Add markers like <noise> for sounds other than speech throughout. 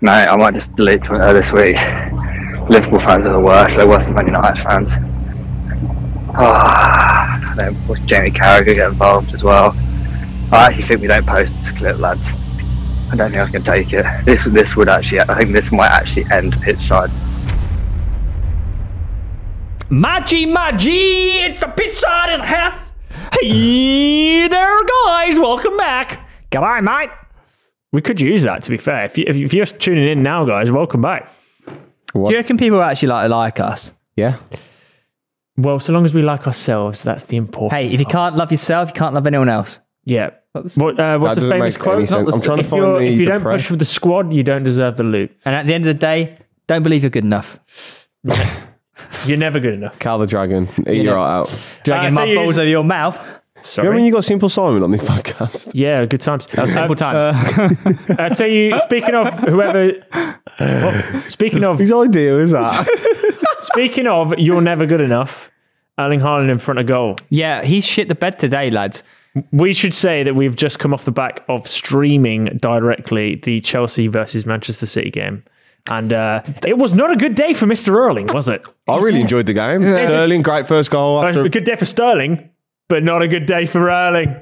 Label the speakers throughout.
Speaker 1: Mate, I might just delete Twitter this week. Liverpool fans are the worst. They're worse than Man United fans. Ah, then was Jamie Carragher get involved as well? I actually think we don't post this clip, lads. I don't think I can take it. This this would actually. I think this might actually end pitch side.
Speaker 2: Maggi Maggi, it's the pit side in the house. Hey there, guys, welcome back. G'day, mate. We could use that, to be fair. If, you, if, you, if you're tuning in now, guys, welcome back.
Speaker 3: Do you reckon people actually like like us?
Speaker 4: Yeah.
Speaker 2: Well, so long as we like ourselves, that's the important.
Speaker 3: Hey, if you can't love yourself, you can't love anyone else.
Speaker 2: yeah. What, uh, what's
Speaker 4: That
Speaker 2: the
Speaker 4: doesn't
Speaker 2: famous
Speaker 4: make any
Speaker 2: quote?
Speaker 4: sense. I'm trying to
Speaker 2: if
Speaker 4: find
Speaker 2: you're-
Speaker 4: the-
Speaker 2: If you
Speaker 4: the
Speaker 2: don't
Speaker 4: press.
Speaker 2: push with the squad, you don't deserve the loot.
Speaker 3: And at the end of the day, don't believe you're good enough.
Speaker 2: You're never good enough.
Speaker 4: Cal the Dragon, eat your
Speaker 3: know.
Speaker 4: heart out.
Speaker 3: Dragging
Speaker 2: Uh, so
Speaker 3: my
Speaker 2: you-
Speaker 3: balls over your mouth.
Speaker 4: You
Speaker 2: Sorry.
Speaker 4: remember when you got Simple Simon on this podcast?
Speaker 2: yeah, good times.
Speaker 3: Simple
Speaker 2: Um,
Speaker 3: time.
Speaker 2: <laughs> I tell you, speaking of <laughs> whoever, What? speaking of
Speaker 4: His idea is that.
Speaker 2: Speaking of, you're never good enough. Erling Haaland in front of goal.
Speaker 3: yeah, he's shit the bed today, lads.
Speaker 2: We should say that we've just come off the back of streaming directly the Chelsea versus Manchester City game. And uh, it was not a good day for Mr. Erling, was it?
Speaker 4: I really enjoyed the game. Sterling, great first goal
Speaker 2: It was
Speaker 4: after.
Speaker 2: a good day for Sterling, but not a good day for Erling.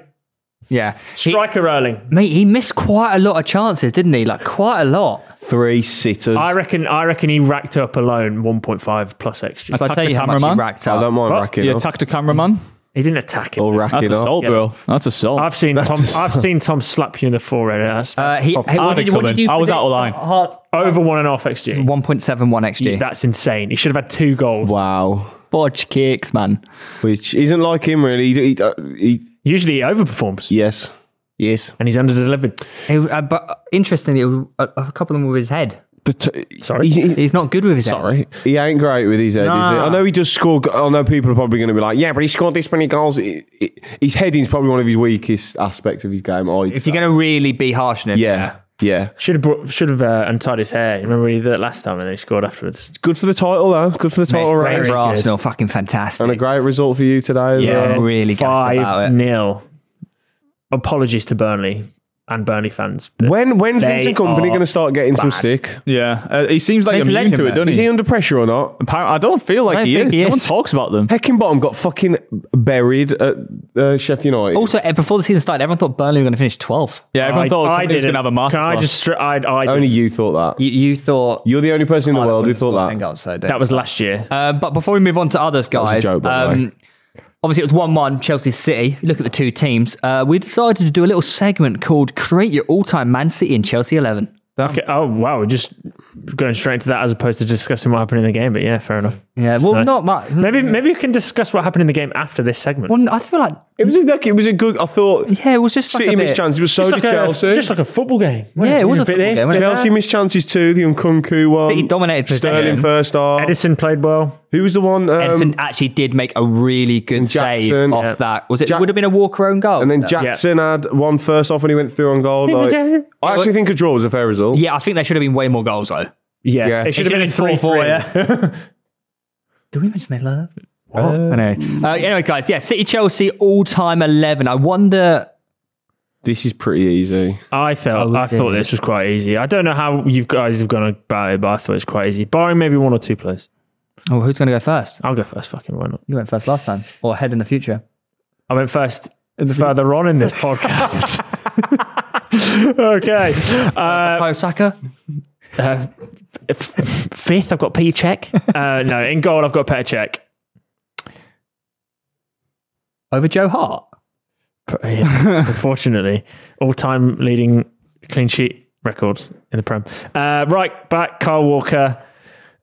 Speaker 3: Yeah. He,
Speaker 2: Striker Erling.
Speaker 3: mate, he missed quite a lot of chances, didn't he? Like, quite a lot.
Speaker 4: Three sitters.
Speaker 2: I
Speaker 4: I,
Speaker 2: reckon I reckon he racked up alone 1.5 plus extra.
Speaker 5: Tuck
Speaker 3: I'll tell
Speaker 5: the
Speaker 3: you how much he
Speaker 5: cameraman.
Speaker 3: racked up.
Speaker 4: don't mind
Speaker 2: What?
Speaker 4: racking
Speaker 5: Yeah,
Speaker 4: up.
Speaker 5: tuck the cameraman.
Speaker 2: He didn't attack him.
Speaker 4: or
Speaker 5: That's
Speaker 4: racking up.
Speaker 5: assault, bro. That's assault.
Speaker 2: I've seen Tom
Speaker 4: That's a-
Speaker 2: I've seen Tom slap you in the forehead. That's,
Speaker 3: Uh,
Speaker 2: that's
Speaker 3: he,
Speaker 2: proper.
Speaker 3: hey, what
Speaker 5: I'd
Speaker 3: did,
Speaker 5: have
Speaker 3: what
Speaker 5: come
Speaker 3: did
Speaker 5: in.
Speaker 3: you
Speaker 5: I was
Speaker 3: predict?
Speaker 5: out of line.
Speaker 3: Hard-
Speaker 2: over one and off XG.
Speaker 3: 1.71 XG.
Speaker 2: That's insane. He should have had two goals.
Speaker 4: Wow.
Speaker 3: Bodge kicks, man.
Speaker 4: Which isn't like him, really. He, he, uh, he-
Speaker 2: Usually he overperforms
Speaker 4: yes. Yes.
Speaker 2: and he's underdelivered.
Speaker 3: It, was- uh, but interestingly, it was a, a couple of them with his head.
Speaker 4: The t-
Speaker 2: Sorry.
Speaker 4: He's- he-
Speaker 3: He's not good with his head.
Speaker 4: Sorry, he ain't great with his head, is he?
Speaker 3: Nah.
Speaker 4: I know he does score. go- I know people are probably going to be like, "Yeah, but he scored this many goals." It- it- his heading's probably one of his weakest aspects of his game. I,
Speaker 3: If you're going to really be harsh on him,
Speaker 4: yeah, yeah,
Speaker 2: Should have brought, should have uh, untied his hair. Remember when he did it last time and then he scored afterwards.
Speaker 4: good for the title though. Good for the
Speaker 3: Mate,
Speaker 4: title
Speaker 3: great
Speaker 4: race,
Speaker 3: for
Speaker 2: good.
Speaker 3: Arsenal, fucking fantastic.
Speaker 4: and a great result for you today. as
Speaker 3: Yeah,
Speaker 4: well.
Speaker 3: really gassed about
Speaker 2: Five
Speaker 3: it.
Speaker 2: nil. Apologies to Burnley and Burnley fans. but
Speaker 4: When when's
Speaker 2: They
Speaker 4: Vincent Company
Speaker 2: are
Speaker 4: going to start getting some stick?
Speaker 5: yeah, uh, he seems like
Speaker 3: He's a
Speaker 5: immune
Speaker 3: legend,
Speaker 5: to it,
Speaker 3: man.
Speaker 5: doesn't
Speaker 4: Is
Speaker 5: he?
Speaker 4: he under pressure or not?
Speaker 5: Appar- I don't feel like
Speaker 3: don't
Speaker 5: he,
Speaker 3: think
Speaker 5: is.
Speaker 3: he
Speaker 5: No one
Speaker 3: is.
Speaker 5: talks about them.
Speaker 4: Heckingbottom got fucking buried at uh, Sheffield United.
Speaker 3: Also, eh, before the season started, everyone thought Burnley were going to finish 12th.
Speaker 5: Yeah, everyone thought he was going to have a masterclass.
Speaker 2: Can I just? stri- I, I
Speaker 4: Only
Speaker 2: didn't.
Speaker 4: you thought that.
Speaker 3: You, you thought
Speaker 4: You're the only person in the
Speaker 3: Ireland
Speaker 4: world who
Speaker 3: would've scored
Speaker 4: thought
Speaker 3: 10
Speaker 4: that.
Speaker 3: goals, so don't-
Speaker 2: That was last year.
Speaker 3: Uh, but before we move on to others,
Speaker 4: was a
Speaker 3: guys,
Speaker 4: joke, by the way.
Speaker 3: obviously it was one-one Chelsea City. You look at the two teams. Uh, we decided to do a little segment called "Create Your All-Time Man City and Chelsea 11."
Speaker 2: Okay. Oh wow, we're just going straight into that as opposed to discussing what happened in the game. But yeah, fair enough.
Speaker 3: Yeah, well,
Speaker 2: nice.
Speaker 3: not much.
Speaker 2: Maybe maybe we can discuss what happened in the game after this segment.
Speaker 3: Well, I feel like
Speaker 4: It was a, like, it was a good. I thought
Speaker 3: yeah, it was just like
Speaker 4: City
Speaker 3: a
Speaker 4: missed
Speaker 3: bit-
Speaker 4: chances, but so
Speaker 2: Just
Speaker 4: did
Speaker 2: like a-
Speaker 4: Chelsea.
Speaker 2: just like a football game.
Speaker 3: Yeah, it was a
Speaker 2: bit
Speaker 3: football
Speaker 2: this,
Speaker 3: game, wasn't it?
Speaker 4: Chelsea missed chances too. The Unkunku one.
Speaker 3: City dominated possession.
Speaker 4: Sterling first half.
Speaker 2: Edison played well.
Speaker 4: Who was the one? Um,
Speaker 3: Edison actually did make a really good save
Speaker 4: Jackson,
Speaker 3: off
Speaker 4: yeah.
Speaker 3: that. Was it
Speaker 4: Jack-
Speaker 3: would have been a walker own goal?
Speaker 4: and then Jackson had one first off when he went through on goal. Like, I actually think a draw was a fair result.
Speaker 3: yeah, I think there should have been way more goals though.
Speaker 2: Yeah,
Speaker 4: Yeah.
Speaker 2: it should have been a three
Speaker 5: four,
Speaker 2: four.
Speaker 5: yeah.
Speaker 3: Do we miss Midler? Anyway, uh, anyway, guys, yeah, City Chelsea all-time 11. I wonder.
Speaker 4: This is pretty easy.
Speaker 2: <laughs> I felt
Speaker 3: Oh,
Speaker 2: I thought
Speaker 3: dear.
Speaker 2: this was quite easy. I don't know how you guys have gone about it, but I thought it was quite easy. Barring maybe one or two players.
Speaker 3: Oh, who's going to go first?
Speaker 2: I'll go first. Fucking why not?
Speaker 3: You went first last time, or ahead in the future?
Speaker 2: I went first further on in this podcast. <laughs> okay. Uh,
Speaker 3: Bukayo Saka.
Speaker 2: uh, f- fifth, I've got Peter Check. Uh, no, in goal, I've got Peter Check.
Speaker 3: over Joe Hart. <laughs>
Speaker 5: <laughs>
Speaker 2: unfortunately, all time leading clean sheet record in the Prem. Uh, right back, Carl Walker.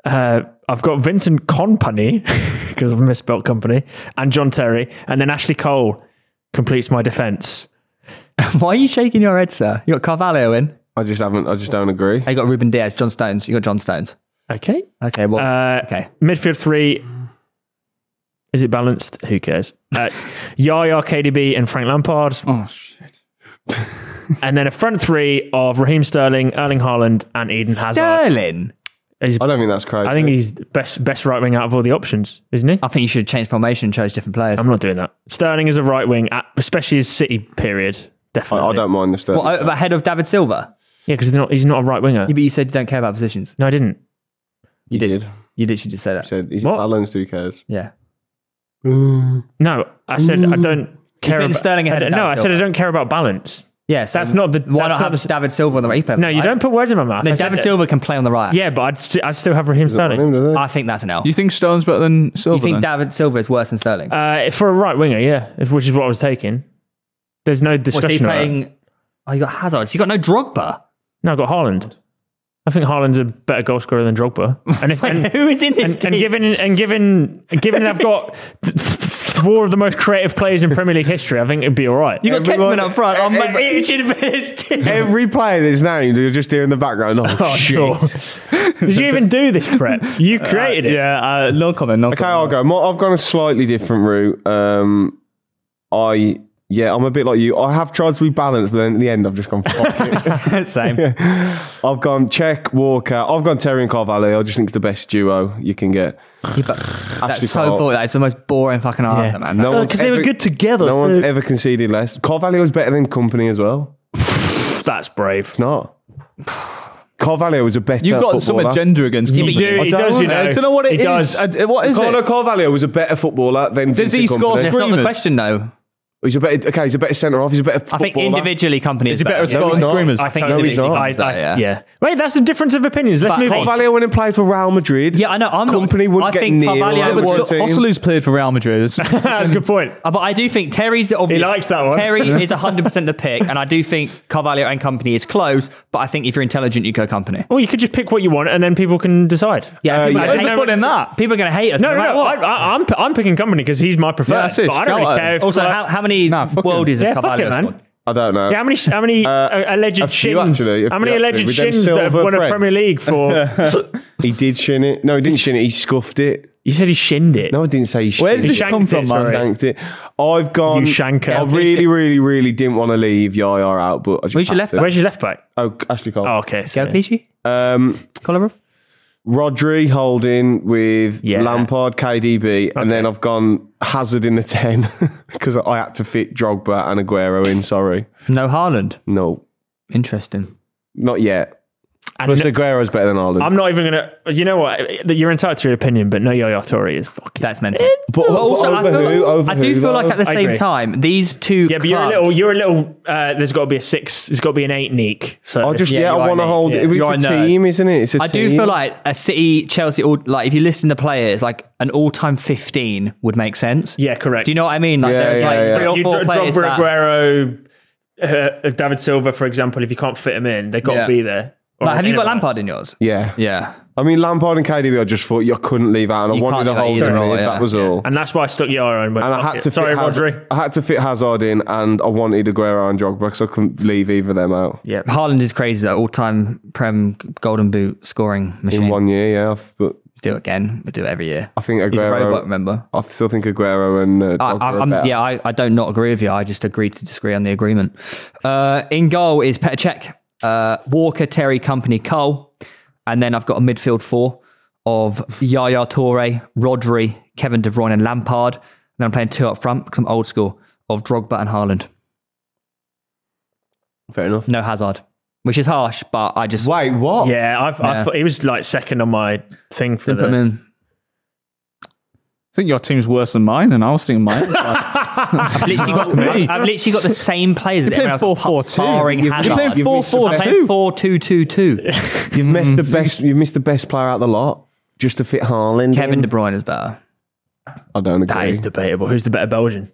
Speaker 2: Uh, I've got Vincent Company <laughs> because I've misspelled company, and John Terry, and then Ashley Cole completes my defence.
Speaker 3: Why are you shaking your head, sir? You got Carvalho in.
Speaker 4: I just haven't. I just don't agree.
Speaker 3: You got Ruben Diaz, John Stones. You got John Stones.
Speaker 2: Okay.
Speaker 3: Okay, well,
Speaker 2: Uh,
Speaker 3: okay.
Speaker 2: Midfield three. Is it balanced? Who cares?
Speaker 5: <laughs>
Speaker 2: Uh, Yaya, KDB, and Frank Lampard.
Speaker 5: Oh shit. <laughs>
Speaker 2: And then a front three of Raheem Sterling, Erling Haaland, and Eden Hazard.
Speaker 3: Sterling.
Speaker 4: I don't think that's crazy.
Speaker 2: I think he's best best right wing out of all the options, isn't he?
Speaker 3: I think you should change formation and change different players.
Speaker 2: I'm not doing that. Sterling is a right wing, at- especially his City period.
Speaker 4: I,
Speaker 2: Definitely.
Speaker 4: I don't mind the stuff.
Speaker 3: What, o- ahead of David Silva?
Speaker 2: Yeah, because he's not, he's not a right winger.
Speaker 3: Yeah, but you said you don't care about positions.
Speaker 2: No, I didn't.
Speaker 4: you did.
Speaker 3: You literally just said that.
Speaker 4: Said he's
Speaker 2: What?
Speaker 4: Alan's two cares.
Speaker 3: Yeah.
Speaker 2: No, I said I don't care
Speaker 3: putting
Speaker 2: about
Speaker 3: Sterling ahead
Speaker 2: I
Speaker 3: of
Speaker 2: don't-
Speaker 3: David
Speaker 2: No, I said I
Speaker 3: Silva.
Speaker 2: don't care about balance.
Speaker 3: Yeah, so
Speaker 2: That's not the-
Speaker 3: Why
Speaker 2: that's
Speaker 3: not
Speaker 2: not
Speaker 3: have
Speaker 2: the-
Speaker 3: David Silva on the right? He plays on
Speaker 2: No,
Speaker 3: the
Speaker 2: you
Speaker 3: right.
Speaker 2: don't put words in my mouth. I
Speaker 3: Then
Speaker 2: said
Speaker 3: David
Speaker 2: that-
Speaker 3: Silva can play on the right.
Speaker 2: Yeah, but I'd, st- I'd still have Raheem Sterling.
Speaker 3: I think that's an L.
Speaker 5: You
Speaker 3: You,
Speaker 5: think Stone's better than Silver?
Speaker 3: think
Speaker 5: then?
Speaker 3: David Silva is worse than Sterling?
Speaker 2: Uh, for a right winger, yeah, if- which is what I was taking. There's no
Speaker 3: Was
Speaker 2: discussion.
Speaker 3: he
Speaker 2: about it.
Speaker 3: playing? Oh, you got Hazard. You got no Drogba. <laughs>
Speaker 2: No, I got Haaland. I think Haaland's a better goal scorer than Drogba.
Speaker 3: <laughs>
Speaker 2: And if and,
Speaker 3: Who is in this
Speaker 2: and, and
Speaker 3: team?
Speaker 2: given and given and given I've got th- four of the most creative players in Premier League history, I think it'd be all right.
Speaker 3: You got
Speaker 4: Everyone-
Speaker 3: Kesman up front. I'm
Speaker 4: Every-
Speaker 3: itching for his team.
Speaker 4: Every player that's named, you're just hearing in the background.
Speaker 2: <laughs>
Speaker 4: Oh, shit.
Speaker 2: sure. Did you even do this prep? You created it.
Speaker 5: Yeah, uh, no comment. No
Speaker 4: Okay, I'll go. Mo- I've gone a slightly different route. Um, I yeah, I'm a bit like you. I have tried to be balanced, but then at the end, I've just gone. Fuck it. <laughs>
Speaker 3: Same.
Speaker 4: I've gone Czech Walker. I've gone Terry and Carvalho. I just think it's the best duo you can get.
Speaker 3: That's so boring. That's the most boring fucking answer, man.
Speaker 4: No one's
Speaker 2: Because they were
Speaker 4: ever-
Speaker 2: good together.
Speaker 4: No
Speaker 2: so-
Speaker 4: one's ever conceded less. Carvalho is better than Company as well.
Speaker 2: That's brave.
Speaker 4: Not. Carvalho was a better.
Speaker 5: You've got some
Speaker 4: footballer.
Speaker 5: agenda against
Speaker 2: You
Speaker 5: Company.
Speaker 2: do, he
Speaker 4: I
Speaker 2: does,
Speaker 4: don't-
Speaker 2: you know.
Speaker 5: I don't know what it
Speaker 2: he
Speaker 5: is.
Speaker 2: Does.
Speaker 5: I d- what is
Speaker 4: Conor
Speaker 5: it?
Speaker 4: Carvalho was a better footballer than.
Speaker 5: Does
Speaker 4: Vincent
Speaker 5: he score
Speaker 4: Kompany.
Speaker 3: That's not the
Speaker 5: Screamers.
Speaker 3: question, though.
Speaker 4: He's a better. Okay, he's a better centre half. He's a better.
Speaker 3: I
Speaker 4: Footballer.
Speaker 3: think individually, company is
Speaker 5: Is he better at
Speaker 3: better.
Speaker 4: No,
Speaker 5: scoring
Speaker 4: he's not.
Speaker 5: screamers?
Speaker 2: I think
Speaker 4: No, he's
Speaker 2: individually
Speaker 4: not.
Speaker 2: I- I-
Speaker 3: Yeah.
Speaker 2: yeah. Wait, that's a difference of opinions. Let's
Speaker 3: But
Speaker 2: move <laughs> on.
Speaker 4: Carvalho went and played for Real Madrid.
Speaker 3: Yeah, I know. I'm not-
Speaker 4: Company would
Speaker 3: I
Speaker 4: get
Speaker 3: think
Speaker 4: near.
Speaker 3: Carvalho
Speaker 4: Real
Speaker 3: would-
Speaker 4: Madrid team.
Speaker 5: Oslu's played for Real Madrid.
Speaker 2: that's a good point.
Speaker 3: <laughs> Uh, But I do think Terry's the obvious.
Speaker 2: likes that one.
Speaker 3: Terry is 100% the pick, and I do think Carvalho and company is close, but I think if you're intelligent, you go company.
Speaker 2: Well, you could just pick what you want, and then people can decide.
Speaker 3: Yeah, people, Are
Speaker 4: Uh, yeah. Where's
Speaker 3: gonna
Speaker 5: the
Speaker 3: hate-
Speaker 5: fun in that?
Speaker 3: people are going to hate us.
Speaker 2: No, no,
Speaker 3: matter
Speaker 2: no. I,
Speaker 3: what.
Speaker 2: I, I'm I'm picking company because he's my preferred.
Speaker 5: that's it.
Speaker 2: But I don't
Speaker 5: Shout
Speaker 2: really
Speaker 5: out.
Speaker 2: care. If
Speaker 3: also,
Speaker 2: like-
Speaker 3: how, how many
Speaker 5: fuck it.
Speaker 3: world is
Speaker 2: Yeah,
Speaker 3: a
Speaker 2: fuck
Speaker 3: Carvalho
Speaker 2: it, man.
Speaker 3: squad?
Speaker 4: I don't know.
Speaker 2: yeah, how many how many uh, alleged
Speaker 4: a few,
Speaker 2: shins?
Speaker 4: actually, a
Speaker 2: how many
Speaker 4: few,
Speaker 2: alleged
Speaker 4: actually, with them
Speaker 2: shins that have
Speaker 4: silver
Speaker 2: won a
Speaker 4: breads.
Speaker 2: Premier
Speaker 4: <laughs>
Speaker 2: League for?
Speaker 4: He did shin it. No, he didn't shin it. He scuffed it.
Speaker 2: you said he shinned it.
Speaker 4: No, I didn't say he
Speaker 5: Where does
Speaker 4: shin
Speaker 5: this
Speaker 4: it.
Speaker 2: shanked
Speaker 5: come
Speaker 2: it,
Speaker 5: from, man?
Speaker 2: sorry.
Speaker 4: shanked it. I've gone.
Speaker 2: You shanker.
Speaker 4: I really, really, really didn't want to leave Yaya out, but I just
Speaker 3: Who's your
Speaker 4: had
Speaker 3: left
Speaker 4: to.
Speaker 3: back?
Speaker 2: Where's your left back?
Speaker 4: Oh, Ashley Cole.
Speaker 2: Oh, okay. So.
Speaker 3: Gael Clichy?
Speaker 4: Um,
Speaker 3: Kolarov?
Speaker 4: Rodri holding with
Speaker 2: Yeah.
Speaker 4: Lampard, KDB, and then I've gone Hazard in the ten <laughs> because I had to fit Drogba and Aguero in. Sorry,
Speaker 3: No Haaland.
Speaker 4: no,
Speaker 3: Interesting.
Speaker 4: not yet.
Speaker 2: And
Speaker 4: Plus
Speaker 2: no-
Speaker 4: Aguero's better than Ireland.
Speaker 2: I'm not even gonna. You know what? You're entitled to your opinion, but no, Yaya Toure is fucking.
Speaker 3: That's mental.
Speaker 4: but,
Speaker 3: But also, I,
Speaker 4: over
Speaker 3: feel
Speaker 4: who?
Speaker 3: like-
Speaker 4: Over
Speaker 3: I do
Speaker 4: who,
Speaker 3: feel like
Speaker 4: though?
Speaker 3: at the
Speaker 2: I
Speaker 3: same
Speaker 2: agree.
Speaker 3: time, these two.
Speaker 2: Yeah, but you're a
Speaker 3: clubs-
Speaker 2: little. You're a little. Uh, there's got to be a six. There's got to be an eight, Neek. So
Speaker 4: I just
Speaker 3: Yeah,
Speaker 4: yeah,
Speaker 3: you
Speaker 4: I
Speaker 3: are,
Speaker 4: want to
Speaker 3: mate.
Speaker 4: hold.
Speaker 3: Yeah.
Speaker 4: It's
Speaker 3: You are a
Speaker 4: a
Speaker 3: nerd.
Speaker 4: team, isn't it? It's a
Speaker 3: I
Speaker 4: team.
Speaker 3: do feel like a City, Chelsea, all like if you listen to players, like an all-time fifteen would make sense.
Speaker 2: yeah, correct.
Speaker 3: Do you know what I mean? Like
Speaker 4: Yeah,
Speaker 3: there's
Speaker 4: yeah,
Speaker 3: like
Speaker 4: yeah.
Speaker 3: three or
Speaker 2: you
Speaker 3: four
Speaker 2: dro-
Speaker 3: players
Speaker 2: Drogba,
Speaker 3: that-
Speaker 2: Aguero, uh, David Silva, for example. If you can't fit them in, they have got
Speaker 3: Yeah.
Speaker 2: to be there. Or
Speaker 3: Like, have you got
Speaker 2: anyone else.
Speaker 3: Lampard in yours?
Speaker 4: Yeah.
Speaker 3: Yeah.
Speaker 4: I mean, Lampard and KDB, I just thought you couldn't leave out, and
Speaker 3: You
Speaker 4: I wanted
Speaker 3: can't
Speaker 4: to
Speaker 3: leave out
Speaker 4: hold
Speaker 3: either
Speaker 4: them
Speaker 3: or,
Speaker 4: in.
Speaker 3: yeah.
Speaker 4: That was all.
Speaker 2: And that's why I stuck Yara and went.
Speaker 4: And I
Speaker 2: "Fuck
Speaker 4: had
Speaker 2: it."
Speaker 4: to fit
Speaker 2: Sorry,
Speaker 4: Hazard,
Speaker 2: Rodri.
Speaker 4: I had to fit Hazard in, and I wanted Aguero and Drogba because I couldn't leave either of them out
Speaker 2: Yeah.
Speaker 3: Haaland is crazy though. All-time Prem Golden Boot scoring machine.
Speaker 4: in one year. Yeah, I've- but
Speaker 3: do it again. We do it every year.
Speaker 4: I think
Speaker 3: He's a robot,
Speaker 4: Aguero.
Speaker 3: remember?
Speaker 4: I still think Aguero and uh,
Speaker 3: I,
Speaker 4: Drogba
Speaker 3: I,
Speaker 4: are
Speaker 3: I'm,
Speaker 4: better.
Speaker 3: yeah, I, I don't not agree with you. I just agreed to disagree on the agreement. Uh, in goal is Petr Cech, uh, Walker, Terry, Company, Cole, and then I've got a midfield four of Yaya Toure, Rodri, Kevin De Bruyne, and Lampard. And then I'm playing two up front because I'm old school of Drogba and Haaland.
Speaker 4: fair enough.
Speaker 3: No Hazard, which is harsh, but I just
Speaker 4: Wait, what?
Speaker 2: Yeah, I've, I thought he was like second on my thing for
Speaker 3: didn't put
Speaker 2: the.
Speaker 3: him in.
Speaker 5: I think your team's worse than mine, and I was thinking mine.
Speaker 3: I've literally,
Speaker 4: <laughs>
Speaker 3: got, I've, I've literally got the same players as
Speaker 5: playing
Speaker 3: everyone else,
Speaker 5: 4-4-2.
Speaker 3: barring
Speaker 4: You've-
Speaker 3: Hazard.
Speaker 4: you're playing
Speaker 5: You've missed the
Speaker 3: 4
Speaker 5: 4-4-2. best-
Speaker 3: 4-2-2-2.
Speaker 2: <laughs>
Speaker 4: You've missed the best. You've missed the best player out of the lot just to fit Haaland.
Speaker 3: Kevin
Speaker 4: in.
Speaker 3: De Bruyne is better.
Speaker 4: I don't agree.
Speaker 2: That is debatable. Who's the better Belgian?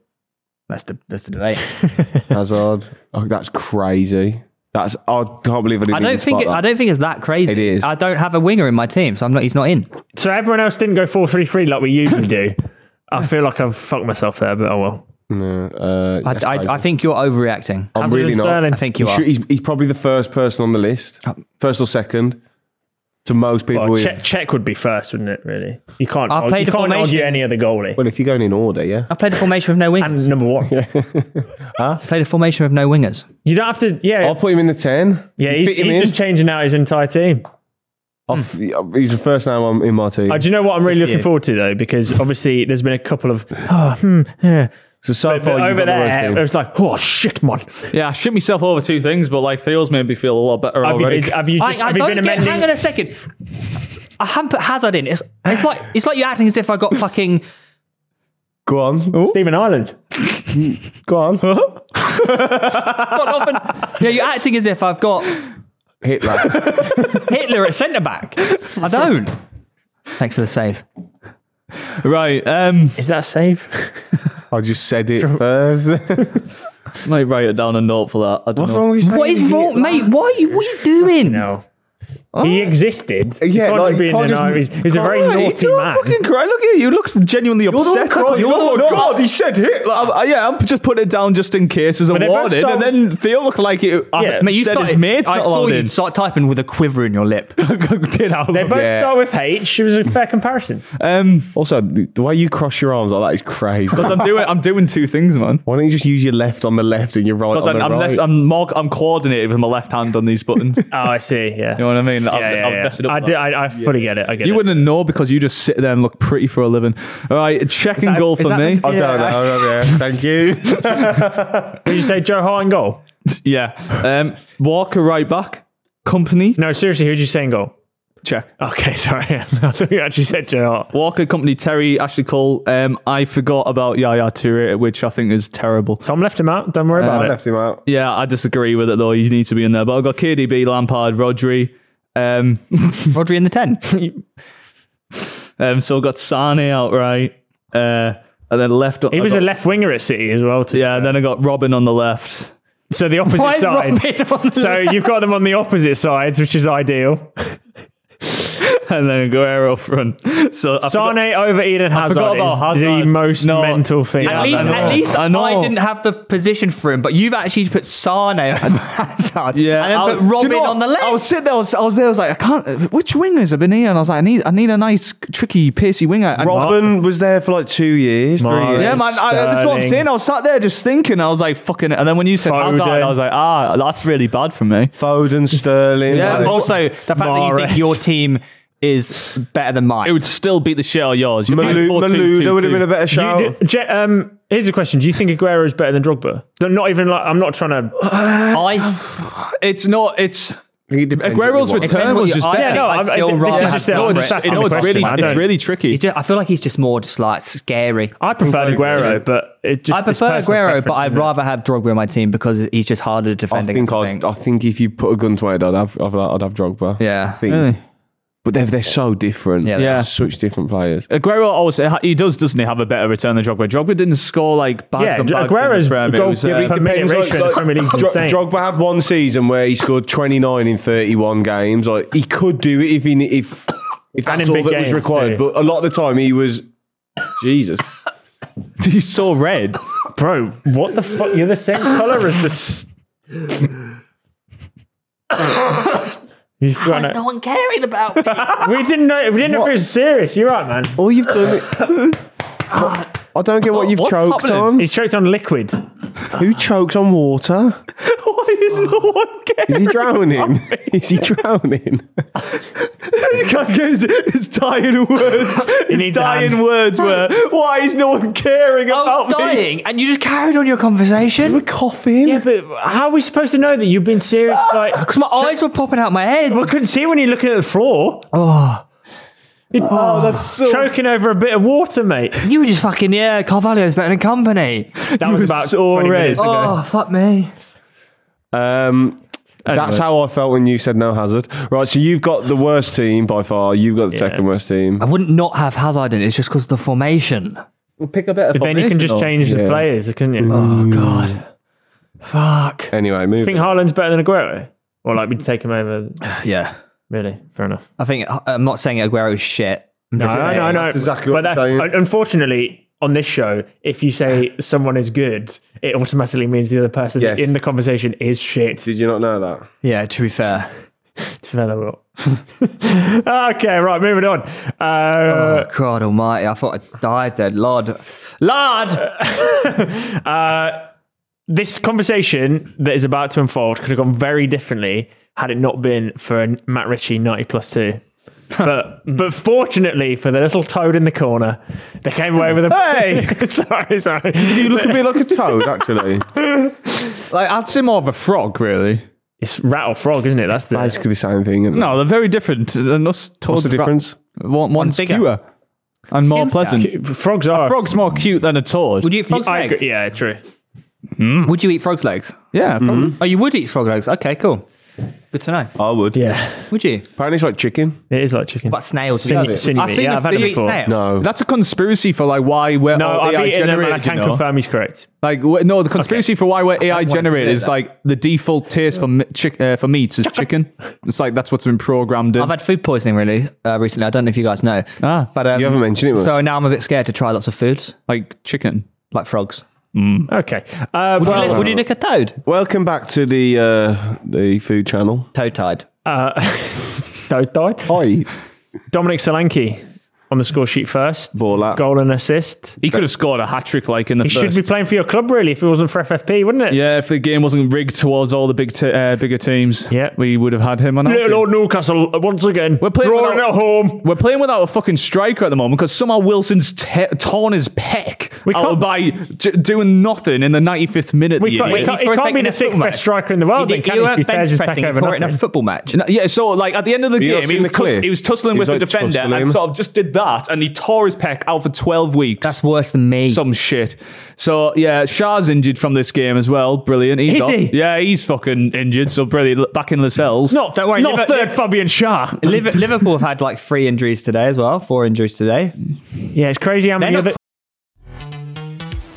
Speaker 3: That's the that's the debate.
Speaker 4: Hazard. Oh, that's crazy. That's I can't believe I didn't.
Speaker 3: I don't
Speaker 4: even
Speaker 3: think
Speaker 4: spot
Speaker 3: it,
Speaker 4: that.
Speaker 3: I don't think it's that crazy.
Speaker 4: It is.
Speaker 3: I don't have a winger in my team, so I'm not. He's not in.
Speaker 2: So everyone else didn't go four three three like we
Speaker 5: <laughs>
Speaker 2: usually do. I feel like I've fucked myself there, but oh well.
Speaker 4: No, uh,
Speaker 3: I,
Speaker 4: yes,
Speaker 3: I,
Speaker 4: Fraser.
Speaker 3: I think you're overreacting.
Speaker 4: I'm
Speaker 2: Hazard
Speaker 4: really
Speaker 2: and
Speaker 4: not.
Speaker 2: Sterling. Uh,
Speaker 3: I think you
Speaker 4: He's-
Speaker 3: are.
Speaker 4: He's, he's probably the first person on the list, first or second. to most people.
Speaker 2: Well,
Speaker 4: with-
Speaker 2: check, check would be first, wouldn't it? Really, you can't.
Speaker 5: I've
Speaker 2: argue,
Speaker 5: played
Speaker 2: you
Speaker 5: the
Speaker 2: can't argue
Speaker 5: formation.
Speaker 2: any other goalie.
Speaker 4: well, if you're going in order, yeah.
Speaker 5: I played a formation with no wingers.
Speaker 2: And
Speaker 4: <laughs>
Speaker 2: number one,
Speaker 5: played a formation with no wingers.
Speaker 2: you don't have to. Yeah,
Speaker 4: I'll put him in the ten.
Speaker 2: yeah. He's,
Speaker 4: fit him
Speaker 2: he's
Speaker 4: in.
Speaker 2: just changing out his entire team.
Speaker 4: I'll f- he's the first name I'm in my team.
Speaker 2: Uh, do you know what I'm really looking forward to though? Because obviously there's been a couple of oh, hmm, yeah.
Speaker 4: so so far,
Speaker 2: but, but
Speaker 4: you've got
Speaker 2: over
Speaker 4: the worst
Speaker 2: there
Speaker 4: team.
Speaker 2: it was like oh shit, man.
Speaker 6: <laughs> Yeah, I shit myself over two things, but like Theo's made me feel a lot better
Speaker 2: Have you,
Speaker 6: already.
Speaker 2: is, have you just
Speaker 5: I, I
Speaker 2: have you been
Speaker 5: don't get, hang on
Speaker 2: amending?
Speaker 5: a second. I haven't put Hazard in. It's, it's like it's like you're acting as if I got fucking
Speaker 4: Go on. Oh,
Speaker 2: Stephen Ireland.
Speaker 4: go on. <laughs>
Speaker 5: got off and- yeah, you're acting as if I've got
Speaker 4: Hitler.
Speaker 5: Hitler at centre back. I don't. Thanks for the save.
Speaker 6: <laughs> right, um,
Speaker 2: Is that safe?
Speaker 4: I just said
Speaker 2: <laughs>
Speaker 4: it first. What's
Speaker 6: might write it down a note for that. I don't know.
Speaker 4: wrong with saying
Speaker 5: What is wrong, mate? Why are you? What are you doing?
Speaker 2: no. He existed. He
Speaker 4: Oh. Yeah,
Speaker 2: can't
Speaker 4: like,
Speaker 2: just be
Speaker 4: you
Speaker 2: in
Speaker 4: can't
Speaker 2: denial.
Speaker 4: just-
Speaker 2: He's, he's a very
Speaker 4: Alright,
Speaker 2: naughty
Speaker 4: don't
Speaker 2: man.
Speaker 4: Fucking cry. Look at you. Look genuinely
Speaker 6: the one
Speaker 4: upset.
Speaker 6: crying.
Speaker 4: right?
Speaker 6: You're the
Speaker 4: oh
Speaker 6: one
Speaker 4: my
Speaker 6: crying.
Speaker 4: god, he said Hitler.
Speaker 6: I'm, I- yeah, I'm just putting it down just in case as a
Speaker 2: they both
Speaker 6: warning,
Speaker 2: sound-
Speaker 6: and then Theo looked like it. I
Speaker 2: Yeah.
Speaker 6: mate, you said his mate's
Speaker 5: I
Speaker 6: not
Speaker 5: saw
Speaker 6: allowed
Speaker 5: you
Speaker 6: in.
Speaker 5: start typing with a quiver in your lip.
Speaker 6: <laughs> Did I?
Speaker 2: They both
Speaker 4: Yeah.
Speaker 2: start with H. It was a fair
Speaker 6: <laughs>
Speaker 2: comparison. Oh,
Speaker 6: Um,
Speaker 4: Also, the the way you cross your arms like that is crazy.
Speaker 6: 'cause <laughs> I'm doing, I'm doing two things, man.
Speaker 4: Why don't you just use your left on the left and your right on
Speaker 6: Because
Speaker 4: the
Speaker 6: I'm, I'm,
Speaker 4: right?
Speaker 6: less, I'm more, I'm coordinated with my left hand on these <laughs> buttons. you
Speaker 2: Oh, I see. Yeah.
Speaker 6: know what I mean? I'll,
Speaker 2: yeah, yeah,
Speaker 6: I'll
Speaker 2: yeah.
Speaker 6: mess it up.
Speaker 2: I,
Speaker 6: now.
Speaker 2: do, I, I fully get it. I get
Speaker 6: you
Speaker 2: it.
Speaker 6: wouldn't know because you just sit there and look pretty for a living. All right, check and goal
Speaker 5: is
Speaker 6: for
Speaker 5: that-
Speaker 6: me.
Speaker 4: I don't
Speaker 2: Yeah.
Speaker 4: know. yeah, <laughs> Thank you.
Speaker 2: Did you say Joe Hart in goal?
Speaker 6: Yeah. Um, Walker right back. Company
Speaker 2: No, seriously, who did you say in goal?
Speaker 6: check.
Speaker 2: Okay, <laughs> sorry. I thought you actually said Joe Hart.
Speaker 6: Walker company Terry Ashley Cole. Um, I forgot about Yaya Toure, which I think is terrible.
Speaker 2: Tom left him out. Don't
Speaker 6: Uh,
Speaker 2: worry
Speaker 4: I
Speaker 2: about it.
Speaker 4: left him out.
Speaker 6: Yeah, I disagree with it though. You need to be in there. But I've got KDB, Lampard, Rodri. Um, <laughs>
Speaker 5: Rodri in the ten.
Speaker 6: um, so I've got Sane outright. Uh, and then left.
Speaker 2: He was a left winger at City as well. Too.
Speaker 6: Yeah, and then I got Robin on the left. <laughs>
Speaker 2: So the opposite
Speaker 5: Why is
Speaker 2: side.
Speaker 5: Robin on the
Speaker 2: so you've got them on the opposite sides, which is ideal.
Speaker 6: And then Guerrero front. <laughs> So I forgot-
Speaker 2: Sane over Eden Hazard
Speaker 6: forgot about
Speaker 2: is
Speaker 6: Hazard.
Speaker 2: the most
Speaker 6: No.
Speaker 2: mental thing.
Speaker 6: Yeah,
Speaker 5: At
Speaker 2: I've
Speaker 5: least,
Speaker 6: I
Speaker 2: ever
Speaker 6: know.
Speaker 5: at
Speaker 2: heard.
Speaker 5: least
Speaker 6: I
Speaker 5: I,
Speaker 6: know.
Speaker 5: didn't have the position for him, but you've actually put Sane over <laughs> Hazard
Speaker 6: Yeah,
Speaker 5: and then
Speaker 6: I was-
Speaker 5: put Robin
Speaker 6: do you know
Speaker 5: on the
Speaker 6: what?
Speaker 5: left.
Speaker 6: I was sitting there. I was, I was there. I was like, I can't. Which wingers have been here? And I was like, I need, I need a nice, tricky, pacey winger. And-
Speaker 4: Robin was there for like two years, three
Speaker 2: Mark.
Speaker 4: years.
Speaker 6: yeah, man. I, that's what I'm
Speaker 2: Sterling.
Speaker 6: saying. I was sat there just thinking. I was like, fucking. And then when you said Hazard,
Speaker 2: Foden.
Speaker 6: I was like, ah, that's really bad for me.
Speaker 4: Foden, Sterling.
Speaker 5: Yeah,
Speaker 4: like-
Speaker 5: also the fact that you
Speaker 2: Mahrez.
Speaker 5: think your team is better than mine.
Speaker 6: It would still beat the shit out of yours. You
Speaker 4: Malu- Maluda would have been a better
Speaker 2: Do you-
Speaker 4: shout.
Speaker 2: do- Je- um, here's a question: Do you think Aguero is better than Drogba? No, Not even like I'm not trying to.
Speaker 5: I
Speaker 6: It's not. It's
Speaker 4: It depends what
Speaker 6: Aguero's
Speaker 4: you want.
Speaker 6: return was
Speaker 5: Yeah,
Speaker 6: just
Speaker 5: I-
Speaker 6: better.
Speaker 2: Yeah, no,
Speaker 5: I'd
Speaker 2: I'm,
Speaker 5: still
Speaker 2: I, this
Speaker 5: rather
Speaker 2: is
Speaker 5: have
Speaker 2: just I'm
Speaker 5: Drogba.
Speaker 2: just asking
Speaker 6: no,
Speaker 2: the
Speaker 6: it's
Speaker 2: question.
Speaker 6: really,
Speaker 2: I
Speaker 6: it's
Speaker 2: don't-
Speaker 6: really tricky.
Speaker 5: he ju- I feel like he's just more just like scary.
Speaker 2: I prefer Aguero, but it just
Speaker 5: I
Speaker 2: it's
Speaker 5: prefer
Speaker 2: personal
Speaker 5: Aguero, but
Speaker 2: preference,
Speaker 5: I'd
Speaker 2: isn't it?
Speaker 5: rather have Drogba in my team because he's just harder to
Speaker 4: I
Speaker 5: defend
Speaker 4: think
Speaker 5: against. I
Speaker 4: I'd,
Speaker 5: think.
Speaker 4: I think if you put a gun to my head, I'd have, I'd have, I'd have Drogba.
Speaker 5: Yeah.
Speaker 4: I think. But they're, they're so different.
Speaker 5: Yeah, they
Speaker 4: They're
Speaker 6: are.
Speaker 4: Such different players.
Speaker 6: Aguero also he does doesn't he have a better return than Drogba? Drogba didn't score like bags
Speaker 2: Yeah,
Speaker 6: and bags in
Speaker 2: Aguero's
Speaker 6: the Prem. It
Speaker 2: goal-
Speaker 6: was, uh,
Speaker 2: yeah,
Speaker 6: <laughs>
Speaker 2: but he- Per minute
Speaker 4: Depends,
Speaker 2: ratio in the Premier League's
Speaker 4: Dro-
Speaker 2: insane.
Speaker 4: Drogba had one season where he scored 29 in 31 games. Like he could do it if he, if if
Speaker 2: And
Speaker 4: that's
Speaker 2: in
Speaker 4: all
Speaker 2: big
Speaker 4: that was
Speaker 2: games,
Speaker 4: required.
Speaker 2: too.
Speaker 4: But a lot of the time he was Jesus.
Speaker 6: he's so red.
Speaker 2: Bro, what the fuck? You're the same color as this. You've got it.
Speaker 5: No one caring <laughs> about me.
Speaker 2: We didn't know. We didn't know if it was serious. You're right, man.
Speaker 4: All you've done. <laughs> I don't get what you've
Speaker 6: What's
Speaker 4: choked
Speaker 6: happening?
Speaker 4: on.
Speaker 2: He's choked on liquid.
Speaker 4: Who chokes on water?
Speaker 6: Why is no one
Speaker 4: Is
Speaker 6: caring?
Speaker 4: he
Speaker 2: <laughs>
Speaker 4: drowning? Is he drowning? <laughs>
Speaker 6: his, his dying words, his
Speaker 2: needs a
Speaker 6: dying
Speaker 2: hand.
Speaker 6: words were, "Why is no one caring
Speaker 5: I
Speaker 6: about
Speaker 5: was
Speaker 6: me?"
Speaker 5: dying, and you just carried on your <laughs> conversation
Speaker 4: Coughing.
Speaker 2: Yeah, but how are we supposed to know that you've been serious? Like,
Speaker 5: because my eyes were popping out my head.
Speaker 2: we couldn't see when you're looking at the floor.
Speaker 5: Oh,
Speaker 2: Oh, that's so choking over a bit of water, mate.
Speaker 5: you were just fucking yeah. Carvalho's better than company.
Speaker 2: That was about
Speaker 4: so
Speaker 2: 20 minutes
Speaker 4: red.
Speaker 2: ago.
Speaker 5: Oh fuck me.
Speaker 4: Um, That's how I felt when you said no hazard. Right, so you've got the worst team by far. You've got the second worst team.
Speaker 5: I wouldn't not have Hazard in. it, It's just because of the formation.
Speaker 6: pick a better.
Speaker 2: But then you can just change the
Speaker 4: Yeah.
Speaker 2: players, couldn't you? I
Speaker 5: God. Fuck.
Speaker 4: Anyway, move.
Speaker 2: think Haaland's better than Aguero. Or like we'd take him over.
Speaker 5: Yeah.
Speaker 2: Really, fair enough.
Speaker 5: I think
Speaker 3: uh,
Speaker 5: I'm not saying Aguero's shit. I'm
Speaker 2: No,
Speaker 5: just
Speaker 2: no,
Speaker 5: saying-
Speaker 2: no, no.
Speaker 4: that's exactly what
Speaker 2: But
Speaker 4: I'm saying.
Speaker 2: un- Unfortunately, on this show, if you say <laughs> someone is good, it automatically means the other person
Speaker 4: Yes.
Speaker 2: in the conversation is shit.
Speaker 4: Did you not know that?
Speaker 5: Yeah, to be fair.
Speaker 2: To be fair, they will. <laughs> okay, right, moving on. Uh,
Speaker 3: oh, God almighty. I thought I died there. Lord.
Speaker 2: <laughs>
Speaker 3: Lord!
Speaker 2: Uh, this conversation that is about to unfold could have gone very differently had it not been for a Matt Ritchie 90 plus 2. but but fortunately for the little toad in the corner, they came away with a hey. <laughs> sorry, sorry.
Speaker 4: You look a bit like a toad,
Speaker 2: <laughs>
Speaker 4: actually.
Speaker 6: Like I'd say more of a frog, really.
Speaker 2: It's rattle frog, isn't it? That's the
Speaker 4: Basically the same thing. Isn't it?
Speaker 6: No, they're very different. uh, And us
Speaker 4: What's
Speaker 6: toads
Speaker 4: the
Speaker 6: are-
Speaker 4: difference?
Speaker 6: One, one's
Speaker 3: bigger.
Speaker 6: fewer and more pleasant.
Speaker 2: frogs are
Speaker 6: Frog's more cute than a toad.
Speaker 3: Would you eat frog's
Speaker 2: I
Speaker 3: legs?
Speaker 2: agree. Yeah, true.
Speaker 3: Would you eat frog's legs?
Speaker 6: yeah, probably.
Speaker 3: Oh, you would eat frog legs. Okay, cool. Oh. Good to know.
Speaker 4: I would.
Speaker 2: Yeah,
Speaker 3: Would you?
Speaker 4: Apparently it's like chicken.
Speaker 2: it is like chicken.
Speaker 3: What snails? do you
Speaker 2: Sinew-
Speaker 3: eat?
Speaker 2: sinewy.
Speaker 6: I've seen
Speaker 2: Yeah,
Speaker 6: a
Speaker 2: I've had it
Speaker 6: few-
Speaker 3: You eat
Speaker 2: before.
Speaker 3: snail?
Speaker 4: No.
Speaker 6: That's a conspiracy for like why we're
Speaker 2: No,
Speaker 6: all
Speaker 2: I've
Speaker 6: AI
Speaker 2: eaten them and I
Speaker 6: generated.
Speaker 2: can
Speaker 6: you know?
Speaker 2: confirm he's correct.
Speaker 6: Like wh- no, the conspiracy for why we're AI
Speaker 3: wanna
Speaker 6: generated
Speaker 3: hear
Speaker 6: is
Speaker 3: that.
Speaker 6: like the default taste for mi- chick- uh, for meats is chicken. It's like that's what's been programmed in.
Speaker 3: I've had food poisoning really uh, recently. I don't know if you guys know.
Speaker 6: Ah.
Speaker 3: but um,
Speaker 4: You haven't mentioned it much.
Speaker 3: So now I'm a bit scared to try lots of foods
Speaker 6: like chicken.
Speaker 3: like frogs.
Speaker 2: Okay. Uh,
Speaker 3: Would,
Speaker 2: well,
Speaker 3: you, lick- would you lick a toad?
Speaker 4: Welcome back to the uh, the food channel.
Speaker 3: Toad tied.
Speaker 2: uh, <laughs> don't die.
Speaker 4: Hi.
Speaker 2: Dominic Solanke on the score sheet first.
Speaker 4: Borlap.
Speaker 2: Goal and assist.
Speaker 6: He could have scored a hat trick like in the
Speaker 2: He should be playing for your club, really, if it wasn't for FFP, wouldn't it?
Speaker 6: Yeah, if the game wasn't rigged towards all the big t- uh, bigger teams,
Speaker 2: Yeah.
Speaker 6: we would have had him on. our
Speaker 2: Little
Speaker 6: team.
Speaker 2: old Newcastle uh, once again. We're
Speaker 6: playing
Speaker 2: drawing
Speaker 6: without-
Speaker 2: at home.
Speaker 6: We're playing without a fucking striker at the moment because somehow Wilson's te- torn his pec
Speaker 2: We
Speaker 6: out
Speaker 2: can't-
Speaker 6: by j- doing nothing in the 95th minute.
Speaker 2: We
Speaker 6: you
Speaker 2: can't,
Speaker 6: idiot.
Speaker 2: we can't,
Speaker 3: He
Speaker 2: he
Speaker 3: tore his
Speaker 2: can't
Speaker 3: back
Speaker 2: be
Speaker 3: in
Speaker 2: the
Speaker 3: a
Speaker 2: sixth
Speaker 3: football
Speaker 2: best
Speaker 3: match.
Speaker 2: striker in the world. Then,
Speaker 3: did-
Speaker 2: can he?
Speaker 3: weren't
Speaker 2: If he
Speaker 3: bench
Speaker 2: tears his back
Speaker 3: pressing, he
Speaker 2: over
Speaker 3: tore it in a
Speaker 2: nothing.
Speaker 3: football match.
Speaker 6: No, yeah, so like at the end of the
Speaker 4: you not
Speaker 6: game, he
Speaker 4: seen
Speaker 6: was,
Speaker 4: the
Speaker 6: tuss-
Speaker 4: clip?
Speaker 6: he was tussling
Speaker 4: He
Speaker 6: with
Speaker 4: was,
Speaker 6: the
Speaker 4: like,
Speaker 6: defender and
Speaker 4: tussling.
Speaker 6: sort of just did that, and he tore his pec out for twelve weeks.
Speaker 3: That's worse than me.
Speaker 6: some shit. So yeah, Shah's injured from this game as well. Brilliant. He's
Speaker 2: Is
Speaker 6: off.
Speaker 2: he?
Speaker 6: Yeah, he's fucking injured. So brilliant. Back in the cells.
Speaker 2: Not,
Speaker 3: Don't worry,
Speaker 2: Not
Speaker 3: Liver-
Speaker 2: third Fabian Shah.
Speaker 3: Liver- Liverpool have had like three injuries today as well, four injuries today.
Speaker 2: Yeah, it's crazy how many
Speaker 3: not
Speaker 2: other.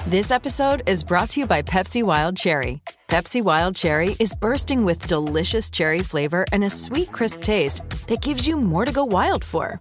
Speaker 7: This episode is brought to you by Pepsi Wild Cherry. Pepsi Wild Cherry is bursting with delicious cherry flavor and a sweet, crisp taste that gives you more to go wild for.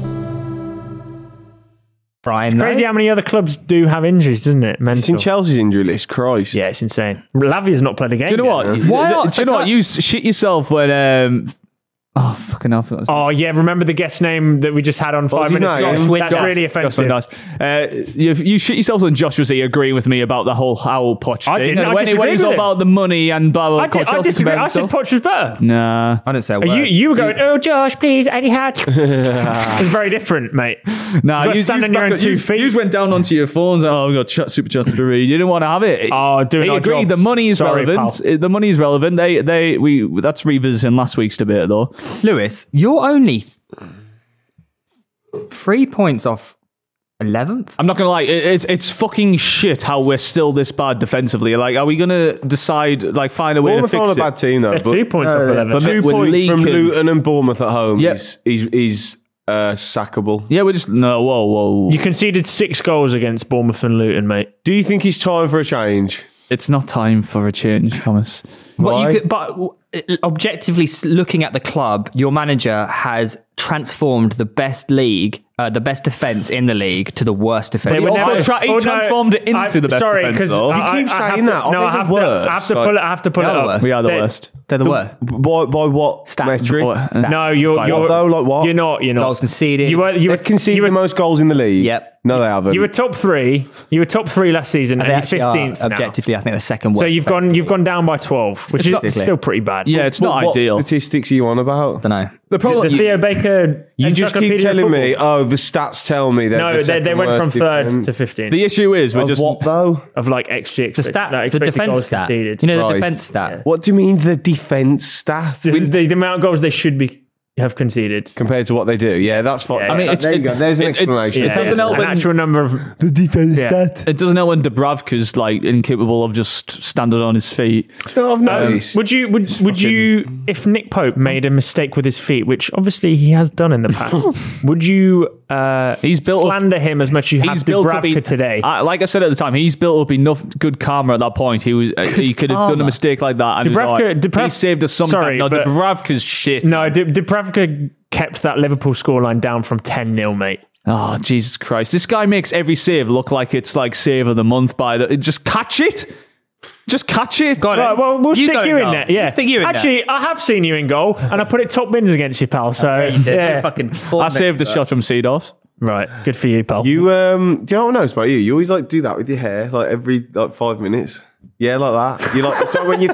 Speaker 3: Brian, though.
Speaker 2: Crazy how many other clubs do have injuries, isn't it?
Speaker 4: You seen
Speaker 2: Mental.
Speaker 4: Chelsea's injury list? Christ.
Speaker 2: Yeah, it's insane. Lavia's not played a game.
Speaker 6: Do you know
Speaker 2: yet.
Speaker 6: what?
Speaker 3: Why
Speaker 6: Do
Speaker 3: not?
Speaker 6: you know what? You s- shit yourself when um. Oh fucking hell! I thought that was-
Speaker 2: Oh yeah, remember the guest name that we just had on
Speaker 4: What
Speaker 2: five
Speaker 4: was his
Speaker 2: minutes
Speaker 4: name?
Speaker 2: ago?
Speaker 3: Josh
Speaker 2: That's
Speaker 3: Windass.
Speaker 2: really
Speaker 6: That's
Speaker 2: offensive.
Speaker 6: so nice. Uh, you, you shit yourselves when Josh was here agreeing with me about the whole how Poch
Speaker 2: I
Speaker 6: thing,
Speaker 2: didn't.
Speaker 6: and
Speaker 2: I
Speaker 6: when, he- when he was
Speaker 2: disagreed
Speaker 6: all
Speaker 2: with him.
Speaker 6: about the money and blah blah.
Speaker 2: I,
Speaker 6: blah
Speaker 2: did, I disagree. I said Poch was better.
Speaker 6: nah.
Speaker 3: I didn't say a
Speaker 2: Uh,
Speaker 3: word.
Speaker 2: You you were going, oh Josh, please, Eddie Hat. it's very different, mate.
Speaker 6: Nah,
Speaker 2: gotta stand on your
Speaker 6: back
Speaker 2: own
Speaker 6: up-
Speaker 2: two
Speaker 6: yous-
Speaker 2: feet.
Speaker 6: yous went down onto your phones. Oh, we've got chat super chats to read. You didn't want to have it.
Speaker 2: Oh, doing
Speaker 6: They
Speaker 2: our
Speaker 6: agree.
Speaker 2: jobs.
Speaker 6: The money is
Speaker 2: Sorry,
Speaker 6: relevant. The money is relevant. They, they, we. That's revisiting last week's debate, though.
Speaker 3: Lewis, you're only th- three points off 11th.
Speaker 6: I'm not gonna lie. It, it, it's fucking shit how we're still this bad defensively. Like, are we gonna decide? Like, find a way
Speaker 4: We're on
Speaker 6: to
Speaker 4: the phone
Speaker 6: fix
Speaker 4: a
Speaker 6: it?
Speaker 4: bad team though.
Speaker 2: They're
Speaker 4: but
Speaker 2: two points
Speaker 3: Oh,
Speaker 2: off eleven.
Speaker 6: but-
Speaker 4: two
Speaker 6: We're
Speaker 4: points from
Speaker 6: leaking.
Speaker 4: Luton and Bournemouth at home
Speaker 6: Yep.
Speaker 4: is is is uh, sackable.
Speaker 6: Yeah, we're just no. Whoa, whoa. whoa.
Speaker 2: you conceded six goals against Bournemouth and Luton, mate.
Speaker 4: Do you think it's time for a change?
Speaker 6: It's not time for a change, Thomas.
Speaker 3: But,
Speaker 4: Why?
Speaker 3: you could, but w- objectively s- looking at the club, your manager has transformed the best league, uh, the best defense in the league to the worst defense.
Speaker 2: They Oh,
Speaker 6: were also tra- he transformed it into the best
Speaker 2: Sorry,
Speaker 6: defence,
Speaker 2: because
Speaker 6: though. You
Speaker 4: keep
Speaker 2: I
Speaker 4: saying
Speaker 2: have
Speaker 4: that.
Speaker 2: To,
Speaker 4: Are
Speaker 2: no,
Speaker 4: they
Speaker 2: I
Speaker 4: the
Speaker 2: have, to,
Speaker 4: worst?
Speaker 2: I have to
Speaker 4: Like,
Speaker 2: pull it. I have to pull
Speaker 3: they
Speaker 2: it
Speaker 3: are the
Speaker 2: up.
Speaker 3: worst.
Speaker 6: We are the
Speaker 2: They-
Speaker 6: worst.
Speaker 3: They're the worst.
Speaker 4: By by what
Speaker 3: Stats.
Speaker 4: metric?
Speaker 6: What?
Speaker 2: No, you're
Speaker 4: Like
Speaker 2: you're
Speaker 4: what though? Like what?
Speaker 2: You're not. You're not.
Speaker 3: Goals conceded.
Speaker 2: You were. You were
Speaker 4: They've conceded
Speaker 2: you were,
Speaker 4: the most goals in the league.
Speaker 3: Yep.
Speaker 4: No, they haven't.
Speaker 2: You were top three. You were top three last season,
Speaker 3: They
Speaker 2: and you're
Speaker 3: actually are,
Speaker 2: fifteenth now.
Speaker 3: objectively, I think the second worst.
Speaker 2: So you've gone. You've gone down by twelve, which is
Speaker 3: Statistically.
Speaker 2: still pretty bad.
Speaker 6: Yeah, it's
Speaker 4: But
Speaker 6: not
Speaker 4: what
Speaker 6: ideal.
Speaker 4: statistics are you on about?
Speaker 3: I don't know.
Speaker 4: The problem
Speaker 2: The Theo Baker.
Speaker 4: you just keep
Speaker 2: Encyclopedia
Speaker 4: telling me,
Speaker 2: Football.
Speaker 4: oh, the stats tell me that.
Speaker 2: No,
Speaker 4: the
Speaker 2: they, they
Speaker 4: second
Speaker 2: went from
Speaker 4: worst
Speaker 2: third
Speaker 4: defense-
Speaker 2: to 15th
Speaker 4: The issue is we're
Speaker 8: Of
Speaker 4: just
Speaker 8: what though?
Speaker 2: of like XG. Expect,
Speaker 5: The stat,
Speaker 2: no,
Speaker 5: the
Speaker 2: expected
Speaker 5: defense
Speaker 2: goals
Speaker 5: stat.
Speaker 2: conceded.
Speaker 5: You know,
Speaker 4: Right.
Speaker 5: the defense stat.
Speaker 4: What do you mean the defense stat
Speaker 2: <laughs> the, the, the amount of goals they should be have conceded.
Speaker 4: compared to what they do? Yeah, that's fine.
Speaker 2: Yeah, I mean,
Speaker 4: That-
Speaker 5: it's-
Speaker 4: there you go. There's an
Speaker 6: it's-
Speaker 4: explanation.
Speaker 6: it's-
Speaker 2: Yeah,
Speaker 6: doesn't
Speaker 2: yeah,
Speaker 6: help
Speaker 2: an
Speaker 6: when-
Speaker 2: actual number of
Speaker 4: The defense
Speaker 2: Yeah. stat.
Speaker 6: It doesn't help when Dubravka's like incapable of just standing on his feet.
Speaker 4: No, I've noticed.
Speaker 2: Would you would would you if Nick Pope made a mistake with his feet, which obviously he has done in the <laughs> past, would you uh,
Speaker 6: He's built up-
Speaker 2: slander him as much as you have Dubravka today?
Speaker 6: I, like I said at the time, he's built up enough good karma at that point. He was uh, he could have done a mistake like that. And it was
Speaker 2: Oh Dubravka-
Speaker 6: all right.
Speaker 2: Dubrav-
Speaker 6: he saved us something.
Speaker 2: Sorry,
Speaker 6: no,
Speaker 2: but-
Speaker 6: Dubravka's shit.
Speaker 2: no, D- Dubravka kept that Liverpool scoreline down from 10 0 mate.
Speaker 6: Oh Jesus Christ! This guy makes every save look like it's like save of the month by the. Just catch it. Just catch it. Got
Speaker 2: Right, well, we'll
Speaker 6: You
Speaker 2: stick
Speaker 6: don't
Speaker 2: you in
Speaker 6: know.
Speaker 2: there. Yeah,
Speaker 6: We'll stick you in there.
Speaker 2: Actually, I have seen you in goal, and I put it top bins against you, pal. So yeah, <laughs>
Speaker 5: Fucking
Speaker 6: I saved a shot from Seedorf.
Speaker 2: right, good for you, pal.
Speaker 4: You um, do you know what I noticed about you? You always like do that with your hair, like every like five minutes. Yeah, like that. You like it's like when you're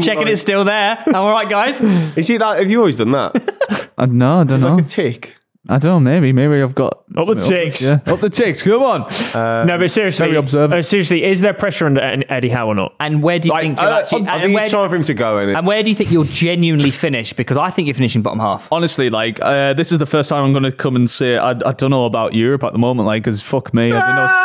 Speaker 5: <laughs> Checking
Speaker 4: like,
Speaker 5: it's still there. I'm all right, guys.
Speaker 4: Is it that? Have you always done that?
Speaker 6: Uh, no, I don't know.
Speaker 2: <laughs>
Speaker 4: Like a tick.
Speaker 6: I don't know. Maybe, maybe I've got
Speaker 2: Up with six.
Speaker 6: <laughs> up the ticks. Come on.
Speaker 2: no, but seriously,
Speaker 6: very observant.
Speaker 2: uh, seriously, is there pressure under Ed- Eddie Howe or not?
Speaker 5: And where do you
Speaker 4: Like,
Speaker 5: think you'll
Speaker 4: uh,
Speaker 5: actually?
Speaker 4: I
Speaker 5: and
Speaker 4: think
Speaker 5: where
Speaker 4: it's
Speaker 5: do-
Speaker 4: time for him to go in it.
Speaker 5: And where do you think you'll genuinely finish? Because I think you're finishing bottom half.
Speaker 6: Honestly, like uh, this is the first time I'm going to come and say I, I don't know about Europe at the moment. Like, because fuck me, I don't know.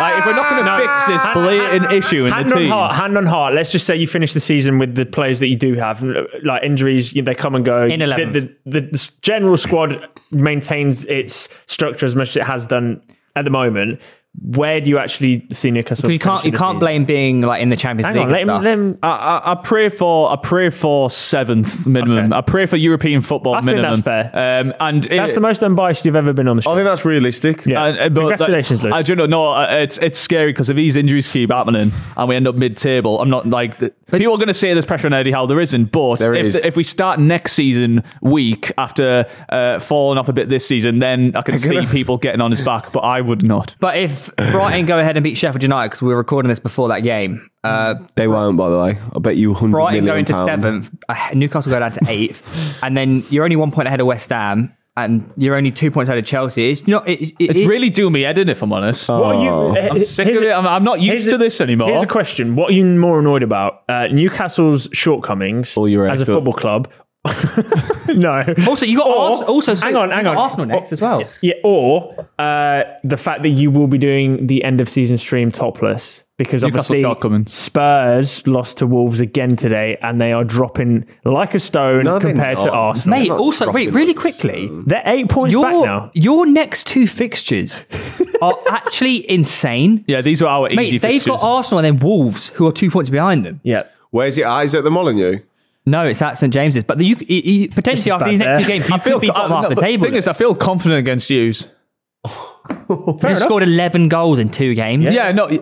Speaker 6: Like, if we're not going to fix this blatant issue in
Speaker 2: hand
Speaker 6: the
Speaker 2: on
Speaker 6: team,
Speaker 2: heart, hand on heart. Let's just say you finish the season with the players that you do have, like injuries, you- they come and go.
Speaker 5: In 11th.
Speaker 2: the, the, the, the general squad maintains its structure as much as it has done at the moment. Where do you actually see Newcastle?
Speaker 5: You can't. You
Speaker 2: finishing this
Speaker 5: can't
Speaker 2: season?
Speaker 5: blame being like in the Champions
Speaker 2: Hang
Speaker 5: League. and
Speaker 2: on, let him,
Speaker 5: stuff.
Speaker 2: let him.
Speaker 6: I, I, I pray for I pray for seventh minimum.
Speaker 2: Okay.
Speaker 6: I pray for European football
Speaker 2: I think
Speaker 6: minimum.
Speaker 2: that's fair.
Speaker 6: Um, and
Speaker 2: That's
Speaker 6: it-
Speaker 2: the most unbiased you've ever been on the show.
Speaker 4: I think that's realistic.
Speaker 2: yeah.
Speaker 6: Uh, uh, but, like,
Speaker 2: Congratulations, Luke.
Speaker 6: I don't know. No, uh, it's it's scary because if these injuries keep happening and we end up mid-table, I'm not like th- people are going to say there's pressure on Eddie Howe. There isn't, but
Speaker 4: There is.
Speaker 6: if if we start next season weak after uh, falling off a bit this season, then <laughs> I can see people getting on his back. But I would not.
Speaker 5: But if Brighton go ahead and beat Sheffield United, because we were recording this before that game, uh,
Speaker 4: They won't, by the way. I bet you hundred
Speaker 5: Brighton
Speaker 4: million
Speaker 5: go into
Speaker 4: pound.
Speaker 5: seventh, uh, Newcastle go down to eighth, and then you're only one point ahead of West Ham, and you're only two points ahead of Chelsea. It's not. It, it,
Speaker 6: It's
Speaker 5: it-
Speaker 6: really doing me head in, if I'm honest.
Speaker 2: What are you-
Speaker 4: Oh.
Speaker 2: eh,
Speaker 6: I'm
Speaker 2: eh,
Speaker 6: sick
Speaker 2: here's
Speaker 6: of
Speaker 2: a-
Speaker 6: it. I'm, I'm not used
Speaker 2: here's
Speaker 6: to
Speaker 2: a-
Speaker 6: this
Speaker 2: Here's
Speaker 6: anymore.
Speaker 2: a question: What are you more annoyed about? Uh, Newcastle's shortcomings
Speaker 4: Or your
Speaker 2: as a
Speaker 4: haircut.
Speaker 2: football club? <laughs> no.
Speaker 5: Also, you got
Speaker 2: Or-
Speaker 5: Ars- also. so
Speaker 2: hang on,
Speaker 5: you
Speaker 2: hang
Speaker 5: got
Speaker 2: on.
Speaker 5: Arsenal next as well.
Speaker 2: Yeah, or uh, the fact that you will be doing the end of season stream topless because
Speaker 6: Newcastle
Speaker 2: obviously
Speaker 6: shortcomings.
Speaker 2: Spurs lost to Wolves again today, and they are dropping like a stone
Speaker 4: No, they're
Speaker 2: compared to
Speaker 4: not.
Speaker 2: Arsenal.
Speaker 5: Mate,
Speaker 4: not
Speaker 5: also, wait,
Speaker 4: dropping
Speaker 5: really
Speaker 4: like
Speaker 5: quickly,
Speaker 2: They're eight points back
Speaker 5: your
Speaker 2: now.
Speaker 5: your next two fixtures are actually insane.
Speaker 6: yeah, these were our easy
Speaker 5: Mate, they've got
Speaker 6: fixtures.
Speaker 5: Arsenal and then Wolves, who are two points behind them.
Speaker 2: Yeah.
Speaker 4: Where's it? at? Is it the Molyneux?
Speaker 5: No, it's at St James's, but you, you, you e, potentially after
Speaker 2: bad
Speaker 5: these next
Speaker 2: there.
Speaker 5: two games, you
Speaker 6: <laughs> I
Speaker 5: could be bottom
Speaker 6: I-
Speaker 5: half
Speaker 6: no,
Speaker 5: the
Speaker 6: but
Speaker 5: table.
Speaker 6: Thing is, I feel confident against yous.
Speaker 5: you just scored eleven goals in two games.
Speaker 6: Yeah, no. y-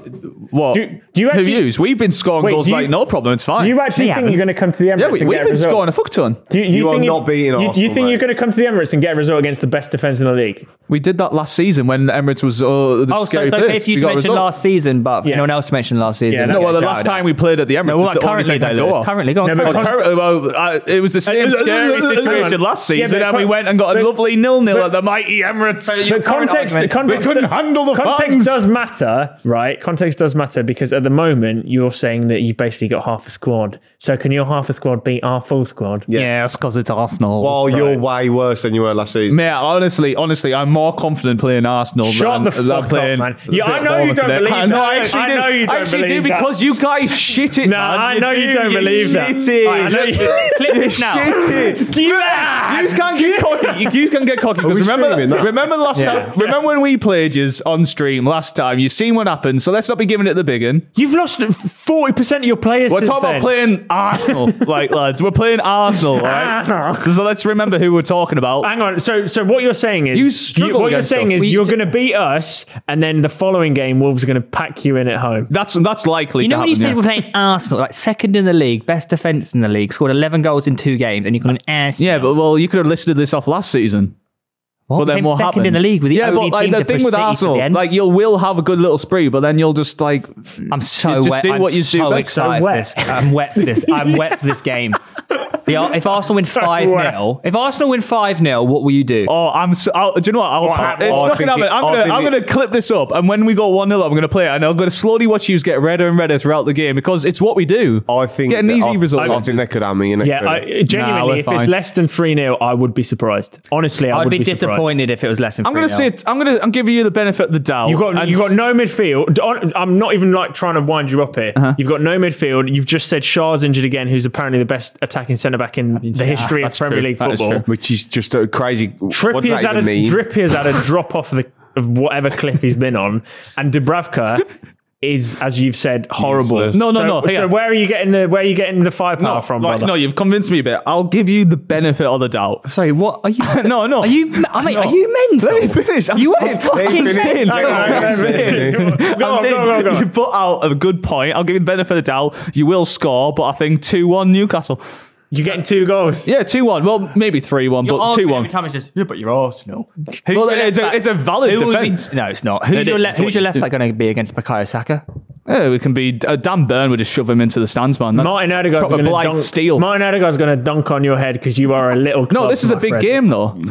Speaker 6: What?
Speaker 2: Do- do you
Speaker 6: Who
Speaker 2: actually-
Speaker 6: yous? We've been scoring
Speaker 2: Wait,
Speaker 6: goals
Speaker 2: do you-
Speaker 6: like no problem. It's fine.
Speaker 2: Do you actually
Speaker 5: They
Speaker 2: think
Speaker 5: haven't.
Speaker 2: you're going to come to the Emirates?
Speaker 6: yeah, we,
Speaker 2: and
Speaker 6: we've
Speaker 2: get a
Speaker 6: been
Speaker 2: result?
Speaker 6: scoring a fuck ton.
Speaker 2: Do you, you
Speaker 4: You are
Speaker 2: think
Speaker 4: not beating
Speaker 2: you, Do you
Speaker 4: Arsenal,
Speaker 2: think you're
Speaker 4: mate.
Speaker 2: going to come to the Emirates and get a result against the best defense in the league?
Speaker 6: We did that last season when Emirates was uh, the
Speaker 5: Oh, so
Speaker 6: scary
Speaker 5: it's okay
Speaker 6: place.
Speaker 5: if you to
Speaker 6: We got a
Speaker 5: mention
Speaker 6: result.
Speaker 5: last season, but
Speaker 2: Yeah.
Speaker 5: no one else to mention last season.
Speaker 2: Yeah,
Speaker 6: No,
Speaker 2: Okay,
Speaker 6: well, the
Speaker 2: shout
Speaker 6: last time we played at the Emirates
Speaker 5: No,
Speaker 6: was
Speaker 5: well,
Speaker 6: the
Speaker 5: currently
Speaker 6: only thing
Speaker 5: though,
Speaker 6: I know
Speaker 5: Lewis,
Speaker 6: of.
Speaker 5: currently go on.
Speaker 2: No, but
Speaker 5: currently.
Speaker 2: current-
Speaker 6: Currently, well, uh, it was the same scary situation last
Speaker 2: Yeah,
Speaker 6: season,
Speaker 2: but
Speaker 6: and we
Speaker 2: con-
Speaker 6: went and got a
Speaker 2: but-
Speaker 6: lovely nil-nil
Speaker 2: but-
Speaker 6: at the mighty Emirates.
Speaker 2: But context,
Speaker 5: argument-
Speaker 2: context,
Speaker 6: We couldn't handle the
Speaker 2: context
Speaker 6: funds.
Speaker 2: does matter, right? Context does matter because at the moment you're saying that you've basically got half a squad. So can your half a squad beat our full squad?
Speaker 4: Yeah.
Speaker 6: Yes, because it's Arsenal.
Speaker 4: Well, you're way worse than you were last season.
Speaker 6: Mate, honestly, honestly, I'm more confident playing Arsenal
Speaker 2: Shut
Speaker 6: than,
Speaker 2: the
Speaker 6: than
Speaker 2: fuck up,
Speaker 6: playing.
Speaker 2: man. Yeah, I
Speaker 6: than
Speaker 2: know you
Speaker 6: Bournemouth
Speaker 2: don't
Speaker 6: today.
Speaker 2: believe
Speaker 6: I know,
Speaker 2: that.
Speaker 6: I actually
Speaker 2: I
Speaker 6: do.
Speaker 2: know you
Speaker 6: I
Speaker 2: don't
Speaker 6: actually
Speaker 2: believe
Speaker 6: do
Speaker 2: that.
Speaker 6: because you guys shit it.
Speaker 2: No,
Speaker 6: man.
Speaker 2: I know you don't believe that.
Speaker 6: shit it.
Speaker 2: Alright, I know <laughs> you-
Speaker 5: Clip this now.
Speaker 2: <laughs>
Speaker 6: Shit it.
Speaker 2: Yeah!
Speaker 6: You can get cocky. You- You can get cocky because remember,
Speaker 4: streaming that?
Speaker 6: remember last
Speaker 2: Yeah.
Speaker 6: time. Remember when we played you on stream last time. You've seen what happened, so let's not be giving it the big un.
Speaker 2: You've lost forty percent of your players.
Speaker 6: We're
Speaker 2: since
Speaker 6: talking
Speaker 2: then.
Speaker 6: about playing
Speaker 2: <laughs>
Speaker 6: Arsenal, like lads. We're playing Arsenal, all right? so let's remember who we're talking about.
Speaker 2: Hang on. So, so what you're saying is,
Speaker 6: You struggle
Speaker 2: what you're
Speaker 6: against
Speaker 2: saying
Speaker 6: us.
Speaker 2: is,
Speaker 6: We
Speaker 2: you're
Speaker 6: d-
Speaker 2: going to beat us, and then the following game, Wolves are going to pack you in at home.
Speaker 6: That's that's likely.
Speaker 5: You
Speaker 6: to
Speaker 5: know when you
Speaker 6: happen,
Speaker 5: said
Speaker 6: yeah.
Speaker 5: we're playing Arsenal, like second in the league, best defense in the league, scored eleven goals in two games, and "Eh, you call an ass.
Speaker 6: Yeah, but well, you could have listed this off last season.
Speaker 5: what?
Speaker 6: But then
Speaker 5: Came
Speaker 6: what
Speaker 5: second
Speaker 6: happened?
Speaker 5: in the league with the
Speaker 6: yeah,
Speaker 5: only
Speaker 6: but like
Speaker 5: team
Speaker 6: the
Speaker 5: to push
Speaker 6: thing with
Speaker 5: City to the
Speaker 6: Arsenal,
Speaker 5: end.
Speaker 6: like you'll will have a good little spree, but then you'll just like
Speaker 5: I'm so
Speaker 6: just
Speaker 5: wet.
Speaker 6: do
Speaker 5: I'm
Speaker 6: what you do
Speaker 5: so
Speaker 6: best.
Speaker 5: excited
Speaker 2: So
Speaker 5: for
Speaker 2: wet.
Speaker 5: this.
Speaker 6: <laughs>
Speaker 5: I'm wet for this. I'm wet for this game. The, Ar- if Arsenal win
Speaker 2: So
Speaker 5: five 0 if Arsenal win five 0 what will you do?
Speaker 6: Oh, I'm. So, I'll, do you know what? I'll,
Speaker 4: happened?
Speaker 6: it's
Speaker 4: Oh, I
Speaker 6: not
Speaker 4: think
Speaker 6: gonna happen.
Speaker 4: it-
Speaker 6: I'm
Speaker 4: I
Speaker 6: gonna,
Speaker 4: think
Speaker 6: I'm
Speaker 4: it-
Speaker 6: gonna clip this up, and when we go one 0 I'm gonna play it, and I'm gonna slowly watch you get redder and redder throughout the game because it's what we do.
Speaker 2: Oh,
Speaker 4: I think
Speaker 6: get an
Speaker 4: that-
Speaker 6: easy
Speaker 4: I,
Speaker 6: result.
Speaker 4: I, think they could have me.
Speaker 2: Yeah, I, genuinely,
Speaker 6: we're
Speaker 2: if it's
Speaker 6: fine.
Speaker 2: less than 3 0, I would be surprised. Honestly, I
Speaker 5: I'd
Speaker 2: would
Speaker 5: be,
Speaker 2: surprised.
Speaker 5: disappointed if it was less than.
Speaker 6: I'm gonna
Speaker 5: 3-0.
Speaker 6: say it. I'm gonna. I'm giving you the benefit of the doubt.
Speaker 2: You've got
Speaker 6: And-
Speaker 2: you got no midfield. D- hon- I'm not even like trying to wind you up here.
Speaker 6: Uh-huh.
Speaker 2: You've got no midfield. You've just said Shah's injured again, who's apparently the best attacking centre back in the history of
Speaker 6: that's
Speaker 2: Premier
Speaker 6: true.
Speaker 2: League
Speaker 6: That is
Speaker 2: football.
Speaker 4: which is just a crazy. what does
Speaker 2: Trippier's
Speaker 4: that
Speaker 2: had
Speaker 4: even
Speaker 2: a
Speaker 4: mean?
Speaker 2: Trippier's
Speaker 6: <laughs>
Speaker 2: had a drop off the, of whatever cliff he's been on, and Dubravka is, as you've said, horrible.
Speaker 4: Useless.
Speaker 6: No, no,
Speaker 2: So-
Speaker 6: no,
Speaker 2: So,
Speaker 6: hang on.
Speaker 2: where are you getting the where are you getting the firepower
Speaker 6: no,
Speaker 2: from,
Speaker 6: like,
Speaker 2: brother? <laughs>
Speaker 6: No, you've convinced me a bit. I'll give you the benefit of the doubt.
Speaker 5: Sorry, what are you?
Speaker 6: No, no.
Speaker 5: Are you? I mean,
Speaker 6: No.
Speaker 5: are you mental?
Speaker 4: Let me finish. I'm
Speaker 5: You are
Speaker 4: saying-
Speaker 5: fucking
Speaker 4: Let me finish.
Speaker 5: mental.
Speaker 4: Let me
Speaker 2: Hang on, hang on,
Speaker 4: finish.
Speaker 2: hang on. Go
Speaker 6: <laughs>
Speaker 2: on, go on, go on, go on.
Speaker 6: You put out a good point. I'll give you the benefit of the doubt. You will score, but I think two one Newcastle.
Speaker 2: You're getting two goals.
Speaker 6: Yeah, two one. Well, maybe three one, but two one.
Speaker 5: time it's just yeah, but you're Arsenal.
Speaker 6: Well, it's a, it's a valid defense.
Speaker 5: no, it's not. Who's
Speaker 6: It
Speaker 5: your,
Speaker 6: is.
Speaker 5: le- who's your left back going to be against Bakayo Saka?
Speaker 6: Yeah, we can be uh, Dan Byrne would just shove him into the stands, man. That's
Speaker 2: Martin Odegaard's
Speaker 6: proper
Speaker 2: going to
Speaker 6: blind
Speaker 2: dunk.
Speaker 6: steal.
Speaker 2: Martin Odegaard's going to dunk on your head because you are a little.
Speaker 6: no,
Speaker 2: club,
Speaker 6: this is a
Speaker 2: my
Speaker 6: big
Speaker 2: friend.
Speaker 6: game though.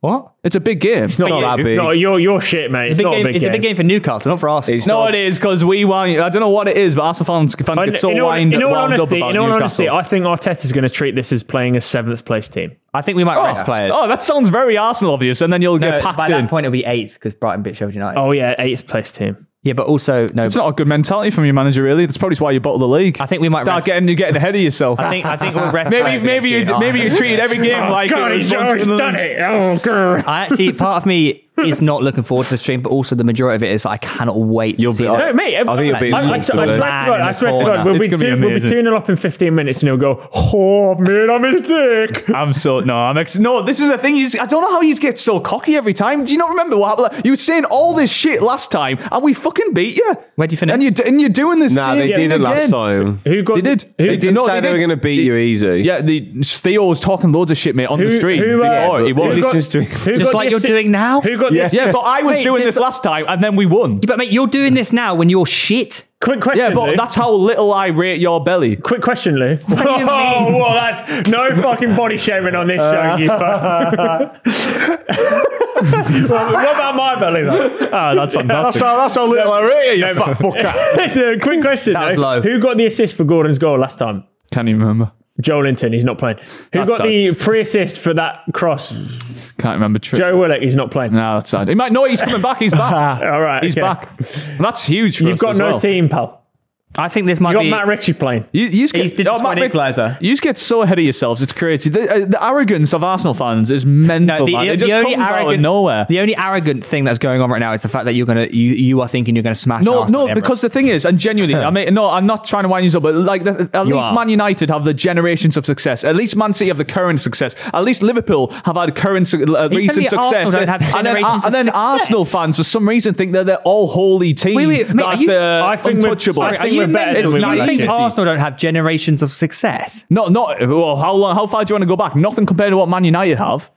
Speaker 6: What? It's a big game.
Speaker 2: It's not,
Speaker 4: not
Speaker 2: you.
Speaker 4: that big.
Speaker 2: No, you're you're shit, mate. It's,
Speaker 5: Big
Speaker 2: not
Speaker 5: game-
Speaker 2: a big
Speaker 5: it's
Speaker 2: game.
Speaker 5: a big game for Newcastle, not for Arsenal.
Speaker 4: It's
Speaker 6: No,
Speaker 4: not-
Speaker 6: it is because we want. I don't know what it is, but Arsenal fans, fans
Speaker 2: I-
Speaker 6: get so
Speaker 2: in all,
Speaker 6: wind,
Speaker 2: in all
Speaker 6: wound
Speaker 2: honesty,
Speaker 6: up about
Speaker 2: in all honesty,
Speaker 6: Newcastle.
Speaker 2: I think Arteta's going to treat this as playing a seventh place team.
Speaker 5: I think we might
Speaker 6: oh,
Speaker 5: rest players.
Speaker 6: oh, that sounds very Arsenal obvious, and then you'll
Speaker 5: No,
Speaker 6: get packed
Speaker 5: by
Speaker 6: in.
Speaker 5: that point it'll be eighth because Brighton beat Sheffield United.
Speaker 2: Oh yeah, eighth place team.
Speaker 5: Yeah, but also no.
Speaker 6: It's not a good mentality from your manager, really. That's probably why you bottle the league.
Speaker 5: I think we might
Speaker 6: start
Speaker 5: rest-
Speaker 6: getting you getting ahead of yourself.
Speaker 5: I think I think we'll rest.
Speaker 6: maybe
Speaker 5: players
Speaker 6: maybe you
Speaker 5: against
Speaker 6: d- maybe you <laughs>
Speaker 4: <laughs>
Speaker 6: treated every
Speaker 4: Oh,
Speaker 6: game like it was one-
Speaker 2: it. Oh god.
Speaker 5: I actually, part of me is not looking forward to the stream, but also the majority of it is I cannot wait.
Speaker 4: You'll
Speaker 5: to
Speaker 4: be
Speaker 5: see
Speaker 4: like-
Speaker 5: that.
Speaker 2: No, mate.
Speaker 4: I think it'll be
Speaker 2: I, I, I, swear
Speaker 4: impossible.
Speaker 2: to God, I swear to God, we'll
Speaker 6: It's
Speaker 2: be,
Speaker 6: gonna be
Speaker 2: two, we'll be
Speaker 6: amazing.
Speaker 2: two 0 up in fifteen minutes, and he'll go, "Oh man, I missed
Speaker 6: <laughs>
Speaker 2: dick."
Speaker 6: I'm so no. I'm ex- no. This is the thing. He's, I don't know how he gets so cocky every time. Do you not remember what happened? Like, you were saying all this shit last time, and we fucking beat you.
Speaker 5: Where do you finish?
Speaker 6: And you d- and you're doing this.
Speaker 4: Nah,
Speaker 6: same
Speaker 4: they
Speaker 6: thing
Speaker 4: did it last
Speaker 6: again.
Speaker 4: time.
Speaker 2: Who got?
Speaker 6: They did.
Speaker 2: Who,
Speaker 4: They did
Speaker 6: No,
Speaker 4: say
Speaker 6: they
Speaker 4: they were
Speaker 6: did.
Speaker 4: going to beat you easy.
Speaker 6: Yeah, the Theo was talking loads of shit, mate, on the
Speaker 2: Who-
Speaker 6: stream.
Speaker 2: who, uh,
Speaker 6: before. he
Speaker 4: who
Speaker 6: was.
Speaker 4: got- listens to-
Speaker 2: who
Speaker 5: Just
Speaker 2: got
Speaker 5: like
Speaker 2: the
Speaker 5: you're
Speaker 2: assi-
Speaker 5: doing now?
Speaker 2: Who got?
Speaker 6: Yeah,
Speaker 2: Yes.
Speaker 6: yeah. So I was
Speaker 5: Mate,
Speaker 6: doing
Speaker 5: just-
Speaker 6: this last time, and then we won.
Speaker 5: But mate, you're doing this now when you're shit.
Speaker 2: Quick question.
Speaker 6: Yeah, but
Speaker 2: Lou.
Speaker 6: that's how little I rate your belly.
Speaker 2: Quick question, Lou.
Speaker 5: do
Speaker 2: <laughs>
Speaker 5: you
Speaker 2: Oh,
Speaker 5: mean?
Speaker 2: well, that's no fucking body shaming on this
Speaker 5: Uh.
Speaker 2: show, you
Speaker 5: <laughs>
Speaker 2: fuck. Well, what about my belly, though? <laughs>
Speaker 6: Ah, that's
Speaker 4: <laughs>
Speaker 6: fantastic.
Speaker 4: that's how little I rate you. fuck,
Speaker 2: Uh, Quick question,
Speaker 5: That was
Speaker 2: though.
Speaker 5: low.
Speaker 2: Who got the assist for Gordon's goal last time?
Speaker 6: Can't even remember.
Speaker 2: Joelinton, he's not playing. Who
Speaker 6: That's
Speaker 2: got the pre-assist for that cross?
Speaker 6: Can't remember. Tri-
Speaker 2: Joe Willock, he's not playing.
Speaker 6: No, that's sad. He might know he's coming back. He's
Speaker 5: <laughs>
Speaker 6: back.
Speaker 2: All right,
Speaker 6: he's
Speaker 2: okay.
Speaker 6: back. And that's huge. For
Speaker 2: You've
Speaker 6: us
Speaker 2: got
Speaker 6: as
Speaker 2: no
Speaker 6: well.
Speaker 2: team, pal.
Speaker 5: I think this might
Speaker 2: You got
Speaker 5: be.
Speaker 2: Matt Ritchie playing.
Speaker 6: You, you just
Speaker 5: He's
Speaker 6: get, Oh,
Speaker 5: did just win
Speaker 6: Matt,
Speaker 5: equaliser.
Speaker 6: you just get so ahead of yourselves. It's crazy. The, uh, the arrogance of Arsenal fans is mental.
Speaker 5: No, the,
Speaker 6: man. It
Speaker 5: the
Speaker 6: just
Speaker 5: only
Speaker 6: comes
Speaker 5: arrogant
Speaker 6: out of nowhere.
Speaker 5: The only arrogant thing that's going on right now is the fact that you're gonna you you are thinking you're gonna smash.
Speaker 6: No,
Speaker 5: Arsenal
Speaker 6: no,
Speaker 5: at Emirates.
Speaker 6: because the thing is, and genuinely, I mean, no, I'm not trying to wind you up, but like, the, at
Speaker 5: You
Speaker 6: least
Speaker 5: are.
Speaker 6: Man United have the generations of success. At least Man City have the current success. At least Liverpool have had current su- uh,
Speaker 5: me
Speaker 6: recent
Speaker 5: Arsenal
Speaker 6: success.
Speaker 5: don't have
Speaker 6: and then,
Speaker 5: generations of
Speaker 6: and then
Speaker 5: success?
Speaker 6: Arsenal fans, for some reason, think that they're all holy team.
Speaker 5: Wait, wait, mate, are
Speaker 6: that's,
Speaker 5: you-
Speaker 6: uh,
Speaker 2: I think we're-
Speaker 6: untouchable.
Speaker 2: sorry,
Speaker 5: Are
Speaker 2: I think
Speaker 5: you
Speaker 2: we're better
Speaker 5: mental?
Speaker 6: than
Speaker 5: Do
Speaker 6: we
Speaker 5: you
Speaker 6: were
Speaker 5: think
Speaker 6: last year.
Speaker 5: Arsenal don't have generations of success?
Speaker 6: No, not well. How long? How far do you want to go back? Nothing compared to what Man United have.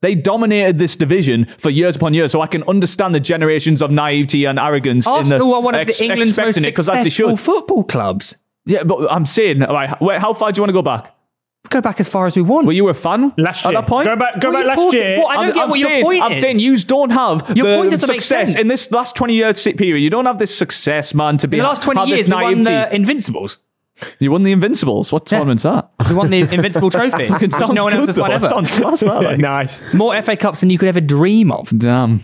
Speaker 6: They dominated this division for years upon years, so I can understand the generations of naivety and arrogance in
Speaker 5: Arsenal
Speaker 6: the
Speaker 5: are one of
Speaker 6: ex-
Speaker 5: the England's most
Speaker 6: expecting it, 'cause as they
Speaker 5: successful
Speaker 6: should.
Speaker 5: football clubs.
Speaker 6: Yeah, but I'm saying, all right, wait, how far do you want to go back?
Speaker 5: Go back as far as we want.
Speaker 6: Were you a fan
Speaker 2: Last year.
Speaker 6: at that point?
Speaker 2: Go back, go
Speaker 5: What are
Speaker 2: back
Speaker 5: you
Speaker 2: last
Speaker 5: talking-
Speaker 2: year.
Speaker 5: what- I don't
Speaker 6: I'm-
Speaker 5: get
Speaker 6: I'm
Speaker 5: what your
Speaker 6: saying,
Speaker 5: point
Speaker 6: I'm
Speaker 5: is.
Speaker 6: saying you don't have
Speaker 5: Your
Speaker 6: the
Speaker 5: point doesn't make
Speaker 6: success
Speaker 5: sense.
Speaker 6: in this last 20 year si- period. You don't have this success, man, to be
Speaker 5: In the last 20
Speaker 6: have
Speaker 5: years,
Speaker 6: this
Speaker 5: we won
Speaker 6: naivety.
Speaker 5: the Invincibles.
Speaker 6: You won the Invincibles. What
Speaker 5: Yeah.
Speaker 6: tournament's that?
Speaker 5: We won the Invincible Trophy.
Speaker 6: <laughs> Fucking
Speaker 5: which
Speaker 6: sounds
Speaker 5: no one
Speaker 6: good,
Speaker 5: else has
Speaker 6: though.
Speaker 5: won
Speaker 6: That
Speaker 5: ever.
Speaker 6: sounds class, that, <laughs>
Speaker 2: <laughs>
Speaker 6: like.
Speaker 2: Nice.
Speaker 5: More FA Cups than you could ever dream of.
Speaker 6: Damn.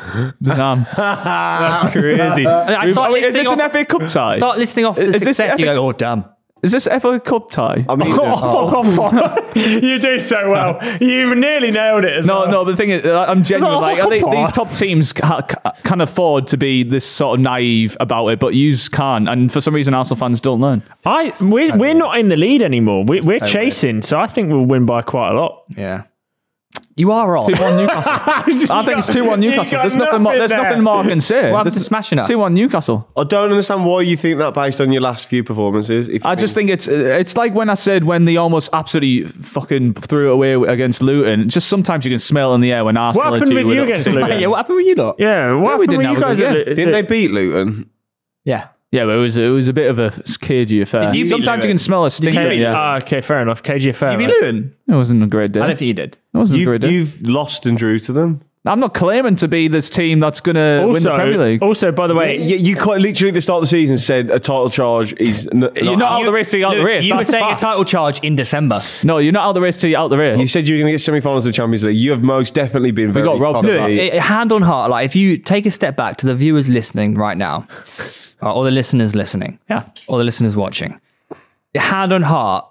Speaker 5: <laughs>
Speaker 6: Damn. That's crazy.
Speaker 5: I
Speaker 6: We've-
Speaker 5: thought
Speaker 6: oh, is
Speaker 5: listing
Speaker 6: this an
Speaker 5: off-
Speaker 6: FA Cup tie?
Speaker 5: Start listing off the
Speaker 6: Is this
Speaker 5: success.
Speaker 6: epic?
Speaker 5: you go, oh damn.
Speaker 6: Is this FA Cup tie? Oh,
Speaker 4: I mean,
Speaker 2: you do so well. You nearly nailed it. As
Speaker 6: no,
Speaker 2: well.
Speaker 6: no, but the thing is, uh, I'm genuine.
Speaker 2: not
Speaker 6: Like,
Speaker 2: a
Speaker 6: I think
Speaker 2: cup tie.
Speaker 6: these top teams ca- ca- can afford to be this sort of naive about it, but yous can't. And for some reason, Arsenal fans don't learn.
Speaker 2: I we're, we're not in the lead anymore. We're, we're chasing, so I think we'll win by quite a lot.
Speaker 5: Yeah. You are wrong.
Speaker 6: 2
Speaker 5: <laughs>
Speaker 6: 1 Newcastle. I think it's 2 1 Newcastle. There's nothing, more, there's nothing more I can say.
Speaker 5: What happened
Speaker 6: This
Speaker 5: to
Speaker 6: is
Speaker 5: smashing us?
Speaker 6: 2 1 Newcastle.
Speaker 4: I don't understand why you think that based on your last few performances. If you
Speaker 6: I just think it's it's like when I said when they almost absolutely fucking threw it away against Luton. Just sometimes you can smell in the air when Arsenal.
Speaker 2: What
Speaker 6: are
Speaker 2: happened
Speaker 6: due
Speaker 2: with
Speaker 6: with
Speaker 2: you
Speaker 6: it.
Speaker 2: against Luton?
Speaker 5: yeah, what happened with you lot?
Speaker 2: Yeah, what
Speaker 6: we
Speaker 2: happened
Speaker 6: did
Speaker 2: with
Speaker 6: now,
Speaker 2: you guys?
Speaker 6: yeah.
Speaker 2: at Lu-
Speaker 4: Didn't they beat Luton?
Speaker 5: Yeah.
Speaker 6: Yeah, but it was it was a bit of a cagey affair.
Speaker 9: Did you beat
Speaker 6: Sometimes you
Speaker 9: Lewin?
Speaker 6: can smell a
Speaker 9: you
Speaker 6: stinker.
Speaker 9: beat-
Speaker 6: Yeah,
Speaker 2: Ah, okay, fair enough. KGFM.
Speaker 6: Jimmy
Speaker 2: right?
Speaker 6: Lewin. It wasn't a great day.
Speaker 3: I don't think you did.
Speaker 6: it wasn't a great
Speaker 4: You've,
Speaker 6: day.
Speaker 4: you've lost and drew to them.
Speaker 6: I'm not claiming to be this team that's going to win the Premier
Speaker 2: Also, oh,
Speaker 6: League.
Speaker 2: also, by the way,
Speaker 4: You, you quite literally at the start of the season said a title charge is n- not.
Speaker 6: you're not out of the race till you're out of the race.
Speaker 3: You were
Speaker 6: That's
Speaker 3: saying
Speaker 6: fact.
Speaker 3: a title charge in December.
Speaker 6: No, you're not out of the race till you're out of the race.
Speaker 4: You said you were going to get semi-finals of the Champions League. You have most definitely been very.
Speaker 6: got robbed.
Speaker 4: cocky.
Speaker 6: Look,
Speaker 3: It- it- hand on heart, like if you take a step back to the viewers listening right now, uh, or the listeners listening,
Speaker 6: Yeah.
Speaker 3: or the listeners watching, hand on heart,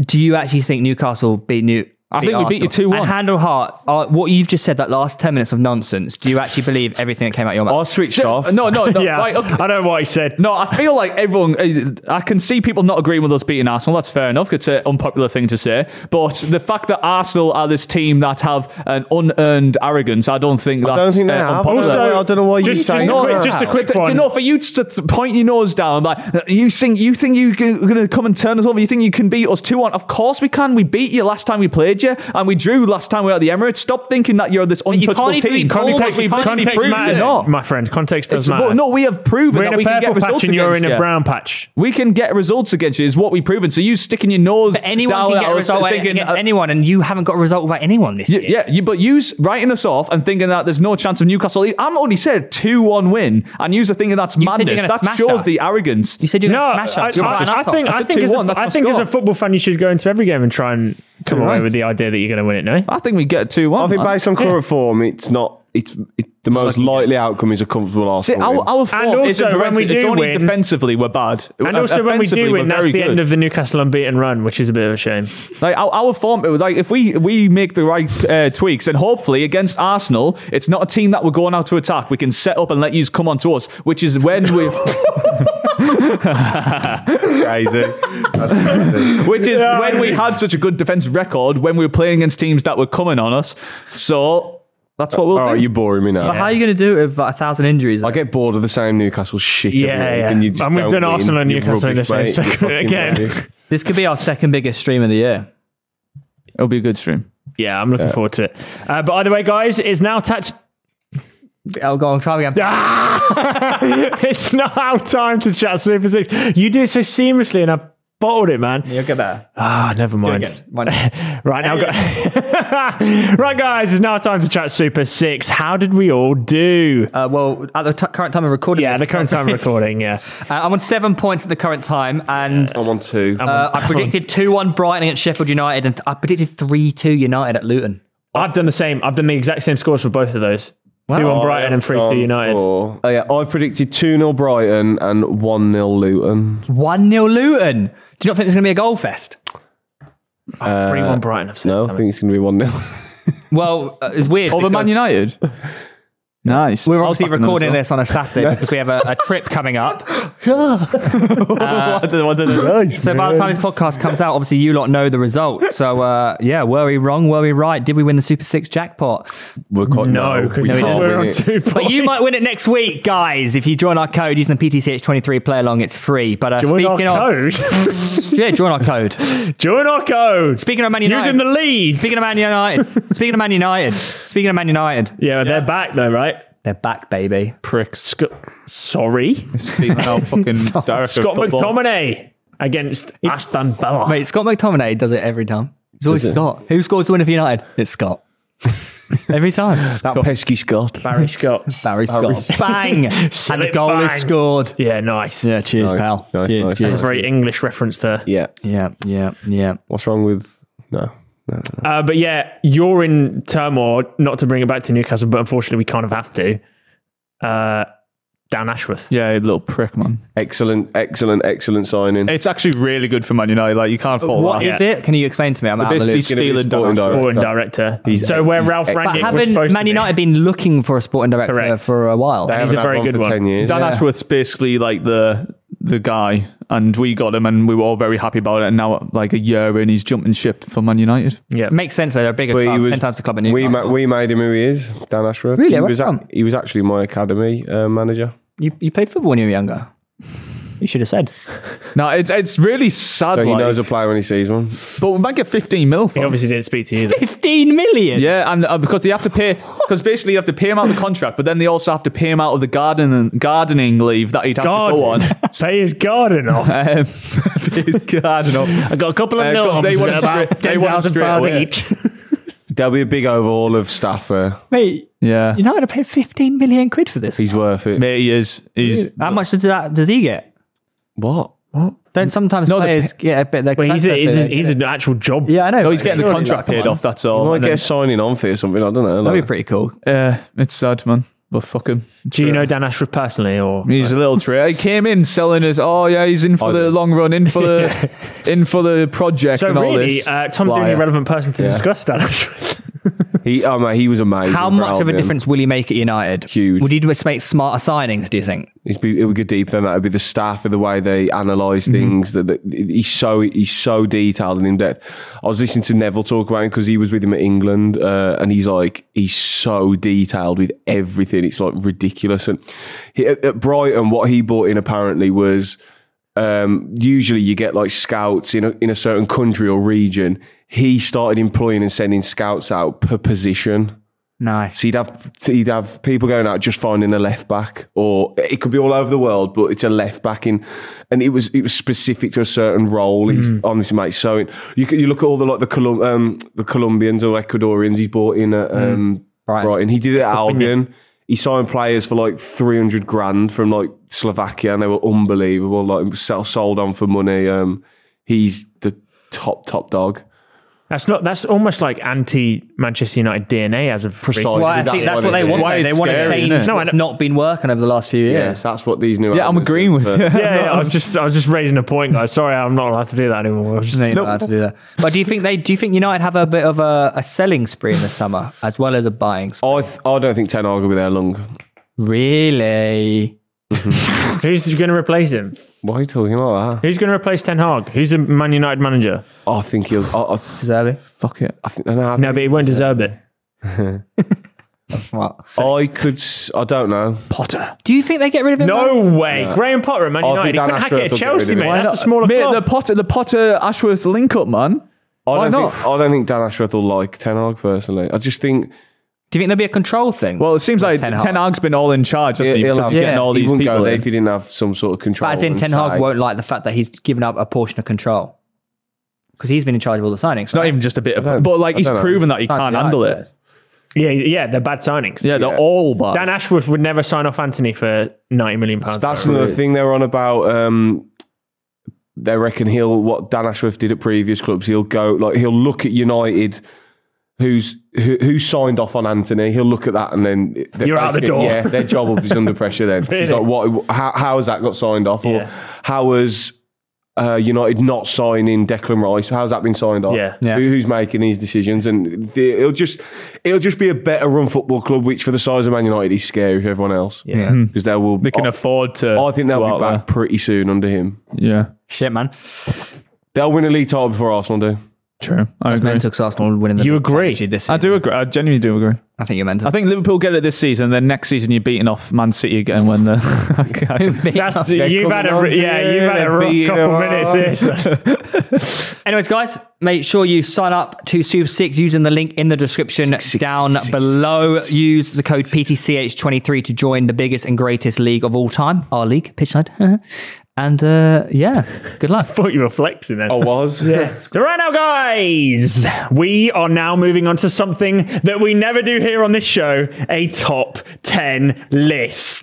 Speaker 3: do you actually think Newcastle beat New?
Speaker 6: I think we beat you
Speaker 3: Arsenal?
Speaker 6: 2-1.
Speaker 3: And hand on heart, uh, what you've just said, that last 10 minutes of nonsense, do you actually believe everything that came out your
Speaker 4: I
Speaker 3: mouth?
Speaker 4: switched off.
Speaker 6: No, no,
Speaker 2: <laughs>
Speaker 6: no.
Speaker 2: yeah,
Speaker 6: Right, okay.
Speaker 2: I know what he said.
Speaker 6: No, I feel like everyone. eh, I can see people not agreeing with us beating Arsenal. That's fair enough. It's an unpopular thing to say, but the fact that Arsenal are this team that have an unearned arrogance, I don't think that's
Speaker 4: I don't think they
Speaker 6: uh,
Speaker 4: have.
Speaker 6: unpopular.
Speaker 4: I, don't know, I don't know why
Speaker 2: just-
Speaker 4: you
Speaker 2: just
Speaker 4: say
Speaker 2: a
Speaker 4: that.
Speaker 2: quick- just a quick
Speaker 6: Do you
Speaker 2: one.
Speaker 6: know, for you to th- point your nose down, like you think you think you're going to come and turn us over. You think you can beat us two one? Of course we can. We beat you last time we played you, and we drew last time we were at the Emirates. Stop thinking that you're this
Speaker 3: you
Speaker 6: untouchable
Speaker 3: can't even
Speaker 6: team.
Speaker 3: be called-
Speaker 6: Because
Speaker 3: Context-
Speaker 6: we've already
Speaker 2: Context
Speaker 6: proven
Speaker 2: matters,
Speaker 6: you're not.
Speaker 2: my friend. Context does
Speaker 6: It's-
Speaker 2: matter.
Speaker 6: but no, we have proven
Speaker 2: we're in
Speaker 6: that
Speaker 2: a
Speaker 6: we can get
Speaker 2: purple
Speaker 6: results
Speaker 2: patch and you're in
Speaker 6: against
Speaker 2: a
Speaker 6: you.
Speaker 2: brown patch.
Speaker 6: We can get results against you, is what we've proven. So you sticking your nose
Speaker 3: Anyone
Speaker 6: down
Speaker 3: can
Speaker 6: at
Speaker 3: get a
Speaker 6: us
Speaker 3: result
Speaker 6: and
Speaker 3: about
Speaker 6: thinking,
Speaker 3: against
Speaker 6: uh,
Speaker 3: anyone, and you haven't got a result about anyone this
Speaker 6: y-
Speaker 3: year.
Speaker 6: yeah, you, but you's writing us off and thinking that there's no chance of Newcastle. I'm only said two one win, and you're thinking that's
Speaker 3: you're
Speaker 6: madness.
Speaker 3: gonna
Speaker 6: That
Speaker 3: smash
Speaker 6: shows
Speaker 3: us.
Speaker 6: the arrogance.
Speaker 3: You said you were
Speaker 2: No,
Speaker 3: going to smash
Speaker 2: I,
Speaker 3: us.
Speaker 2: I- I think I
Speaker 6: That's a
Speaker 2: think as
Speaker 6: 2-1,
Speaker 2: a,
Speaker 6: that's
Speaker 2: I
Speaker 6: my
Speaker 2: think as
Speaker 6: score.
Speaker 2: a football fan, you should go into every game and try and come away
Speaker 6: right.
Speaker 2: with the idea that you're going to win it. No,
Speaker 6: I think we get two one. Uh,
Speaker 4: I think based on current form, it's not. It's it, the most likely outcome is a comfortable
Speaker 6: See,
Speaker 4: Arsenal.
Speaker 6: our,
Speaker 4: win.
Speaker 6: our form
Speaker 2: also,
Speaker 6: isn't
Speaker 2: when we
Speaker 6: horrendous. it's
Speaker 2: do
Speaker 6: only
Speaker 2: win-
Speaker 6: defensively we're bad.
Speaker 2: and also when we do win, that's the end
Speaker 6: of.
Speaker 2: of the Newcastle unbeaten run, which is a bit of a shame.
Speaker 6: Like our, our form, like if we we make the right uh, tweaks, and hopefully against Arsenal, it's not a team that we're going out to attack. We can set up and let you come onto us, which is when
Speaker 2: <laughs>
Speaker 6: we,
Speaker 4: <laughs> crazy. That's crazy.
Speaker 6: which is when we had such a good defense record when we were playing against teams that were coming on us. So that's what we'll
Speaker 4: All right,
Speaker 6: do.
Speaker 4: you're boring me now.
Speaker 3: How are you going to do it with like, a thousand injuries?
Speaker 4: I get bored of the same Newcastle shit. every
Speaker 2: Yeah,
Speaker 4: week
Speaker 2: yeah.
Speaker 4: And, you just
Speaker 2: And we've
Speaker 4: don't
Speaker 2: done
Speaker 4: win.
Speaker 2: Arsenal and
Speaker 4: You're
Speaker 2: Newcastle in the
Speaker 4: rubbish,
Speaker 2: same
Speaker 4: mate.
Speaker 2: second
Speaker 4: You're fucking
Speaker 2: again.
Speaker 4: rubbish.
Speaker 3: This could be our second biggest stream of the year.
Speaker 6: It'll be a good stream.
Speaker 2: Yeah, I'm looking forward to it. Uh, but either way, guys, it's now touch. <laughs> Ah!
Speaker 3: I'll go on, try again.
Speaker 2: it's now time to chat Super Six. You do it so seamlessly, and I bottled it, man.
Speaker 3: You'll get better.
Speaker 2: Ah, never mind.
Speaker 3: Mine-
Speaker 2: Right now, gu- right, guys, it's now time to chat Super Six. How did we all do?
Speaker 3: Uh, well, at the t- current time of recording,
Speaker 2: yeah,
Speaker 3: this,
Speaker 2: the
Speaker 3: <laughs>
Speaker 2: current time of recording. Yeah,
Speaker 3: uh, I'm on seven points at the current time, and
Speaker 4: I'm on two.
Speaker 3: uh, I predicted two one Brighton against Sheffield United, and th- I predicted three two United at Luton.
Speaker 2: I've done the same. I've done the exact same scores for both of those. Two on Brighton and three
Speaker 4: I've
Speaker 2: two
Speaker 4: gone
Speaker 2: United.
Speaker 4: for- Oh, yeah, I predicted 2 0 Brighton and 1 0 Luton.
Speaker 3: One 0 Luton. Do you not think there's going to be a goal fest?
Speaker 2: Three one Brighton. I've said.
Speaker 4: uh, No, I think it's going to be 1 0.
Speaker 3: Well, uh, it's weird.
Speaker 6: Over
Speaker 3: because
Speaker 4: <laughs>
Speaker 6: Man United. Nice.
Speaker 3: We're
Speaker 6: I'll
Speaker 3: obviously
Speaker 6: back them as
Speaker 3: recording
Speaker 6: well.
Speaker 3: this on a Saturday because we have a, a trip coming up.
Speaker 6: <laughs>
Speaker 4: <laughs>
Speaker 3: So by the time this podcast comes out, obviously you lot know the result. So uh, yeah, were we wrong? Were we right? Did we win the Super Six jackpot?
Speaker 4: We're quite,
Speaker 2: No, because
Speaker 4: we
Speaker 2: we
Speaker 4: can't
Speaker 2: are
Speaker 4: win
Speaker 2: on
Speaker 4: it.
Speaker 2: two points.
Speaker 3: But you
Speaker 2: <laughs>
Speaker 3: might win it next week, guys. If you join our code using the PTCH23 play along, it's free. But uh,
Speaker 2: Join our
Speaker 3: speaking of, <laughs>
Speaker 2: <laughs> code.
Speaker 3: yeah, join our code.
Speaker 2: Join our code.
Speaker 3: Speaking of Man United,
Speaker 2: Using the lead.
Speaker 3: speaking of Man United, speaking of Man United, speaking of Man United,
Speaker 2: Yeah, they're back though, right?
Speaker 3: they're back, baby.
Speaker 2: Pricks. sorry.
Speaker 6: Speaking now,
Speaker 4: <laughs>
Speaker 6: fucking director of
Speaker 2: Scott
Speaker 6: football.
Speaker 2: McTominay against Ashton Bella.
Speaker 3: Wait, Scott McTominay does it every time. It's always Scott. Who scores the win of United? It's <laughs> Scott. every time,
Speaker 4: That pesky Scott.
Speaker 2: Barry Scott.
Speaker 3: Barry Scott. Bang!
Speaker 2: <laughs>
Speaker 3: and the
Speaker 2: Slip
Speaker 3: goal is
Speaker 2: bang.
Speaker 3: scored.
Speaker 2: yeah, nice.
Speaker 3: Yeah, cheers, pal.
Speaker 4: nice,
Speaker 3: cheers,
Speaker 4: nice,
Speaker 3: cheers.
Speaker 2: That's a very English reference there.
Speaker 4: Yeah.
Speaker 3: Yeah, yeah, yeah.
Speaker 4: What's wrong with. No. No, no.
Speaker 2: Uh, but yeah, you're in turmoil, not to bring it back to Newcastle, but unfortunately we kind of have to. Uh, down Ashworth.
Speaker 6: Yeah, you little prick, man.
Speaker 4: Excellent, excellent, excellent signing.
Speaker 6: It's actually really good for Man United. Like you can't fault
Speaker 3: What
Speaker 6: that.
Speaker 3: is it? Can you explain to me? I'm out of the
Speaker 4: Basically,
Speaker 3: loop.
Speaker 4: he's gonna be sporting
Speaker 6: Stealing Donald
Speaker 4: director.
Speaker 2: Or in director. so
Speaker 4: he's-
Speaker 2: where
Speaker 4: he's
Speaker 2: Ralph
Speaker 4: excellent.
Speaker 2: Rangnick
Speaker 3: But
Speaker 2: was
Speaker 3: haven't
Speaker 2: supposed
Speaker 3: Man
Speaker 2: to be.
Speaker 3: United been looking for a sporting director
Speaker 2: Correct.
Speaker 3: for a while?
Speaker 4: They
Speaker 2: he's
Speaker 4: haven't
Speaker 2: a
Speaker 4: had
Speaker 2: very
Speaker 4: one
Speaker 2: good
Speaker 4: for
Speaker 2: one.
Speaker 4: 10 years.
Speaker 6: Dan Ashworth's basically like the the guy, and we got him, and we were all very happy about it. And now, like a year in, he's jumping ship for Man United.
Speaker 2: Yeah.
Speaker 3: Makes sense though. They're a bigger
Speaker 4: But he
Speaker 3: club,
Speaker 4: was-
Speaker 3: Oh, ten times the club in
Speaker 4: We, ma-
Speaker 3: Newcastle.
Speaker 4: we made him who he is, Dan Ashworth.
Speaker 3: Really?
Speaker 4: He
Speaker 3: What's
Speaker 4: was,
Speaker 3: wrong?
Speaker 4: he was actually my academy uh, manager.
Speaker 3: you, you played football when you were younger.
Speaker 10: You should have said.
Speaker 6: No, it's it's really sad.
Speaker 4: So he
Speaker 6: like,
Speaker 4: knows a player when he sees one.
Speaker 6: but we might get fifteen mil for.
Speaker 2: He
Speaker 6: him.
Speaker 2: obviously didn't speak to you. Either.
Speaker 10: 15 million?
Speaker 6: Yeah, and uh, because they have
Speaker 2: <laughs>
Speaker 6: to pay, because basically you have to pay him out of the contract, but then they also have to pay him out of the garden gardening leave that he'd have to <laughs> go on.
Speaker 2: Garden. Pay his garden off.
Speaker 6: <laughs> Um, his <laughs> garden.
Speaker 2: I
Speaker 6: up.
Speaker 2: got a couple of
Speaker 6: Uh,
Speaker 2: notes <laughs>
Speaker 6: because they want him
Speaker 2: about
Speaker 6: straight- they
Speaker 2: ten
Speaker 6: want him
Speaker 2: thousand
Speaker 6: straight
Speaker 2: pound
Speaker 6: away.
Speaker 2: each.
Speaker 4: There'll be a big overhaul of staff there.
Speaker 10: Mate,
Speaker 6: Yeah,
Speaker 10: you're not going to pay 15 million quid for this.
Speaker 4: He's worth it.
Speaker 6: mate, he is. He's
Speaker 10: How much does that does he get?
Speaker 6: what?
Speaker 10: Don't sometimes
Speaker 6: No, the
Speaker 10: players get a bit of their
Speaker 2: Well, he's a,
Speaker 10: transfer
Speaker 2: he's,
Speaker 10: fee
Speaker 2: a,
Speaker 10: they
Speaker 2: he's
Speaker 10: get?
Speaker 2: an actual job.
Speaker 10: Yeah, I know.
Speaker 6: No, he's
Speaker 10: but
Speaker 6: getting the
Speaker 10: surely,
Speaker 6: contract
Speaker 10: like,
Speaker 6: paid
Speaker 10: come on.
Speaker 6: off. That's all.
Speaker 4: Might
Speaker 6: And then-
Speaker 4: get a signing on fee or something. I don't know.
Speaker 10: That'd
Speaker 4: like-
Speaker 10: be pretty cool.
Speaker 6: Yeah, it's sad, man. But fuck him.
Speaker 2: Do you know Dan Ashford personally, or
Speaker 6: He's a little trade. He came in selling us. Oh yeah, he's in for
Speaker 4: I
Speaker 6: the
Speaker 4: do.
Speaker 6: long run, in
Speaker 2: <laughs>
Speaker 6: for the, in for the project
Speaker 2: so
Speaker 6: and all
Speaker 2: really?
Speaker 6: this.
Speaker 2: Uh, Tom's the
Speaker 6: Liar.
Speaker 2: only relevant person to discuss Dan Ashford. <laughs>
Speaker 4: He, oh, mate, he was amazing.
Speaker 3: How
Speaker 4: for
Speaker 3: much of a
Speaker 4: Albion.
Speaker 3: difference will he make at United?
Speaker 4: Huge.
Speaker 3: Would he just make smarter signings, do you think?
Speaker 4: It'd be, it would go deeper than that. It'd be the staff and the way they analyze things. That, that he's so he's so detailed and in depth. I was listening to Neville talk about him because he was with him at England, uh, and he's like he's so detailed with everything. It's like ridiculous. And he, at, at Brighton, what he bought in apparently was um, usually you get like scouts in a, in a certain country or region. He started employing and sending scouts out per position.
Speaker 3: Nice.
Speaker 4: So you'd have so you'd have people going out just finding a left back, or it could be all over the world, but it's a left back in, and it was it was specific to a certain role. He's
Speaker 2: Mm.
Speaker 4: honestly, mate. So it, you could- you look at all the like the Colum, um, the Colombians or Ecuadorians he's bought in at
Speaker 2: Mm.
Speaker 4: um,
Speaker 3: Brighton.
Speaker 4: Brighton. He did it at Albion. He signed players for like three hundred grand from like Slovakia, and they were unbelievable. Like sell- sold on for money. Um, he's the top top dog.
Speaker 2: That's not. That's almost like anti-Manchester United DNA as of
Speaker 4: Precisely.
Speaker 3: Well,
Speaker 2: recent.
Speaker 3: I
Speaker 4: That's
Speaker 3: think that's
Speaker 4: what
Speaker 3: what
Speaker 4: it
Speaker 3: they
Speaker 4: is.
Speaker 3: want.
Speaker 6: Why
Speaker 3: though. They
Speaker 6: it's
Speaker 3: want to
Speaker 6: scary,
Speaker 3: change
Speaker 6: isn't it?
Speaker 2: No, I
Speaker 3: what's
Speaker 2: know-
Speaker 3: not been working over the last few years.
Speaker 4: Yes, that's what these new.
Speaker 6: yeah, I'm
Speaker 4: owners
Speaker 6: agreeing
Speaker 4: do,
Speaker 6: with
Speaker 4: but-
Speaker 6: you.
Speaker 2: Yeah,
Speaker 3: <laughs>
Speaker 2: yeah, I was just, I was just raising a point, guys. Sorry, I'm not allowed to do that anymore. I was just-
Speaker 3: They're not allowed to do that. But do you think they? Do you think United have a bit of a, a selling spree in the summer as well as a buying? Spree?
Speaker 4: I, th- I don't think Ten Hag will be there long.
Speaker 3: Really?
Speaker 2: Who's going to replace him?
Speaker 4: Why are you talking like that?
Speaker 2: Who's going to replace Ten Hag? Who's the Man United manager?
Speaker 4: I think he'll. I, I,
Speaker 3: Deserving?
Speaker 6: Fuck it.
Speaker 4: I think. and I,
Speaker 2: No, but he won't deserve it.
Speaker 3: Smart.
Speaker 4: I could. s- I don't know.
Speaker 6: Potter.
Speaker 3: Do you think they get rid of him?
Speaker 2: No way. Graham Potter at Man
Speaker 4: I think
Speaker 2: United. He
Speaker 4: Dan
Speaker 2: couldn't hack
Speaker 4: Ashworth will
Speaker 2: it at
Speaker 4: get rid
Speaker 2: Chelsea,
Speaker 4: of him.
Speaker 2: mate.
Speaker 4: Why
Speaker 2: That's a smaller
Speaker 6: Mate,
Speaker 2: club.
Speaker 6: the Potter, the Potter Ashworth link up, man.
Speaker 4: I
Speaker 6: Why
Speaker 4: don't
Speaker 6: not?
Speaker 4: Think, I don't think Dan Ashworth will like Ten Hag personally. I just think
Speaker 3: Do you think there'll be a control thing?
Speaker 6: Well, it seems like
Speaker 3: Ten
Speaker 6: Ten,
Speaker 3: Hag.
Speaker 6: Hag's been all in charge, hasn't he?
Speaker 4: he'll
Speaker 6: Because
Speaker 4: have
Speaker 6: he's getting
Speaker 3: yeah,
Speaker 6: all
Speaker 4: he
Speaker 6: these
Speaker 4: wouldn't go
Speaker 6: people.
Speaker 4: there
Speaker 6: in.
Speaker 4: if he didn't have some sort of control.
Speaker 3: but as in
Speaker 4: and
Speaker 3: Ten Hag
Speaker 4: say-
Speaker 3: won't like the fact that he's given up a portion of control because he's been in charge of all the signings.
Speaker 6: It's not even just a bit of,
Speaker 4: don't-
Speaker 6: but like
Speaker 4: I
Speaker 6: he's
Speaker 4: don't know.
Speaker 6: proven that he
Speaker 3: Can't
Speaker 6: can't
Speaker 3: deny
Speaker 6: handle it.
Speaker 3: players.
Speaker 2: yeah, yeah, they're bad signings.
Speaker 6: Yeah, they're all bad.
Speaker 2: Dan Ashworth would never sign off Anthony for ninety million pounds.
Speaker 4: That's another thing they're on about. Um, they reckon he'll what Dan Ashworth did at previous clubs. He'll go like he'll look at United, who's who, who signed off on Anthony. He'll look at that and then they're
Speaker 2: You're out the
Speaker 4: basically-
Speaker 2: door.
Speaker 4: Yeah, their job will be under pressure.
Speaker 2: <laughs>
Speaker 4: Then he's
Speaker 2: Really?
Speaker 4: like, what? How, how has that got signed off? Or
Speaker 2: Yeah.
Speaker 4: how has uh, United not signing Declan Rice? How's that been signed off?
Speaker 2: Yeah.
Speaker 3: Yeah.
Speaker 4: Who, who's making these decisions? And the, it'll just it'll just be a better run football club, which for the size of Man United is scary for everyone else.
Speaker 2: Yeah.
Speaker 4: because there will
Speaker 6: Hmm. They can
Speaker 3: Oh.
Speaker 4: I-
Speaker 6: afford to.
Speaker 4: I think they'll
Speaker 6: go
Speaker 4: be back
Speaker 6: out
Speaker 4: pretty soon under him.
Speaker 6: there. Yeah,
Speaker 3: Shit, man.
Speaker 4: They'll win a league title before Arsenal do.
Speaker 6: true. I
Speaker 3: It's
Speaker 6: agree.
Speaker 3: mental 'cause Arsenal winning the
Speaker 2: You
Speaker 3: league
Speaker 2: agree?
Speaker 3: actually This
Speaker 6: I
Speaker 3: season.
Speaker 6: do agree. I genuinely do agree.
Speaker 3: I think you're mental.
Speaker 6: I think Liverpool get it this season. Then next season you're beating off Man City again when the. <laughs>
Speaker 2: That's you've
Speaker 4: coming
Speaker 2: had
Speaker 4: on
Speaker 2: a
Speaker 4: to
Speaker 2: yeah,
Speaker 4: you,
Speaker 2: you've had a
Speaker 4: they're
Speaker 2: rough
Speaker 4: beating
Speaker 2: couple
Speaker 4: them
Speaker 2: minutes.
Speaker 4: up.
Speaker 2: here, so-
Speaker 4: <laughs>
Speaker 3: Anyways, guys, make sure you sign up to Super Six using the link in the description down below. Use the code PTCH23 to join the biggest and greatest league of all time, our league, Pitchside. <laughs> and uh, yeah, good luck.
Speaker 2: thought you were flexing
Speaker 3: Oh,
Speaker 2: then.
Speaker 4: was. Yeah.
Speaker 2: So right now, guys, we are now moving on to something that we never do here on this show: a top ten list.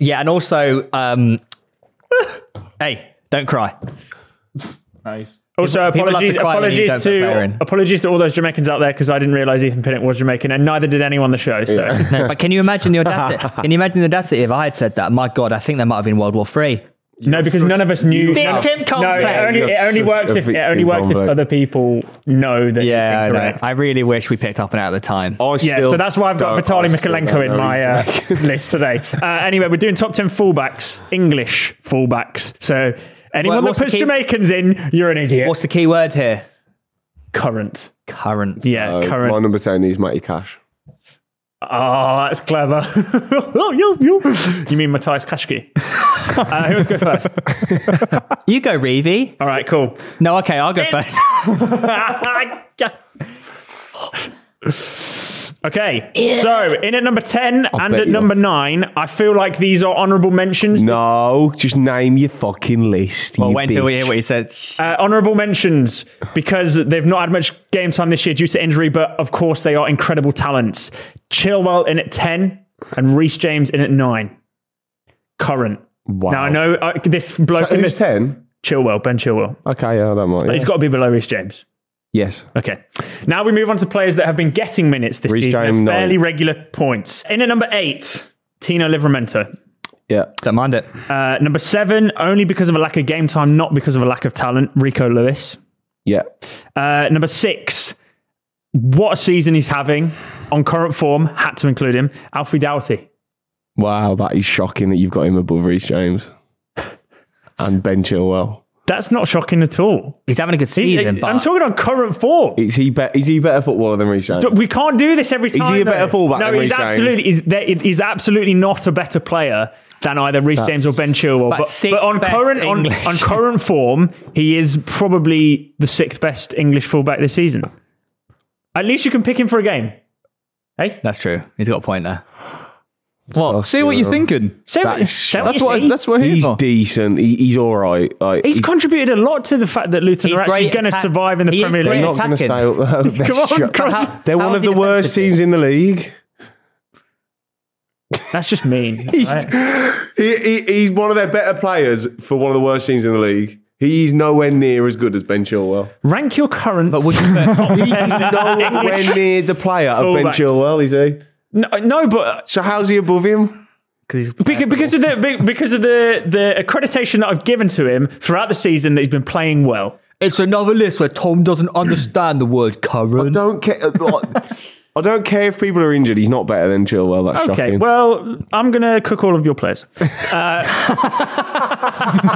Speaker 3: <laughs> Yeah, and also, um, <laughs> hey, don't cry.
Speaker 2: Also,
Speaker 3: People love to
Speaker 2: apologies,
Speaker 3: cry when you
Speaker 2: apologies
Speaker 3: don't put fair
Speaker 2: to
Speaker 3: in.
Speaker 2: apologies to all those Jamaicans out there because I didn't realise Ethan Pinnett was Jamaican, and neither did anyone on the show. So
Speaker 3: No, but can you imagine the audacity? <laughs> Can you imagine the audacity if I had said that? My God, I think there might have been World War Three.
Speaker 2: <laughs> no, because none of us knew.
Speaker 3: Big
Speaker 2: No,
Speaker 3: Tim Coleman.
Speaker 2: no, it
Speaker 3: Yeah,
Speaker 2: only,
Speaker 4: you're
Speaker 2: it only
Speaker 4: such
Speaker 2: works
Speaker 4: a
Speaker 2: if it
Speaker 4: victim
Speaker 2: only works if
Speaker 4: complex.
Speaker 2: other people know that it's incorrect.
Speaker 3: I really wish we picked up on it at the time.
Speaker 4: I
Speaker 2: Yeah,
Speaker 4: still
Speaker 2: so that's why I've got
Speaker 4: don't-
Speaker 2: Vitaly
Speaker 4: I still don't
Speaker 2: Mikalenko in
Speaker 4: know
Speaker 2: my
Speaker 4: who's
Speaker 2: uh, list today. Uh, anyway, we're doing top 10 fullbacks, English fullbacks. So anyone
Speaker 3: Well,
Speaker 2: that
Speaker 3: what's
Speaker 2: puts
Speaker 3: the key-
Speaker 2: Jamaicans in, you're an idiot.
Speaker 3: What's the key word here?
Speaker 2: current?
Speaker 3: Current.
Speaker 2: <laughs> Yeah,
Speaker 4: back. Uh,
Speaker 2: current.
Speaker 4: My number 10 is Matty Cash.
Speaker 2: Oh, that's clever. <laughs> oh, you, you. you mean
Speaker 4: <laughs>
Speaker 2: Matthias Kaschke? uh, who wants to go first?
Speaker 3: You go, Reevee.
Speaker 2: All right, cool.
Speaker 3: No, okay, I'll go first.
Speaker 2: Okay, so in at number 10 and
Speaker 4: bet
Speaker 2: at
Speaker 4: you
Speaker 2: number 9, I feel like these are honourable mentions.
Speaker 4: No, just name your fucking list.
Speaker 3: Well,
Speaker 4: you
Speaker 3: when
Speaker 4: bitch.
Speaker 3: do we hear what he said?
Speaker 2: Uh, honourable mentions because they've not had much game time this year due to injury, but of course they are incredible talents. Chilwell in at 10 and Reece James in at 9. Current.
Speaker 4: Wow.
Speaker 2: Now I know uh, this bloke in
Speaker 4: Who's
Speaker 2: the,
Speaker 4: ten?
Speaker 2: Chilwell, Ben Chilwell.
Speaker 4: Okay, yeah, I don't mind.
Speaker 2: He's got to be below Reece James.
Speaker 4: Yes.
Speaker 2: Okay. Now we move on to players that have been getting minutes this
Speaker 4: Reece
Speaker 2: season at
Speaker 4: James, nine.
Speaker 2: fairly regular points. In at number 8, Tino Livramento.
Speaker 4: Yeah.
Speaker 3: Don't mind it.
Speaker 2: Uh, number seven, only because of a lack of game time, not because of a lack of talent, Rico Lewis.
Speaker 4: Yeah.
Speaker 2: Uh, number six, what a season he's having on current form, had to include him, Alfie Doughty.
Speaker 4: Wow, that is shocking that you've got him above Reece James and Ben Chilwell.
Speaker 2: That's not shocking at all.
Speaker 3: He's having a good
Speaker 2: He's-
Speaker 3: season, but
Speaker 2: I'm talking on current form.
Speaker 4: Is he be- is he a better footballer than Reece James?
Speaker 2: We can't do this every
Speaker 4: he
Speaker 2: time.
Speaker 4: a
Speaker 2: though.
Speaker 4: better fullback
Speaker 2: No,
Speaker 4: than
Speaker 2: he's
Speaker 4: Reece James?
Speaker 2: absolutely he's, there- he's absolutely not a better player than either Reece James or Ben Chilwell.
Speaker 3: But
Speaker 2: But,
Speaker 3: sixth
Speaker 2: but on
Speaker 3: best
Speaker 2: current on,
Speaker 3: English.
Speaker 2: on current form, he is probably the sixth best English fullback this season. At least you can pick him for a game.
Speaker 3: that's true. He's got a point there.
Speaker 6: Oh,
Speaker 8: Well, see what you're thinking.
Speaker 2: Say what-
Speaker 4: is-
Speaker 2: say what
Speaker 8: That's
Speaker 2: you
Speaker 8: what.
Speaker 2: see.
Speaker 8: That's what
Speaker 4: he's
Speaker 8: he's. For.
Speaker 4: decent. He, he's all right. Like,
Speaker 2: He's
Speaker 4: he-
Speaker 2: contributed a lot to the fact that Luton
Speaker 3: He's
Speaker 2: are actually
Speaker 3: great
Speaker 2: going to
Speaker 3: attack-
Speaker 2: survive in the
Speaker 3: he is
Speaker 2: Premier
Speaker 3: great
Speaker 4: they're
Speaker 2: League.
Speaker 4: not going to
Speaker 3: attacking.
Speaker 4: stay up there. <laughs> They're
Speaker 2: Come on,
Speaker 4: shut-
Speaker 2: Cross-
Speaker 4: They're one
Speaker 3: how's
Speaker 4: of
Speaker 3: he
Speaker 4: the worst
Speaker 3: defensively?
Speaker 4: teams in the league.
Speaker 2: That's
Speaker 3: <laughs>
Speaker 2: just mean.
Speaker 4: He's,
Speaker 2: right?
Speaker 4: <laughs> he, he, he's one of their better players for one of the worst teams in the league. He's nowhere near as good as Ben Chilwell.
Speaker 2: Rank your current.
Speaker 3: But would
Speaker 2: <laughs>
Speaker 3: you put,
Speaker 4: He's nowhere near the player of Ben
Speaker 2: Fullbacks.
Speaker 4: Chilwell, is he?
Speaker 2: no, no, but
Speaker 4: So how's he above him?
Speaker 2: because, because of the be- because of the the accreditation that I've given to him throughout the season that he's been playing well.
Speaker 3: it's another list where Tom doesn't understand the word
Speaker 4: I
Speaker 3: current.
Speaker 4: don't care. uh, I don't care if people are injured. He's not better than Chilwell. That's
Speaker 2: Okay,
Speaker 4: shocking.
Speaker 2: well, I'm gonna cook all of your players. Uh,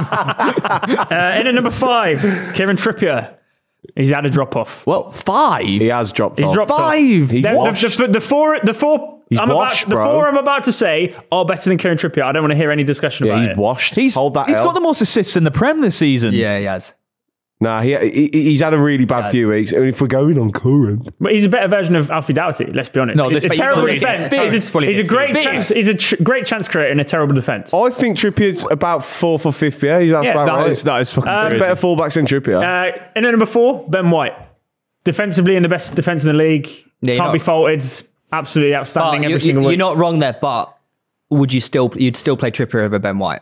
Speaker 3: <laughs>
Speaker 2: <laughs> uh, in at number five, Kieran Trippier. He's had a drop off.
Speaker 8: Well, five.
Speaker 4: he has dropped
Speaker 2: He's
Speaker 4: off.
Speaker 2: dropped off.
Speaker 8: Five.
Speaker 4: He's
Speaker 2: The,
Speaker 4: washed.
Speaker 2: the, the, the four, the four.
Speaker 4: He's
Speaker 2: I'm
Speaker 4: washed,
Speaker 2: about, the
Speaker 4: bro.
Speaker 2: four I'm about to say are better than Kieran Trippier. I don't want to hear any discussion
Speaker 4: yeah,
Speaker 2: about
Speaker 4: he's
Speaker 2: it.
Speaker 4: washed.
Speaker 8: He's,
Speaker 4: Hold that
Speaker 8: he's
Speaker 4: L.
Speaker 8: got the most assists in the Prem this season.
Speaker 3: Yeah, he has.
Speaker 4: Nah, he, he, he's had a really bad few weeks. And if we're going on current,
Speaker 2: But he's a better version of Alfie Doughty. Let's be honest.
Speaker 3: No,
Speaker 2: it's
Speaker 3: this-
Speaker 2: a
Speaker 3: but you
Speaker 2: terrible
Speaker 3: probably-
Speaker 2: defense.
Speaker 3: yeah,
Speaker 2: He's, a,
Speaker 3: probably
Speaker 2: he's a
Speaker 3: this
Speaker 2: great
Speaker 3: season.
Speaker 2: chance. He's a tr- great chance creator and a terrible defense.
Speaker 4: I think Trippier's about fourth or fifth. Yeah, he's that's
Speaker 2: Yeah,
Speaker 4: about
Speaker 2: that
Speaker 4: right.
Speaker 8: That is, that is fucking
Speaker 4: There's
Speaker 8: crazy.
Speaker 4: better fullbacks than Trippier.
Speaker 2: Uh, and then number four, Ben White, defensively in the best defense in the league.
Speaker 3: Yeah, you're
Speaker 2: Can't
Speaker 3: not-
Speaker 2: be faulted. Absolutely outstanding
Speaker 3: But you,
Speaker 2: every single
Speaker 3: are
Speaker 2: week.
Speaker 3: not wrong there, but would you still you'd still play Trippier over Ben White?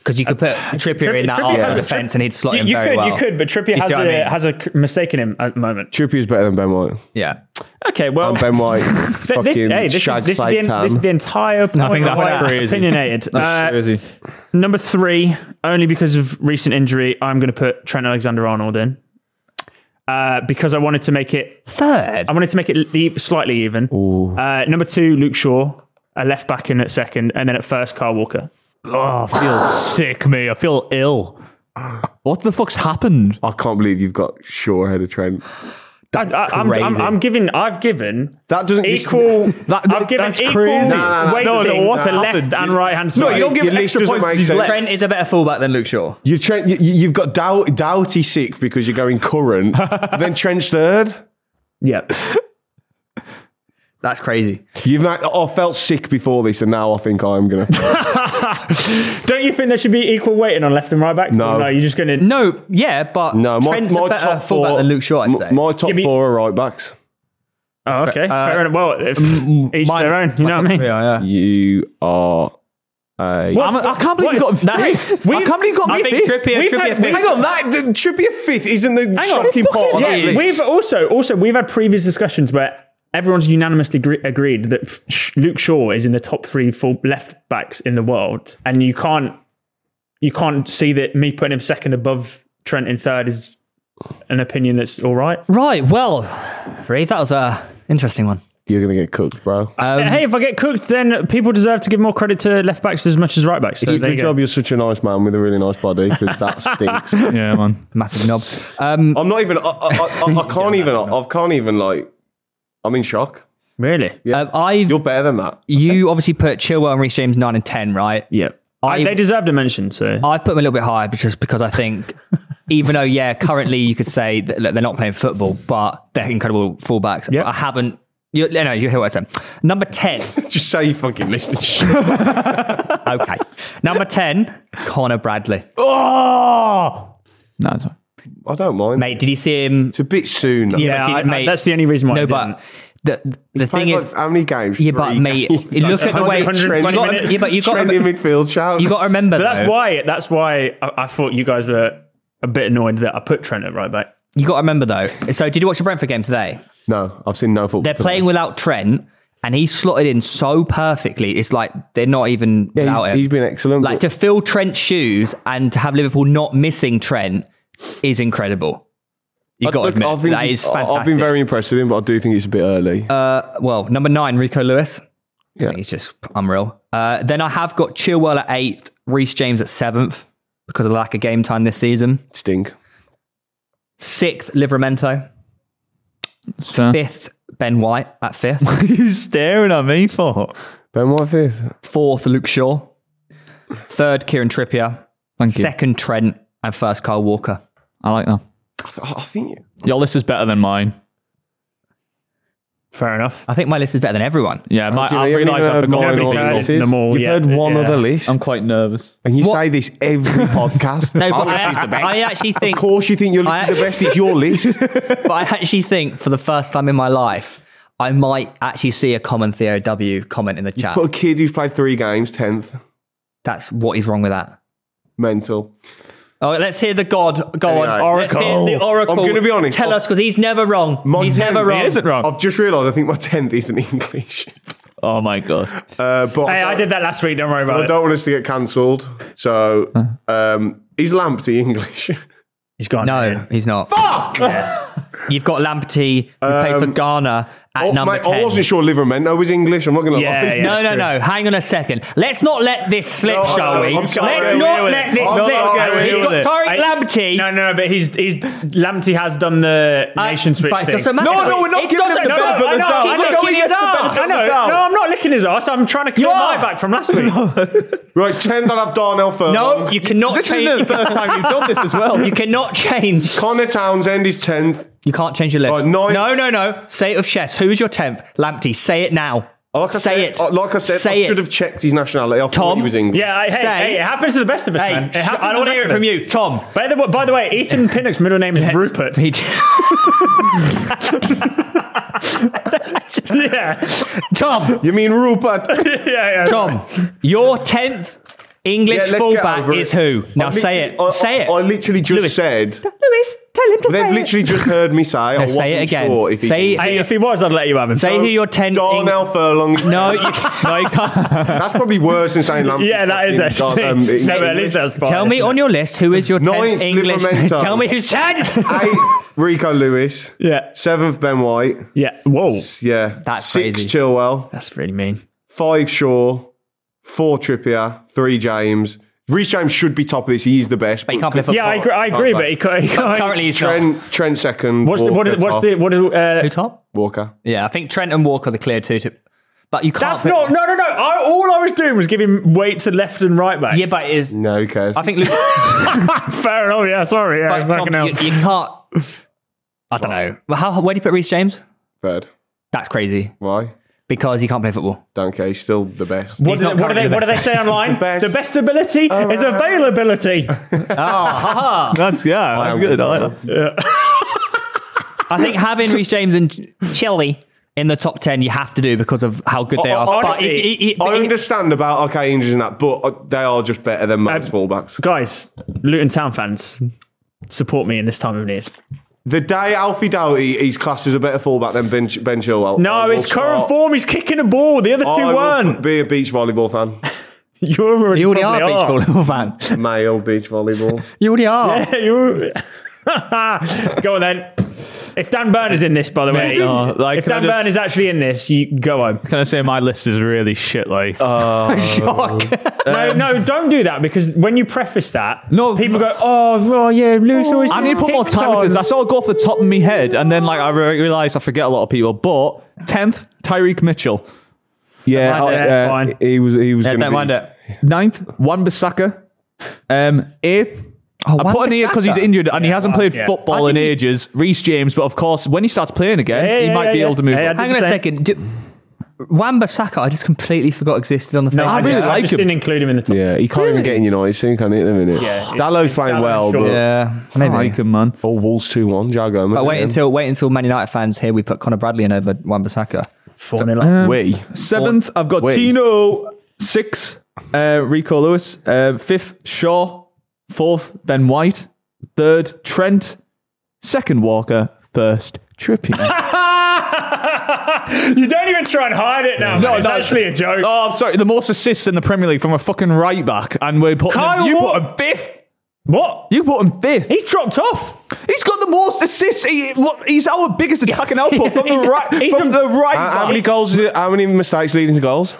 Speaker 3: Because you could put Trippier in that
Speaker 2: Uh, Trippier
Speaker 3: Arsenal
Speaker 2: has a-
Speaker 3: defence and he'd slot
Speaker 2: you,
Speaker 3: him
Speaker 2: you
Speaker 3: very
Speaker 2: could,
Speaker 3: well.
Speaker 2: you could, but
Speaker 3: You
Speaker 2: Trippier has
Speaker 3: see
Speaker 2: a,
Speaker 3: what I mean?
Speaker 2: has a c- mistake in him at the moment.
Speaker 4: Trippier's better than Ben White.
Speaker 3: Yeah,
Speaker 2: Okay, well,
Speaker 4: And Ben White,
Speaker 2: <laughs> th-
Speaker 4: fucking
Speaker 2: this, hey, this, is,
Speaker 4: shag
Speaker 2: this, is the, en-
Speaker 4: Satan.
Speaker 2: this is the entire point
Speaker 8: think
Speaker 2: of
Speaker 8: that's
Speaker 2: why I'm
Speaker 8: crazy.
Speaker 2: opinionated. Uh,
Speaker 8: Crazy.
Speaker 2: Number three, only because of recent injury, I'm going to put Trent Alexander-Arnold in uh, because I wanted to make it.
Speaker 3: third.
Speaker 2: I wanted to make it le- slightly even. Uh, number two, Luke Shaw, a left back in at second, and then at first, Carl Walker.
Speaker 8: Oh, I
Speaker 6: <sighs>
Speaker 8: feel sick, mate. I feel ill. What the fuck's happened?
Speaker 4: I can't believe you've got Shaw ahead of Trent.
Speaker 2: I, am
Speaker 3: crazy.
Speaker 2: I'm, I'm giving. I've given
Speaker 4: <laughs> That doesn't
Speaker 2: equal.
Speaker 8: That-
Speaker 2: I've given
Speaker 8: that's
Speaker 2: equal
Speaker 8: crazy.
Speaker 4: No, no, no.
Speaker 2: weighting
Speaker 4: No,
Speaker 8: no, what
Speaker 2: to
Speaker 8: happened?
Speaker 2: left and right hand side.
Speaker 8: No, you don't give
Speaker 4: Your
Speaker 8: him
Speaker 4: list
Speaker 8: extra
Speaker 4: doesn't
Speaker 8: points
Speaker 4: make
Speaker 8: because he's
Speaker 4: sense.
Speaker 8: left.
Speaker 3: Trent is a better fullback than Luke Shaw.
Speaker 4: You Trent, you, you- you've got Dow, Doughty sixth because you're going
Speaker 2: <laughs>
Speaker 4: current. then Trent's third.
Speaker 2: Yeah.
Speaker 3: That's crazy.
Speaker 4: You've not, I felt sick before this, and now I think I'm gonna.
Speaker 2: Don't you think there should be equal weighting on left and right back?
Speaker 4: No.
Speaker 2: no, you're just going to.
Speaker 3: No, yeah, but
Speaker 4: No, my,
Speaker 3: Trent's
Speaker 4: my
Speaker 3: a better
Speaker 4: top
Speaker 3: fullback
Speaker 4: four
Speaker 3: than Luke Shaw. I'd
Speaker 4: m-
Speaker 3: say.
Speaker 4: My top
Speaker 2: Yeah, but-
Speaker 4: four are right backs.
Speaker 2: Oh, okay.
Speaker 3: Uh, mm,
Speaker 2: Fair enough. Well, if, each
Speaker 3: Mine-
Speaker 2: their own. You know what I mean?
Speaker 3: Yeah, yeah.
Speaker 4: You are a.
Speaker 2: What-
Speaker 8: I'm, I can't believe you
Speaker 2: what-
Speaker 8: got fifth.
Speaker 2: <laughs> we-
Speaker 8: I can't believe you got
Speaker 2: I
Speaker 8: me
Speaker 2: think
Speaker 8: fifth.
Speaker 3: Trippier-
Speaker 2: We've
Speaker 3: Trippier
Speaker 2: had-
Speaker 3: fifth.
Speaker 4: Hang on, that the Trippier fifth isn't the
Speaker 2: Hang on.
Speaker 4: shocking part. Of that
Speaker 2: Yeah,
Speaker 4: list.
Speaker 2: we've also also we've had previous discussions where everyone's unanimously agree- agreed that F- Sh- Luke Shaw is in the top three full left backs in the world, and you can't you can't see that me putting him second above Trent in third is an opinion that's all right.
Speaker 3: Right. Well, Reeve, that was a interesting one.
Speaker 4: You're gonna get cooked, bro.
Speaker 3: Uh,
Speaker 2: hey, if I get cooked, then people deserve to give more credit to left backs as much as right backs. So
Speaker 4: Good
Speaker 2: there you go.
Speaker 4: job, you're such a nice man with a really nice body.
Speaker 3: <laughs>
Speaker 4: 'cause that stinks.
Speaker 8: Yeah, man.
Speaker 3: Massive knob.
Speaker 4: <laughs> I'm not even. I, I, I, I can't even. I, I can't even like. I'm in shock.
Speaker 2: Really?
Speaker 4: Yeah.
Speaker 3: Um, I've
Speaker 4: You're better than that. <laughs>
Speaker 3: you obviously put Chilwell and Reece James nine and ten, right?
Speaker 2: Yeah.
Speaker 3: I-
Speaker 2: they deserved a mention, so
Speaker 3: I put them a little bit higher just because I
Speaker 2: <laughs>
Speaker 3: think, even though yeah, currently you could say that, look, they're not playing football, but they're incredible fullbacks.
Speaker 2: Yep.
Speaker 3: But I haven't. You, no, you hear what I said. Number ten.
Speaker 4: Just say you fucking listen. to
Speaker 3: <laughs>
Speaker 4: shit.
Speaker 3: Okay. Number ten. Connor Bradley.
Speaker 4: oh,
Speaker 8: No, it's fine.
Speaker 4: I don't mind.
Speaker 3: Mate, did you see him?
Speaker 4: It's a bit soon. though.
Speaker 2: yeah,
Speaker 3: did-
Speaker 2: I- I-
Speaker 3: mate.
Speaker 2: that's the only reason why. I
Speaker 3: No,
Speaker 2: didn't.
Speaker 3: but the the
Speaker 4: Played,
Speaker 3: thing is,
Speaker 4: like, how many games?
Speaker 3: yeah, but
Speaker 4: Three
Speaker 3: mate,
Speaker 2: <laughs>
Speaker 4: games.
Speaker 3: you look at the way.
Speaker 2: 120
Speaker 3: you got-
Speaker 2: minutes.
Speaker 3: Yeah, but you got
Speaker 4: Trendy midfield shout.
Speaker 3: you got to remember
Speaker 2: But that's
Speaker 3: though,
Speaker 2: why. That's why I, I thought you guys were a bit annoyed that I put Trent at right back.
Speaker 3: You got to remember though. So, did you watch the Brentford game today?
Speaker 4: no, I've seen no football.
Speaker 3: They're
Speaker 4: today.
Speaker 3: playing without Trent, and he slotted in so perfectly. It's like they're not even
Speaker 4: Yeah,
Speaker 3: without
Speaker 4: he's-
Speaker 3: him.
Speaker 4: he's been excellent,
Speaker 3: Like
Speaker 4: but-
Speaker 3: to fill Trent's shoes and to have Liverpool not missing Trent is incredible. You
Speaker 4: I-
Speaker 3: got to
Speaker 4: look,
Speaker 3: admit
Speaker 4: I think
Speaker 3: that
Speaker 4: he's-
Speaker 3: is
Speaker 4: I-
Speaker 3: fantastic. Uh,
Speaker 4: I've been very impressed with him, but I do think it's a bit early.
Speaker 3: well. Number nine, Rico Lewis. I
Speaker 4: Yeah.
Speaker 3: think he's just unreal. Uh, then I have got Chilwell at eighth, Reece James at seventh because of the lack of game time this season.
Speaker 4: Stink.
Speaker 3: Sixth, Livramento.
Speaker 8: It's fair.
Speaker 3: Fifth, Ben White at fifth.
Speaker 6: What are you staring at me for?
Speaker 4: Ben White fifth.
Speaker 3: fourth Luke Shaw, third Kieran Trippier,
Speaker 8: Thank you.
Speaker 3: second Trent, and first Kyle Walker.
Speaker 8: I like that.
Speaker 4: I I think
Speaker 6: Your list is better than mine.
Speaker 2: Fair enough.
Speaker 3: I think my list is better than everyone.
Speaker 6: Yeah, my,
Speaker 4: do you
Speaker 6: I
Speaker 4: really
Speaker 6: realise
Speaker 4: know
Speaker 6: I forgot
Speaker 4: mine
Speaker 6: everything.
Speaker 4: or
Speaker 2: I've
Speaker 4: yours
Speaker 2: done
Speaker 4: is?
Speaker 2: them all
Speaker 4: You've
Speaker 2: yet,
Speaker 4: heard one
Speaker 2: yeah.
Speaker 4: other list,
Speaker 6: I'm quite nervous.
Speaker 4: and you
Speaker 3: What-
Speaker 4: say this
Speaker 2: <laughs>
Speaker 4: every podcast.
Speaker 3: No,
Speaker 4: My
Speaker 3: but
Speaker 4: list
Speaker 3: I,
Speaker 4: is the best.
Speaker 3: I actually think,
Speaker 4: of course, you think your list
Speaker 3: I-
Speaker 4: is the best. It's
Speaker 3: <laughs>
Speaker 4: your list.
Speaker 3: but I actually think for the first time in my life, I might actually see a common Theo W comment in the chat.
Speaker 4: Put a kid who's played three games tenth.
Speaker 3: That's what is wrong with that.
Speaker 4: Mental.
Speaker 3: Oh, let's hear the God. Go
Speaker 4: Anyway.
Speaker 3: on, Oracle. Let's hear the Oracle.
Speaker 4: I'm gonna be honest.
Speaker 3: Tell us because he's never wrong.
Speaker 4: My
Speaker 3: he's
Speaker 4: tenth-
Speaker 3: never wrong.
Speaker 6: He isn't wrong.
Speaker 4: I've just realised. I think my tenth isn't English. <laughs>
Speaker 6: Oh my god.
Speaker 4: Uh, but
Speaker 2: Hey, I did that last week. Don't worry
Speaker 4: I
Speaker 2: about it.
Speaker 4: don't want us to get cancelled. So um, he's Lamptey English. <laughs>
Speaker 2: He's gone.
Speaker 3: No, he's not. Fuck! You've got Lamperty, who plays for Ghana at
Speaker 4: Um, Oh,
Speaker 3: number
Speaker 4: mate,
Speaker 3: 10.
Speaker 4: I wasn't sure Livermento was English. I'm not going to
Speaker 2: Yeah,
Speaker 4: lie.
Speaker 2: yeah.
Speaker 3: No, no, no. Hang on a second. Let's not let this slip,
Speaker 4: No,
Speaker 3: shall
Speaker 4: no,
Speaker 3: we?
Speaker 4: I'm
Speaker 3: Let's
Speaker 4: sorry. We'll
Speaker 3: not
Speaker 2: deal with
Speaker 3: let
Speaker 2: it.
Speaker 3: this
Speaker 2: I'm sorry,
Speaker 3: slip.
Speaker 2: we'll
Speaker 3: You've
Speaker 2: deal
Speaker 3: got Tariq
Speaker 2: I-
Speaker 3: Lamptey.
Speaker 2: No, no, but he's he's Lamptey has done the
Speaker 3: uh,
Speaker 2: nation switch
Speaker 3: but it
Speaker 2: thing.
Speaker 3: doesn't matter.
Speaker 4: No, no, we're not
Speaker 3: It
Speaker 4: giving him
Speaker 3: doesn't-
Speaker 4: the
Speaker 2: No,
Speaker 4: benefit of
Speaker 2: I
Speaker 4: the
Speaker 2: know,
Speaker 4: doubt.
Speaker 2: I
Speaker 4: We're
Speaker 2: know,
Speaker 4: going
Speaker 2: keep his
Speaker 4: against the
Speaker 2: ass.
Speaker 4: benefit
Speaker 2: I
Speaker 4: of the
Speaker 2: know.
Speaker 4: doubt.
Speaker 2: No, I'm not licking his ass. I'm trying to clear my
Speaker 3: are.
Speaker 2: back from last week.
Speaker 4: <laughs> Right, 10th I'll have Darnell Furlong.
Speaker 3: No, you cannot
Speaker 6: This
Speaker 3: change. <laughs>
Speaker 6: isn't the first time you've done this as well.
Speaker 3: You cannot change.
Speaker 4: Connor Townsend is 10th.
Speaker 3: You can't change your list.
Speaker 4: Right, nine-
Speaker 3: no, no, no. Say it of chess. Who's your 10th? Lamptey, say it now.
Speaker 4: Oh, Like I
Speaker 3: say
Speaker 4: said, uh,
Speaker 3: it.
Speaker 4: Like I said,
Speaker 3: say
Speaker 4: I should
Speaker 3: it.
Speaker 4: have checked his nationality. I thought
Speaker 3: Tom?
Speaker 4: he was English.
Speaker 2: Yeah, I, hey,
Speaker 3: Say-
Speaker 2: hey, it happens to the best of us, man.
Speaker 3: Hey,
Speaker 2: It
Speaker 3: sh-
Speaker 2: happens
Speaker 3: I don't
Speaker 2: to the
Speaker 3: want to hear
Speaker 2: best
Speaker 3: it
Speaker 2: of
Speaker 3: from
Speaker 2: us.
Speaker 3: you. Tom.
Speaker 2: By the, by the way, Ethan Pinnock's middle name is Rupert. <laughs>
Speaker 3: He <laughs> did.
Speaker 2: yeah,
Speaker 3: Tom,
Speaker 4: You
Speaker 3: <laughs>
Speaker 4: mean Rupert?
Speaker 2: yeah, yeah.
Speaker 3: Tom, <laughs> your 10th English
Speaker 4: let's get over
Speaker 3: fullback
Speaker 4: it.
Speaker 3: is who? Now
Speaker 4: I
Speaker 3: say
Speaker 4: literally-
Speaker 3: it.
Speaker 4: I,
Speaker 3: say it.
Speaker 4: I, I literally just said.
Speaker 3: Lewis, tell him to
Speaker 4: They've literally just heard me say. I
Speaker 3: No,
Speaker 4: wasn't
Speaker 3: say it again.
Speaker 4: Sure if he
Speaker 3: Say-
Speaker 4: did.
Speaker 2: Hey, if he was, I'd let you have him.
Speaker 3: Say who your 10th. Eng-
Speaker 4: Darnell Furlong.
Speaker 3: <laughs>
Speaker 4: is-
Speaker 3: No, you, no, you can't.
Speaker 4: that's probably worse
Speaker 3: <laughs>
Speaker 4: than saying Lamptey.
Speaker 2: yeah, that is actually.
Speaker 4: um,
Speaker 2: <laughs> so at least that's part.
Speaker 3: Tell me on your list who is your 10th
Speaker 4: Ninth,
Speaker 3: English.
Speaker 4: Livramento.
Speaker 3: Tell me who's
Speaker 4: <laughs>
Speaker 3: 10. <laughs>
Speaker 4: Eighth, Rico Lewis.
Speaker 2: Yeah,
Speaker 4: Seventh, Ben White.
Speaker 2: yeah. Whoa,
Speaker 4: Yeah.
Speaker 3: That's
Speaker 4: Six,
Speaker 3: crazy.
Speaker 4: Chilwell.
Speaker 2: that's really mean.
Speaker 4: Five, Shaw. Four, Trippier. Three, James. Reece James should be top of this. He's the best.
Speaker 3: But you can't play for
Speaker 2: Yeah, I agree. I agree, but he, can't- he can't.
Speaker 3: Currently, he's not.
Speaker 4: Trent, Trent second.
Speaker 2: what's the what
Speaker 4: Walker
Speaker 2: is, what's
Speaker 4: top.
Speaker 2: the what is, uh,
Speaker 3: Who top?
Speaker 4: Walker?
Speaker 3: Yeah, I think Trent and Walker are the clear two. To, but you can't.
Speaker 2: That's
Speaker 3: put-
Speaker 2: not. No, no, no. I, all I was doing was giving weight to left and right back.
Speaker 3: Yeah, but it is.
Speaker 4: No, who cares?
Speaker 3: I think
Speaker 2: <laughs>
Speaker 3: Luke.
Speaker 2: fair enough. Yeah, sorry. Yeah,
Speaker 3: but Tom,
Speaker 2: fucking hell.
Speaker 3: you, you can't. I don't know. Well, how, where do you put Reece James?
Speaker 4: third.
Speaker 3: That's crazy
Speaker 4: Why?
Speaker 3: because he can't play football.
Speaker 4: Don't care. He's still the best.
Speaker 3: He's
Speaker 2: What do,
Speaker 3: not
Speaker 2: they, what, do
Speaker 3: currently
Speaker 2: they,
Speaker 3: the
Speaker 2: what do they
Speaker 3: best.
Speaker 2: say online?
Speaker 4: the best.
Speaker 2: the best ability is availability.
Speaker 6: That's yeah, <laughs> that's
Speaker 4: am-
Speaker 6: good. I like that.
Speaker 3: I think having Reece James and Chelsea in the top 10, you have to do because of how good they
Speaker 4: Oh,
Speaker 3: are.
Speaker 4: oh,
Speaker 3: But
Speaker 4: honestly,
Speaker 3: it- it- it-
Speaker 4: I
Speaker 3: it-
Speaker 4: understand about okay injuries and that, but uh, they are just better than most fullbacks.
Speaker 2: Guys, Luton Town fans, support me in this time of need.
Speaker 4: The day Alfie Doughty, his class is a better fullback than Ben, ben Chilwell. I
Speaker 2: No,
Speaker 4: will
Speaker 2: it's current
Speaker 4: start-
Speaker 2: form. He's kicking a ball. The other
Speaker 4: I
Speaker 2: two
Speaker 4: will
Speaker 2: weren't.
Speaker 4: Be a beach volleyball
Speaker 2: <laughs>
Speaker 4: fan.
Speaker 2: You already,
Speaker 3: you already are a
Speaker 2: probably
Speaker 3: beach volleyball fan.
Speaker 4: Male beach volleyball.
Speaker 2: <laughs>
Speaker 3: You already are.
Speaker 2: Yeah, you. Go on then. If Dan Burn is in this, by the way,
Speaker 6: <laughs> Oh,
Speaker 11: No, like,
Speaker 2: if
Speaker 11: can I
Speaker 2: Dan
Speaker 11: just-
Speaker 2: Burn is actually in this, you go home.
Speaker 11: Can I say my list is really shit? Like,
Speaker 3: <laughs>
Speaker 2: No, no, don't do that because when you preface that,
Speaker 6: Um, No,
Speaker 2: people go, "Oh, well, yeah, Lewis always."
Speaker 6: I
Speaker 2: gets
Speaker 6: need to put more
Speaker 2: picked
Speaker 6: time into
Speaker 2: on."
Speaker 6: this. I sort of go off the top of my head, and then like I realize I forget a lot of people. But tenth, Tyreek Mitchell.
Speaker 4: Yeah,
Speaker 2: mind
Speaker 4: I-
Speaker 2: it,
Speaker 4: yeah,
Speaker 2: fine.
Speaker 4: he was. He was. gonna
Speaker 3: don't
Speaker 4: be-
Speaker 3: mind it.
Speaker 6: Ninth, Wan Bissaka. Um, eighth.
Speaker 3: Oh,
Speaker 6: I put in here because he's injured and he hasn't played
Speaker 2: yeah.
Speaker 6: football in ages. Reece James, but of course, when he starts playing again,
Speaker 2: Yeah,
Speaker 6: he
Speaker 2: yeah,
Speaker 6: might
Speaker 2: yeah,
Speaker 6: be
Speaker 2: yeah.
Speaker 6: able to move.
Speaker 2: Hey,
Speaker 6: up.
Speaker 2: I
Speaker 3: Hang on a
Speaker 2: Say-
Speaker 3: second. Do, Wamba Saka, I just completely forgot existed on the face.
Speaker 2: No,
Speaker 3: of
Speaker 6: I
Speaker 3: the
Speaker 6: really
Speaker 2: just-
Speaker 6: like
Speaker 2: just
Speaker 6: him.
Speaker 2: Didn't include him in the top.
Speaker 4: Yeah, he can't even get in United soon, can he? At the minute,
Speaker 2: Yeah,
Speaker 4: Dallow's
Speaker 2: it's-
Speaker 4: playing
Speaker 2: Dallow's
Speaker 4: well,
Speaker 2: short.
Speaker 4: but
Speaker 3: yeah,
Speaker 6: I
Speaker 3: maybe.
Speaker 6: like him, man.
Speaker 4: oh, Wolves two one. Jago.
Speaker 3: But wait until wait until Man United fans hear we put Connor Bradley in over Wamba Saka.
Speaker 2: Four nil
Speaker 6: Uh,
Speaker 2: up.
Speaker 4: we.
Speaker 6: Seventh, I've got
Speaker 4: Wait.
Speaker 6: Tino. Six, uh, Rico Lewis. Uh, fifth, Shaw. Fourth, Ben White. Third, Trent. Second, Walker. First,
Speaker 2: <laughs>
Speaker 6: Trippier.
Speaker 2: you don't even try and hide it now. No, it's actually a joke.
Speaker 6: oh, I'm sorry. The most assists in the Premier League from a fucking right back, and we're putting him,
Speaker 2: Kyle
Speaker 6: you
Speaker 2: Walker.
Speaker 6: put him fifth.
Speaker 2: What?
Speaker 6: You put him fifth.
Speaker 2: He's dropped off.
Speaker 6: He's got the most assists. He, what, he's our biggest
Speaker 2: <laughs>
Speaker 6: attacking output from
Speaker 2: He's-
Speaker 6: the right.
Speaker 2: he's
Speaker 6: from
Speaker 2: a-
Speaker 6: the right.
Speaker 4: How, how
Speaker 6: back.
Speaker 4: many goals? is it- How many mistakes leading to goals?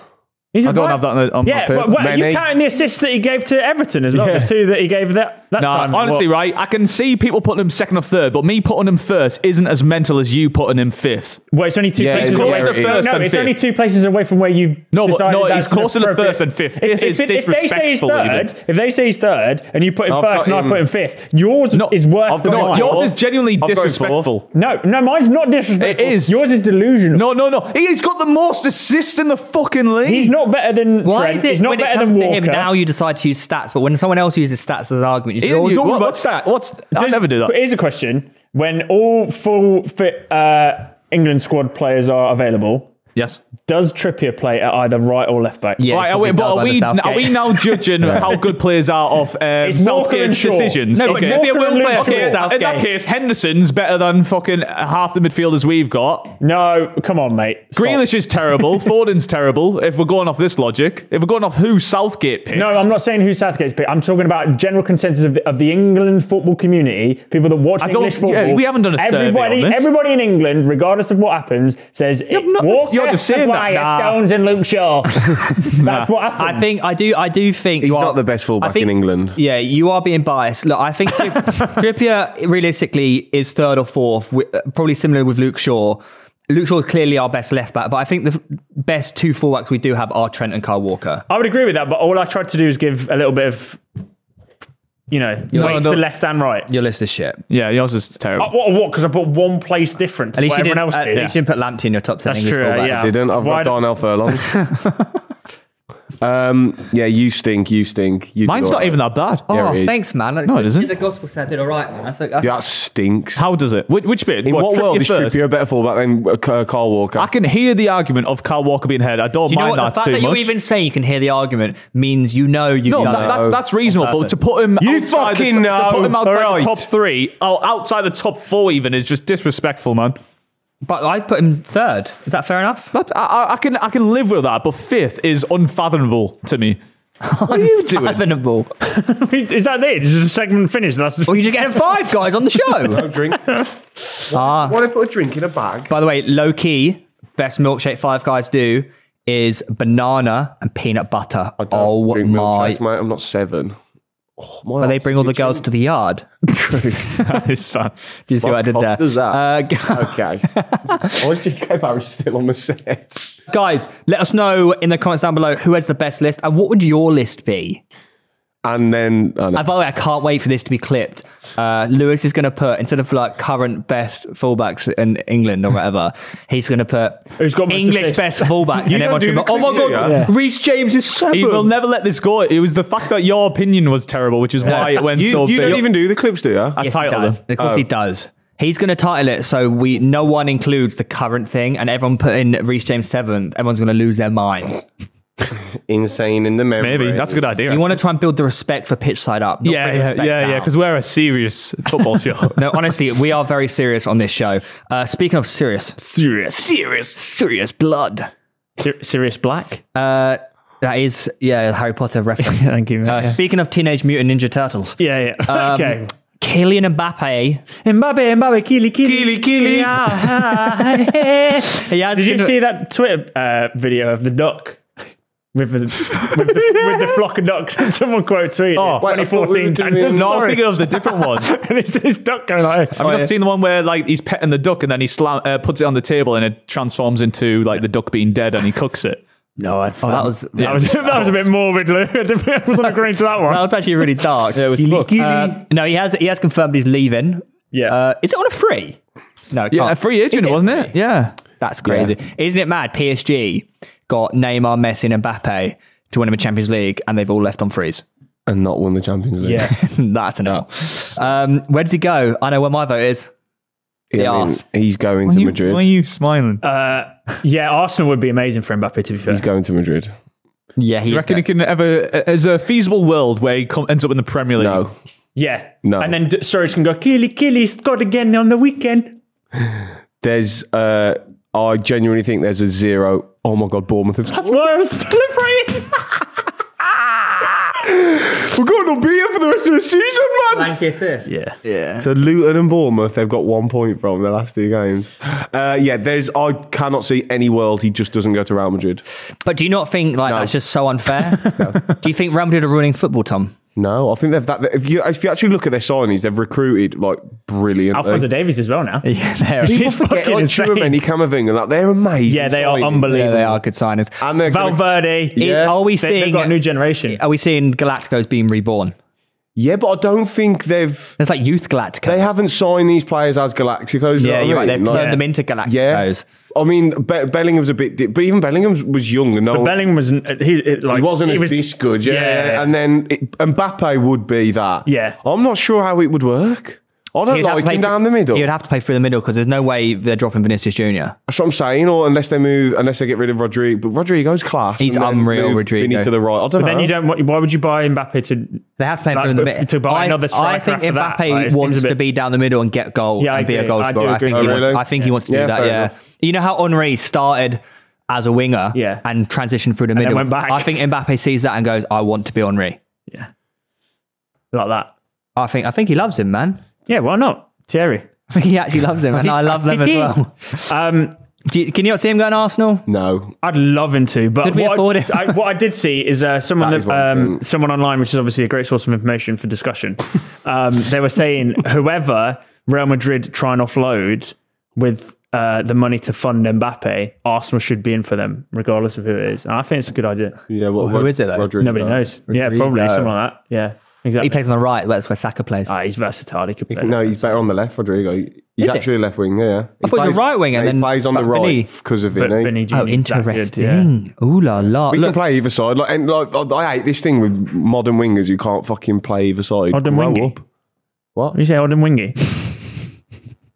Speaker 2: He's
Speaker 6: I
Speaker 2: a
Speaker 6: don't
Speaker 2: right-
Speaker 6: have that on the- on my
Speaker 2: yeah,
Speaker 6: paper.
Speaker 2: but what, you
Speaker 4: Many.
Speaker 2: counting the assists that he gave to Everton as well? The two that he gave that that
Speaker 6: Nah,
Speaker 2: time.
Speaker 6: honestly,
Speaker 2: What?
Speaker 6: right? I can see people putting him second or third, but me putting him first isn't as mental as you putting him fifth.
Speaker 2: well, it's only two
Speaker 4: Yeah,
Speaker 2: places
Speaker 4: he's
Speaker 2: away.
Speaker 4: closer to first
Speaker 2: no,
Speaker 6: than
Speaker 2: it's
Speaker 6: fifth.
Speaker 2: only two places away from where you.
Speaker 6: No, but-
Speaker 2: decided
Speaker 6: no,
Speaker 2: that's
Speaker 6: he's
Speaker 2: an
Speaker 6: closer to
Speaker 2: appropriate-
Speaker 6: first than fifth.
Speaker 2: If,
Speaker 6: Fifth is
Speaker 2: if, if they say he's
Speaker 6: disrespectful,
Speaker 2: third,
Speaker 6: even.
Speaker 2: if they say he's third, and you put him
Speaker 4: I've got
Speaker 2: first, and I
Speaker 4: him-
Speaker 2: put him fifth, yours is worse
Speaker 4: I've
Speaker 2: than
Speaker 4: got
Speaker 2: mine.
Speaker 6: Yours is genuinely
Speaker 4: I've got him fourth.
Speaker 6: disrespectful.
Speaker 2: no, no, mine's not disrespectful.
Speaker 6: It is.
Speaker 2: Yours is delusional.
Speaker 6: No, no, no. He's got the most assists in the fucking league.
Speaker 2: He's not better than
Speaker 3: Why
Speaker 2: Trent.
Speaker 3: is it
Speaker 2: he's not
Speaker 3: when it
Speaker 2: better
Speaker 3: comes
Speaker 2: than
Speaker 3: to
Speaker 2: Walker.
Speaker 3: him, now you decide to use stats, but when someone else uses stats as an argument, you
Speaker 6: Ian,
Speaker 3: just,
Speaker 6: you-
Speaker 3: oh,
Speaker 6: what- what's that? What's I
Speaker 2: Does-
Speaker 6: never do that.
Speaker 2: Here's a question: When all full fit uh, England squad players are available,
Speaker 6: Yes.
Speaker 2: does Trippier play at either right or left back?
Speaker 3: yeah,
Speaker 6: Right,
Speaker 3: it
Speaker 6: are
Speaker 3: probably
Speaker 6: we,
Speaker 3: does
Speaker 6: but are
Speaker 3: under Southgate.
Speaker 6: we, are we now judging how good players are off um,
Speaker 2: It's Walker and
Speaker 6: Southgate's
Speaker 2: Shaw.
Speaker 6: decisions?
Speaker 2: No, but
Speaker 6: maybe it
Speaker 2: Walker
Speaker 6: will
Speaker 2: and
Speaker 6: play.
Speaker 2: Luke
Speaker 6: Okay,
Speaker 2: Shaw.
Speaker 6: in that
Speaker 2: Southgate.
Speaker 6: case, Henderson's better than fucking half the midfielders we've got.
Speaker 2: No, come on, mate. Stop.
Speaker 6: Grealish is terrible. Foden's terrible. If we're going off this logic, if we're going off who Southgate picked,
Speaker 2: No, I'm not saying who Southgate's pick. I'm talking about general consensus of the, of the England football community, people that watch
Speaker 6: I don't-
Speaker 2: English football.
Speaker 6: yeah, we haven't done a survey
Speaker 2: everybody,
Speaker 6: on this.
Speaker 2: Everybody in England, regardless of what happens, says it's
Speaker 6: not-
Speaker 2: Walker,
Speaker 6: you're just saying that.
Speaker 2: Maguire,
Speaker 6: Nah.
Speaker 2: Stones, and Luke
Speaker 6: <laughs>
Speaker 2: Shaw. That's what happens.
Speaker 3: I think I do. I do think
Speaker 4: He's
Speaker 3: you are-
Speaker 4: not the best fullback
Speaker 3: I think-
Speaker 4: in England.
Speaker 3: Yeah, you are being biased. Look, I think
Speaker 4: <laughs>
Speaker 3: Tri- Trippier realistically is third or fourth, wi- uh, probably similar with Luke Shaw. Luke Shaw is clearly our best left back, but I think the f- best two fullbacks we do have are Trent and Kyle Walker.
Speaker 2: I would agree with that, but all I tried to do is give a little bit of, you know,
Speaker 3: no.
Speaker 2: weight to left and right.
Speaker 3: Your list is shit.
Speaker 6: yeah, yours is terrible.
Speaker 2: Uh, what? What? Because I put one place different to
Speaker 3: At least
Speaker 2: what
Speaker 3: you didn't.
Speaker 2: everyone else
Speaker 3: at
Speaker 2: did.
Speaker 3: least you didn't uh, put Lamptey in your top ten.
Speaker 2: That's
Speaker 3: English
Speaker 2: true.
Speaker 3: fullbacks.
Speaker 2: yeah.
Speaker 4: Didn't I've
Speaker 2: Why
Speaker 4: got Darnell Furlong.
Speaker 3: <laughs>
Speaker 4: um, yeah, you stink. You stink. You do
Speaker 6: Mine's
Speaker 4: all
Speaker 6: not
Speaker 4: right.
Speaker 6: even that bad.
Speaker 3: Oh,
Speaker 4: Yeah, it is.
Speaker 3: thanks, man.
Speaker 6: No, it isn't.
Speaker 3: The gospel said I did all right, man. That's like, that's,
Speaker 4: That stinks.
Speaker 6: How does it? Which, which bit?
Speaker 4: in what,
Speaker 6: Trippier
Speaker 4: world is
Speaker 6: first?
Speaker 4: Trippier a better fullback than uh, Carl Walker?
Speaker 6: I can hear the argument of Carl Walker being head. I don't
Speaker 3: you know what?
Speaker 6: mind
Speaker 3: The
Speaker 6: that
Speaker 3: fact
Speaker 6: too
Speaker 3: that
Speaker 6: much.
Speaker 3: you even say you can hear the argument means you know you've
Speaker 6: No,
Speaker 3: done
Speaker 6: that,
Speaker 3: it.
Speaker 6: that's that's reasonable. But to put him
Speaker 4: You
Speaker 6: outside the
Speaker 4: fucking um,
Speaker 6: top, to put him
Speaker 4: know.
Speaker 6: outside
Speaker 4: Alright.
Speaker 6: the top three, oh, outside the top four, even is just disrespectful, man.
Speaker 3: But I put him third. Is that fair enough?
Speaker 6: That I, I- I can I can live with that, but fifth is unfathomable to me. What are you doing?
Speaker 3: Fathomable. <laughs>
Speaker 2: not? Is that it? Is the segment finished? That's
Speaker 3: Well, you're just getting five guys on the show.
Speaker 4: drink.
Speaker 3: Ah.
Speaker 4: What if I put a drink in a bag?
Speaker 3: By the way, low key, best milkshake five guys do is banana and peanut butter. Oh
Speaker 4: drink
Speaker 3: my.
Speaker 4: milkshakes, mate. I'm not seven. Oh, my
Speaker 3: But they
Speaker 4: ass
Speaker 3: bring
Speaker 4: is
Speaker 3: all the
Speaker 4: itching.
Speaker 3: girls to the yard. <laughs>
Speaker 6: it's fun.
Speaker 3: Do you see what, I did
Speaker 4: cock
Speaker 3: there?
Speaker 4: does that?
Speaker 3: Uh, <laughs> gu-
Speaker 4: Okay. Why is JK Barry still on the set?
Speaker 3: guys, let us know in the comments down below who has the best list and what would your list be?
Speaker 4: And then I know.
Speaker 3: And Uh, by the way, I can't wait for this to be clipped. Uh, Lewis is going to put, instead of like current best fullbacks in England or whatever, <laughs> he's going to put
Speaker 2: Who's got most
Speaker 3: English
Speaker 2: assists?
Speaker 3: best fullbacks. and everyone's
Speaker 4: do
Speaker 3: going to be, oh my
Speaker 4: the clips,
Speaker 3: God,
Speaker 4: do you?
Speaker 3: Reece James is seven.
Speaker 6: You will never let this go. It was the fact that your opinion was terrible, which is why it went
Speaker 4: you,
Speaker 6: so
Speaker 4: you
Speaker 6: big.
Speaker 4: don't even do the clips, do you?
Speaker 6: I
Speaker 3: Yes,
Speaker 6: titled
Speaker 3: he does.
Speaker 6: them.
Speaker 3: Of course, he does. He's going to title it so we no one includes the current thing, and everyone put in Reece James seventh. Everyone's going to lose their mind.
Speaker 4: Insane in the memory.
Speaker 6: <laughs> Maybe that's a good idea.
Speaker 3: You want to try and build the respect for pitch side up. not
Speaker 6: yeah,
Speaker 3: bring
Speaker 6: yeah,
Speaker 3: respect
Speaker 6: yeah, yeah.
Speaker 3: down.
Speaker 6: Because we're a serious football show. <laughs>
Speaker 3: no, honestly, we are very serious on this show. Uh, speaking of serious,
Speaker 2: serious.
Speaker 3: serious, serious blood.
Speaker 2: serious Black.
Speaker 3: Uh, that is
Speaker 6: <laughs>
Speaker 3: yeah, a Harry Potter reference.
Speaker 2: Thank you.
Speaker 3: Uh, Speaking of Teenage Mutant Ninja Turtles,
Speaker 2: yeah, yeah. <laughs> okay.
Speaker 3: Kylian Mbappe.
Speaker 2: Mbappe, Mbappe, Kili, Kili,
Speaker 4: Kili, Kili.
Speaker 3: He has
Speaker 2: Did you
Speaker 3: been-
Speaker 2: see that Twitter uh, video of the duck? With the, with, the, with the flock of ducks, <laughs> someone quote tweeted
Speaker 6: Oh,
Speaker 2: oh,
Speaker 6: wait,
Speaker 4: I thought we were doing-
Speaker 2: 2014
Speaker 6: <laughs>
Speaker 2: Daniel
Speaker 6: No, I was
Speaker 2: Suarez.
Speaker 6: thinking of the different
Speaker 4: <laughs>
Speaker 6: one. Have
Speaker 2: and it's <laughs> this duck going like
Speaker 4: Oh,
Speaker 2: this.
Speaker 6: you not seen the one where like he's petting the duck and then he slam, uh, puts it on the table and it transforms into like the duck being dead and he
Speaker 4: <laughs>
Speaker 6: cooks it?
Speaker 2: No, I, oh,
Speaker 3: that was-
Speaker 2: that
Speaker 6: <laughs>
Speaker 2: was that was a bit morbid. Lou. <laughs> I wasn't agreeing to that one.
Speaker 3: That was actually really dark.
Speaker 6: Yeah, it was fucked.
Speaker 3: Uh, no, he has he has confirmed he's leaving.
Speaker 2: yeah,
Speaker 3: Uh, is it on a free? No, it
Speaker 4: Oh.
Speaker 8: Yeah, a
Speaker 3: can't.
Speaker 8: free agent,
Speaker 3: Is
Speaker 8: wasn't it? Yeah.
Speaker 3: That's crazy. Isn't it mad? PSG got Neymar, Messi, and Mbappe to win him a Champions League, and they've all left on freeze. <laughs>
Speaker 4: and not won the Champions League.
Speaker 2: yeah.
Speaker 3: That's an L. Um, where does he go? I know where my vote is.
Speaker 4: Yeah, I mean,
Speaker 3: Yes.
Speaker 4: he's going to
Speaker 6: Why are you-
Speaker 4: Madrid.
Speaker 6: why are you smiling?
Speaker 2: Uh, yeah, Arsenal would be amazing for Mbappe. To be fair,
Speaker 4: he's going to Madrid.
Speaker 3: Yeah, he.
Speaker 6: you reckon he can ever? uh, Is there a feasible world where he com- ends up in the Premier League?
Speaker 4: No,
Speaker 2: yeah,
Speaker 4: No.
Speaker 2: And then D- Sturridge can go Kili, Kili scored again on the weekend. <laughs>
Speaker 4: there's. Uh, I genuinely think there's a zero. Oh my god, Bournemouth. Have,
Speaker 2: Well, I was celebrating.
Speaker 4: we're going to be here for the rest of the season, man.
Speaker 2: Yeah,
Speaker 4: So Luton and Bournemouth, they've got one point from their last two games. Uh, yeah, there's. I cannot see any world he just doesn't go to Real Madrid.
Speaker 3: But do you not think like that's just so unfair? Do you think Real Madrid are ruining football, Tom?
Speaker 4: No, I think they've that. If you if you actually look at their signings, they've recruited like brilliant.
Speaker 2: Alphonso Davies as well now.
Speaker 3: <laughs> Yeah, they are.
Speaker 2: He's
Speaker 4: Forget
Speaker 2: fucking
Speaker 4: like
Speaker 2: insane.
Speaker 4: Tchouameni, Camavinga, like they're amazing.
Speaker 2: <laughs> Yeah, they are
Speaker 4: signings.
Speaker 2: unbelievable.
Speaker 3: they are good signers.
Speaker 4: And they're gonna-
Speaker 2: Valverde.
Speaker 4: Yeah.
Speaker 3: Are we
Speaker 2: They,
Speaker 3: seeing?
Speaker 2: have got a new generation.
Speaker 3: <laughs> are we seeing Galacticos being reborn?
Speaker 4: yeah, but I don't think they've
Speaker 3: It's like youth Galacticos.
Speaker 4: they haven't signed these players as Galacticos. you know
Speaker 3: yeah,
Speaker 4: what
Speaker 3: you're
Speaker 4: I
Speaker 3: right. They've
Speaker 4: mean?
Speaker 3: turned
Speaker 4: Like-
Speaker 3: them into Galacticos.
Speaker 4: Yeah, I mean Be- Bellingham's a bit, di- but even Bellingham was young and no one-
Speaker 2: Bellingham was n- uh, he it, like
Speaker 4: He wasn't
Speaker 2: he
Speaker 4: as
Speaker 2: was-
Speaker 4: this good, yeah.
Speaker 2: Yeah.
Speaker 4: And then it, Mbappe would be that.
Speaker 2: Yeah.
Speaker 4: I'm not sure how it would work. I don't
Speaker 3: He'd have to
Speaker 4: like
Speaker 3: play
Speaker 4: him
Speaker 3: through-
Speaker 4: down the middle.
Speaker 3: He'd have to play through the middle because there's no way they're dropping Vinicius Junior.
Speaker 4: That's what I'm saying. Or unless they move, unless they get rid of Rodrigo. But Rodrigo's class.
Speaker 3: He's
Speaker 4: and then
Speaker 3: unreal,
Speaker 4: move
Speaker 3: Rodrigo.
Speaker 4: Vinny to the right. I don't
Speaker 2: But
Speaker 4: know.
Speaker 2: then you don't. want- Why would you buy Mbappe to?
Speaker 3: They have to play
Speaker 2: Like,
Speaker 3: through the
Speaker 2: but
Speaker 3: middle.
Speaker 2: to buy
Speaker 3: I, I
Speaker 2: another striker
Speaker 3: think
Speaker 2: after
Speaker 3: Mbappe
Speaker 2: that, like, it
Speaker 3: wants
Speaker 2: seems a
Speaker 3: to
Speaker 2: bit-
Speaker 3: be down the middle and get goal
Speaker 2: Yeah, I
Speaker 3: and be a
Speaker 2: agree.
Speaker 3: goal
Speaker 2: I do
Speaker 3: scorer. I, think
Speaker 2: agree.
Speaker 3: he
Speaker 4: Oh, really?
Speaker 3: wants. I think he wants to
Speaker 4: Yeah,
Speaker 3: do that.
Speaker 4: fair
Speaker 3: Yeah.
Speaker 4: enough.
Speaker 3: You know how Henri started as a winger
Speaker 2: Yeah.
Speaker 3: and transitioned through the
Speaker 2: then
Speaker 3: middle.
Speaker 2: went back.
Speaker 3: I think Mbappe sees that and goes, "I want to be Henri."
Speaker 2: like that.
Speaker 3: I think I think he loves him, man.
Speaker 2: Yeah, why not? Thierry.
Speaker 3: I think <laughs> he actually loves him, and I love them as well.
Speaker 2: <laughs> Um,
Speaker 3: Do you, can you not see him going Arsenal?
Speaker 4: no.
Speaker 2: I'd love him to, but
Speaker 3: Could we
Speaker 2: what,
Speaker 3: afford
Speaker 2: I,
Speaker 3: him?
Speaker 2: I, what I did see is uh, someone
Speaker 4: That
Speaker 2: that,
Speaker 4: is one
Speaker 2: um,
Speaker 4: thing.
Speaker 2: someone online, which is obviously a great source of information
Speaker 4: <laughs>
Speaker 2: for discussion. Um, they were saying whoever Real Madrid try and offload with uh, the money to fund Mbappe, Arsenal should be in for them, regardless of who it is. And I think it's a good idea.
Speaker 4: Yeah, what,
Speaker 3: who is it, though?
Speaker 4: Rodrigo.
Speaker 2: Nobody knows. Yeah, probably something like that. Yeah, exactly.
Speaker 3: He plays on the right. That's where Saka plays.
Speaker 2: Ah, he's versatile. He could play.
Speaker 4: No,
Speaker 2: left.
Speaker 4: he's better on the left, Rodrigo. He- He's
Speaker 3: Is he?
Speaker 4: actually a left winger, yeah. He
Speaker 3: thought he was a right winger and
Speaker 4: yeah, he
Speaker 3: then
Speaker 4: plays on the
Speaker 3: back Vinny.
Speaker 4: right because of
Speaker 2: but
Speaker 4: Vinny.
Speaker 2: Vinny
Speaker 3: oh,
Speaker 2: Junior's that good,
Speaker 3: interesting. Ooh la la.
Speaker 4: We
Speaker 3: Look,
Speaker 4: can play either side. Like, and like, I- I hate this thing with modern wingers. You can't fucking play either side.
Speaker 2: yeah. Odin
Speaker 4: Grow
Speaker 2: Wingy.
Speaker 4: up. What?
Speaker 2: You say
Speaker 3: <laughs>
Speaker 2: Odin Wingy?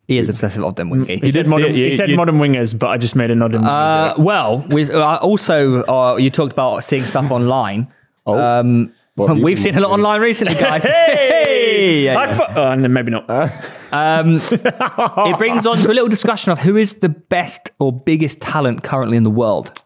Speaker 3: he is obsessive of them, Winky.
Speaker 2: Mm, He did
Speaker 6: say-
Speaker 2: modern.
Speaker 6: you-
Speaker 2: He said
Speaker 6: you-
Speaker 2: modern wingers, but I just made a nod. in-
Speaker 3: Uh, well, we've uh, also uh, you talked about seeing stuff online.
Speaker 4: Oh.
Speaker 3: Um,
Speaker 4: What have you
Speaker 3: we've
Speaker 4: been
Speaker 3: seen a lot
Speaker 4: watching?
Speaker 3: online recently, guys.
Speaker 2: Hey!
Speaker 3: Yeah,
Speaker 2: I
Speaker 3: yeah.
Speaker 2: fu- oh, no, maybe not.
Speaker 3: Um, it brings on to a little discussion of who is the best or biggest talent currently in the world.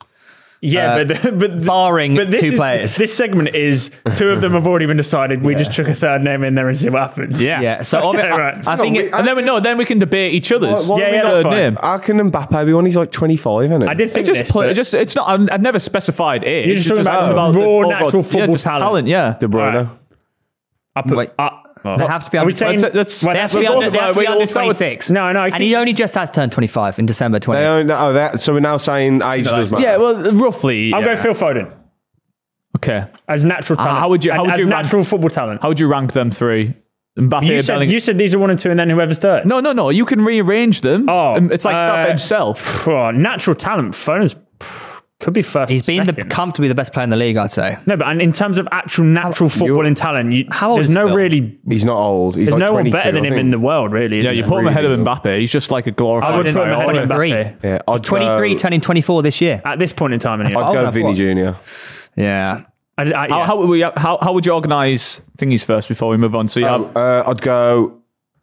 Speaker 2: yeah,
Speaker 3: uh,
Speaker 2: but, the, but the-
Speaker 3: barring
Speaker 2: but this
Speaker 3: two
Speaker 2: is-
Speaker 3: players.
Speaker 2: This segment is two of them have already been decided. We just chuck a third name in there and see what happens. <laughs>
Speaker 3: Yeah. So
Speaker 2: Okay,
Speaker 3: obvi- I,
Speaker 2: right.
Speaker 3: I think
Speaker 4: No,
Speaker 3: it,
Speaker 4: we-
Speaker 6: And then we no, then we can debate each other's.
Speaker 4: Why- why
Speaker 2: Yeah,
Speaker 4: are we
Speaker 2: yeah,
Speaker 4: not-
Speaker 2: that's
Speaker 6: fine.
Speaker 4: name? How can Mbappe be on? He's like 25, isn't it?
Speaker 2: I did
Speaker 6: It
Speaker 2: think
Speaker 6: just
Speaker 2: this,
Speaker 6: play,
Speaker 2: but-
Speaker 6: it just it's not. I've never specified age.
Speaker 2: You're just
Speaker 6: It's
Speaker 2: talking about
Speaker 6: the
Speaker 2: raw
Speaker 6: overall-
Speaker 2: natural football
Speaker 6: yeah, just
Speaker 2: talent.
Speaker 6: yeah.
Speaker 4: De Bruyne.
Speaker 2: Alright. I put,
Speaker 3: Wait.
Speaker 2: I-
Speaker 3: They have to be
Speaker 2: Are we
Speaker 3: under-
Speaker 2: saying
Speaker 6: Let's- let's-
Speaker 2: well,
Speaker 3: they have
Speaker 2: that's
Speaker 3: to be
Speaker 2: what-
Speaker 3: under, they have to be
Speaker 6: Wait,
Speaker 3: under
Speaker 6: we'll start with-
Speaker 3: 26.
Speaker 2: No, no, I
Speaker 3: And he
Speaker 2: think-
Speaker 3: only just has turned 25 in December 20.
Speaker 4: They own, oh, that, so we're now saying age does matter.
Speaker 6: Yeah, well, roughly.
Speaker 2: I'll
Speaker 6: yeah.
Speaker 2: go Phil Foden
Speaker 6: Okay.
Speaker 2: as natural talent.
Speaker 6: how would you- how
Speaker 2: and
Speaker 6: would
Speaker 2: as
Speaker 6: you rank-
Speaker 2: natural football talent?
Speaker 6: How would you rank them three? Mbappe,
Speaker 2: you said,
Speaker 6: Bellingham.
Speaker 2: you said these are one and two, and then whoever's third.
Speaker 6: no, no, no. You can rearrange them.
Speaker 2: Oh,
Speaker 6: Um, it's like
Speaker 2: uh,
Speaker 6: stop itself.
Speaker 2: Phew, natural talent. Foden's phew, could be first.
Speaker 3: He's
Speaker 2: or
Speaker 3: been the,
Speaker 2: second.
Speaker 3: comfortably the best player in the league, I'd say.
Speaker 2: No, but and in terms of actual natural footballing talent, you,
Speaker 3: How old
Speaker 2: there's
Speaker 3: is
Speaker 2: no
Speaker 3: Phil?
Speaker 2: really,
Speaker 4: He's not old. He's
Speaker 2: there's
Speaker 4: like
Speaker 2: no one
Speaker 4: 22,
Speaker 2: better than
Speaker 4: I
Speaker 2: him
Speaker 4: think.
Speaker 2: in the world, really.
Speaker 6: Yeah,
Speaker 2: is
Speaker 6: you
Speaker 2: there?
Speaker 6: put him ahead of
Speaker 4: Really
Speaker 6: Mbappe. He's just like a glorified.
Speaker 2: I would
Speaker 3: I
Speaker 2: put
Speaker 3: don't
Speaker 2: him
Speaker 3: know, I
Speaker 2: ahead of
Speaker 3: wouldn't agree.
Speaker 2: Mbappe
Speaker 4: Yeah, I'd
Speaker 6: uh,
Speaker 3: 23,
Speaker 4: go,
Speaker 3: turning 24 this year.
Speaker 2: at this point in time. Anyway.
Speaker 4: I'd
Speaker 3: old
Speaker 4: go
Speaker 3: enough,
Speaker 4: Vinny
Speaker 3: what?
Speaker 4: Junior.
Speaker 3: Yeah.
Speaker 2: I, I, yeah.
Speaker 6: How, how would we? How, how would you organise thingies first before we move on? So you have
Speaker 4: Uh, I'd go.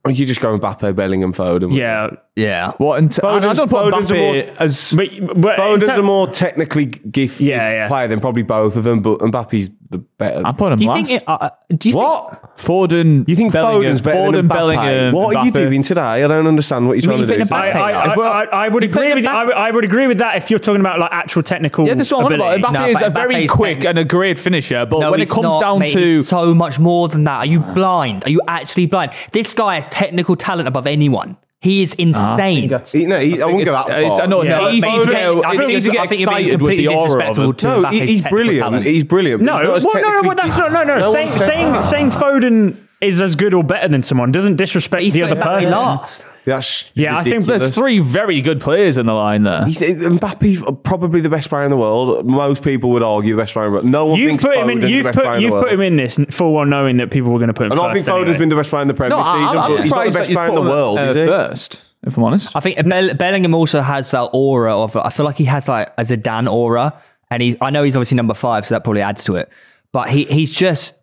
Speaker 4: oh, You just go Mbappe, Bellingham, Foden.
Speaker 2: yeah,
Speaker 3: Yeah.
Speaker 6: what? And I I
Speaker 4: Foden's-
Speaker 6: don't put
Speaker 4: Foden's a
Speaker 6: Mbappe
Speaker 4: more-
Speaker 6: as
Speaker 2: but, but in
Speaker 4: Foden's
Speaker 2: ter-
Speaker 4: a more technically gifted
Speaker 2: Yeah, yeah.
Speaker 4: player than probably both of them, but Mbappe's the better.
Speaker 6: I'm putting him
Speaker 3: Do you
Speaker 6: last.
Speaker 3: think? It, uh, do you think,
Speaker 4: what?
Speaker 6: Foden.
Speaker 4: You think
Speaker 6: Bellingham,
Speaker 4: Foden's better
Speaker 6: Foden,
Speaker 4: than Mbappe?
Speaker 6: Bellingham?
Speaker 4: what are you
Speaker 6: Mbappe.
Speaker 4: doing today? I don't understand what you're
Speaker 3: mean
Speaker 4: trying
Speaker 3: you
Speaker 4: to do.
Speaker 3: think
Speaker 4: today.
Speaker 2: I, I, I, I, I would agree with I, would- I would agree with that if you're talking about like actual technical.
Speaker 6: Yeah, this is what I'm on about.
Speaker 2: ability.
Speaker 6: Mbappe
Speaker 3: No,
Speaker 6: is a
Speaker 3: Mbappe's
Speaker 6: very quick
Speaker 3: technical.
Speaker 6: and a great finisher, but
Speaker 3: No,
Speaker 6: when it
Speaker 3: he's
Speaker 6: comes
Speaker 3: not,
Speaker 6: down
Speaker 3: mate.
Speaker 6: to
Speaker 3: He's so much more than that. Are you blind? Are you actually blind? This guy has technical talent above anyone. He
Speaker 2: Ah.
Speaker 3: is insane.
Speaker 4: He- no, he, I, won't go that far.
Speaker 6: it's, I know it's
Speaker 2: Yeah.
Speaker 6: easy
Speaker 3: Mate,
Speaker 6: to get,
Speaker 3: I
Speaker 6: it's
Speaker 3: think
Speaker 6: easy to
Speaker 3: it's-
Speaker 6: get
Speaker 3: I think you're being
Speaker 6: excited with the
Speaker 3: completely
Speaker 6: aura of
Speaker 3: disrespectful
Speaker 6: it.
Speaker 3: to
Speaker 4: no, he-
Speaker 3: Mbappe's
Speaker 4: he's
Speaker 3: technical
Speaker 4: brilliant.
Speaker 3: talent.
Speaker 4: He's brilliant.
Speaker 2: No,
Speaker 4: He's not
Speaker 2: well,
Speaker 4: as
Speaker 2: no, no,
Speaker 4: technically
Speaker 2: well, that's not, no, no.
Speaker 4: one
Speaker 2: saying,
Speaker 4: said
Speaker 2: saying,
Speaker 4: that.
Speaker 2: saying Foden is as good or better than someone doesn't disrespect
Speaker 3: He's
Speaker 2: the other
Speaker 3: put Mbappe
Speaker 2: person.
Speaker 3: last.
Speaker 4: That's
Speaker 2: Yeah, I think
Speaker 4: ridiculous.
Speaker 6: There's three very good players in the line there.
Speaker 4: He's, Mbappe's probably the best player in the world. Most people would argue the best player in the world. No one
Speaker 2: You've
Speaker 4: thinks
Speaker 2: put him
Speaker 4: Foden's
Speaker 2: in.
Speaker 4: the
Speaker 2: You've
Speaker 4: best player
Speaker 2: put
Speaker 4: in the
Speaker 2: you've
Speaker 4: world.
Speaker 2: put him in this full well knowing that people were going to put him.
Speaker 4: I don't think
Speaker 2: first
Speaker 4: Foden's
Speaker 2: anyway.
Speaker 4: been the best player in the Premier
Speaker 6: No, I-
Speaker 4: season, but
Speaker 6: I'm
Speaker 4: he's not the
Speaker 6: surprised
Speaker 4: best
Speaker 6: that you
Speaker 4: player in the
Speaker 6: put him,
Speaker 4: world,
Speaker 6: uh,
Speaker 4: is he?
Speaker 6: First, if I'm honest.
Speaker 3: I think Bell- Bellingham also has that aura of. I feel like he has like a Zidane aura, and he's. I know he's obviously number five, so that probably adds to it. But he he's just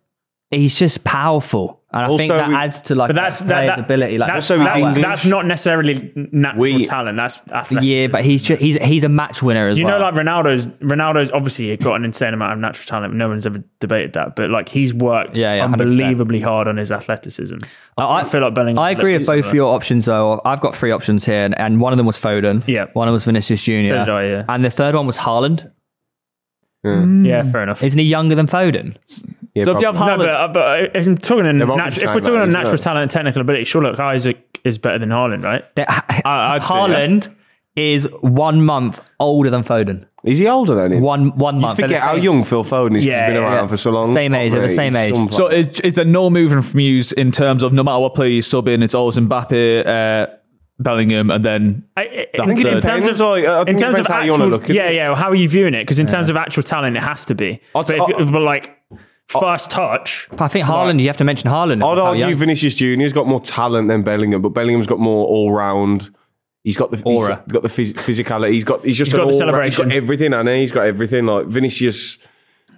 Speaker 3: he's just powerful, and I think
Speaker 4: Also,
Speaker 3: that
Speaker 4: we-
Speaker 3: adds to like
Speaker 2: But that's
Speaker 3: a
Speaker 2: that,
Speaker 3: player's
Speaker 2: that,
Speaker 3: ability. Like
Speaker 2: that's,
Speaker 4: Also, he's
Speaker 2: that's,
Speaker 4: English.
Speaker 2: that's not necessarily natural
Speaker 4: We-
Speaker 2: talent. That's athleticism.
Speaker 3: yeah, but he's just, he's he's a match winner as
Speaker 2: You
Speaker 3: well.
Speaker 2: know, like Ronaldo's. Ronaldo's obviously got an insane amount of natural talent. No one's ever debated that. But like, he's worked
Speaker 3: Yeah, yeah, 100%.
Speaker 2: unbelievably hard on his athleticism. I, feel like Bellingham.
Speaker 3: I agree with both your options, though. I've got three options here, and, and one of them was Foden.
Speaker 2: Yeah.
Speaker 3: One of them was Vinicius Junior.
Speaker 2: So did I, yeah.
Speaker 3: And the third one was Haaland.
Speaker 2: Yeah, fair enough.
Speaker 3: Isn't he younger than Foden?
Speaker 4: Yeah,
Speaker 6: so if you have
Speaker 4: probably.
Speaker 2: No,
Speaker 6: Haaland,
Speaker 2: but, uh, but if I'm talking in
Speaker 4: They're both the
Speaker 2: natu- if
Speaker 4: same
Speaker 2: we're talking on
Speaker 4: values,
Speaker 2: natural
Speaker 4: yeah.
Speaker 2: talent and technical ability, sure, look, Isaac is better than Haaland, right?
Speaker 3: That-
Speaker 2: Uh,
Speaker 6: I'd say, yeah.
Speaker 3: Haaland is one month older than Foden.
Speaker 4: Is he older than him?
Speaker 3: One one
Speaker 4: You
Speaker 3: month. They're
Speaker 4: forget
Speaker 3: the
Speaker 4: how
Speaker 3: same-
Speaker 4: young Phil Foden is.
Speaker 2: Yeah,
Speaker 4: he's been
Speaker 2: yeah,
Speaker 4: around
Speaker 3: yeah.
Speaker 4: for so long.
Speaker 3: Same age, they're the
Speaker 4: Mate,
Speaker 3: same
Speaker 4: he's
Speaker 3: age.
Speaker 4: some
Speaker 6: so
Speaker 4: player.
Speaker 6: is, is there no moving from you in terms of no matter what player you sub in, it's always Mbappe, uh, Bellingham, and then
Speaker 2: I, I-
Speaker 6: I think it
Speaker 2: in
Speaker 4: depends,
Speaker 2: terms of
Speaker 4: like, I think
Speaker 2: in
Speaker 4: it
Speaker 2: terms of
Speaker 4: depends how you wanna
Speaker 2: actual,
Speaker 4: look at
Speaker 2: yeah,
Speaker 4: it.
Speaker 2: yeah, well, how are you viewing it? Because in terms of actual talent, it has to be.
Speaker 4: I'll
Speaker 2: But,
Speaker 4: t-
Speaker 2: if, it-
Speaker 4: I'll-
Speaker 2: but like first touch,
Speaker 3: I think Haaland, you have to mention Haaland.
Speaker 4: I'd
Speaker 3: How
Speaker 4: argue
Speaker 3: young-
Speaker 4: Vinicius Junior's got more talent than Bellingham, but Bellingham's got more all round. He's got the he's
Speaker 3: Aura.
Speaker 4: got the phys- physicality. He's got he's just
Speaker 2: He's
Speaker 4: an
Speaker 2: got the
Speaker 4: all round- He's got
Speaker 2: celebration.
Speaker 4: everything, and he's got everything. Like Vinicius,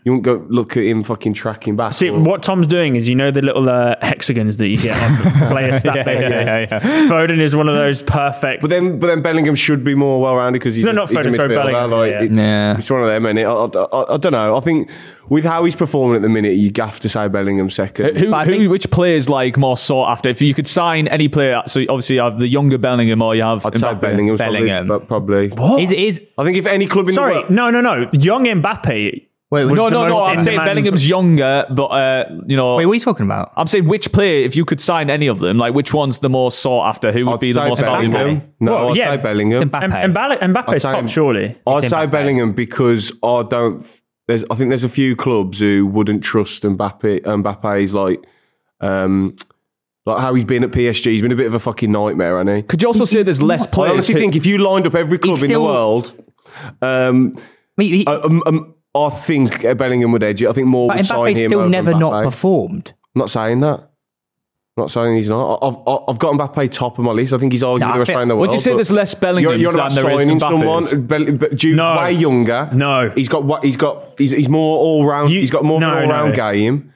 Speaker 4: you won't go look at him fucking tracking back.
Speaker 2: See,
Speaker 4: or-
Speaker 2: what Tom's doing is you know the little uh, hexagons that you get <laughs> on
Speaker 3: <laughs>
Speaker 2: player stat basis. Foden is one of those perfect.
Speaker 4: But then, but then Bellingham should be more well-rounded because he's
Speaker 2: No,
Speaker 4: a,
Speaker 2: not
Speaker 4: he's a
Speaker 2: Foden, sorry,
Speaker 4: midfielder.
Speaker 2: Bellingham,
Speaker 4: Like,
Speaker 2: yeah.
Speaker 4: It's,
Speaker 3: Yeah.
Speaker 4: it's one of them, and it, I, I, I, I don't know. I think with how he's performing at the minute, you have to say Bellingham second.
Speaker 6: Who,
Speaker 3: But I
Speaker 6: who
Speaker 3: think-
Speaker 6: which player is like more sought after? If you could sign any player, so obviously you have the younger Bellingham or you have
Speaker 4: I'd say
Speaker 6: Mbappe.
Speaker 4: Bellingham's
Speaker 3: Bellingham.
Speaker 4: probably, but probably.
Speaker 3: Is is
Speaker 4: I think if any club in the
Speaker 2: Sorry,
Speaker 4: world,
Speaker 2: no, no, no. Young Mbappe.
Speaker 3: wait
Speaker 2: was
Speaker 6: No,
Speaker 2: the
Speaker 6: no, no.
Speaker 2: most
Speaker 6: I'm
Speaker 2: in
Speaker 6: saying
Speaker 2: demand-
Speaker 6: Bellingham's younger, but uh, you know,
Speaker 3: wait? What are you talking about?
Speaker 4: Um,
Speaker 6: I'm saying which player, if you could sign any of them, like which one's the more sought after? Who would
Speaker 4: I'd
Speaker 6: be the
Speaker 4: say
Speaker 6: most valuable?
Speaker 4: Bellingham. No,
Speaker 2: Well,
Speaker 4: I'd
Speaker 2: yeah.
Speaker 4: say Bellingham.
Speaker 3: Mbappe.
Speaker 2: M- Mbappe
Speaker 4: I'd
Speaker 2: Mbappe's
Speaker 4: say-
Speaker 2: top, surely.
Speaker 4: I'd
Speaker 3: It's
Speaker 4: say
Speaker 3: Mbappe.
Speaker 4: Bellingham because I don't. There's, I think there's a few clubs who wouldn't trust Mbappe. Mbappe's like, um, like how he's been at PSG. He's been a bit of a fucking nightmare, hasn't he?
Speaker 6: Could you also say there's less
Speaker 4: I
Speaker 6: players?
Speaker 4: honestly
Speaker 6: who-
Speaker 4: think if you lined up every club in the
Speaker 3: still-
Speaker 4: world, um,
Speaker 3: Wait, he-
Speaker 4: uh, um, um, I think Bellingham would edge it. I think more
Speaker 3: but
Speaker 4: would sign
Speaker 3: Mbappe's
Speaker 4: him.
Speaker 3: still
Speaker 4: over
Speaker 3: never not
Speaker 4: Mbappe.
Speaker 3: performed.
Speaker 4: Not saying that. Not saying he's not. I- I've I- I've got Mbappe top of my list. I think he's arguably
Speaker 3: Nah, I
Speaker 4: the best
Speaker 3: feel-
Speaker 4: player in the world.
Speaker 6: Would you say
Speaker 4: but
Speaker 6: there's less
Speaker 4: You're,
Speaker 6: Bellinghams
Speaker 4: you're
Speaker 6: than
Speaker 4: not
Speaker 6: there is
Speaker 4: signing
Speaker 6: Mbappe's?
Speaker 4: someone. uh, Bell- but Jude's
Speaker 2: No.
Speaker 4: way younger.
Speaker 2: No.
Speaker 4: he's got what he's got. He's, he's more all round.
Speaker 2: You-
Speaker 4: He's got more
Speaker 2: no,
Speaker 4: all round
Speaker 2: no.
Speaker 4: game.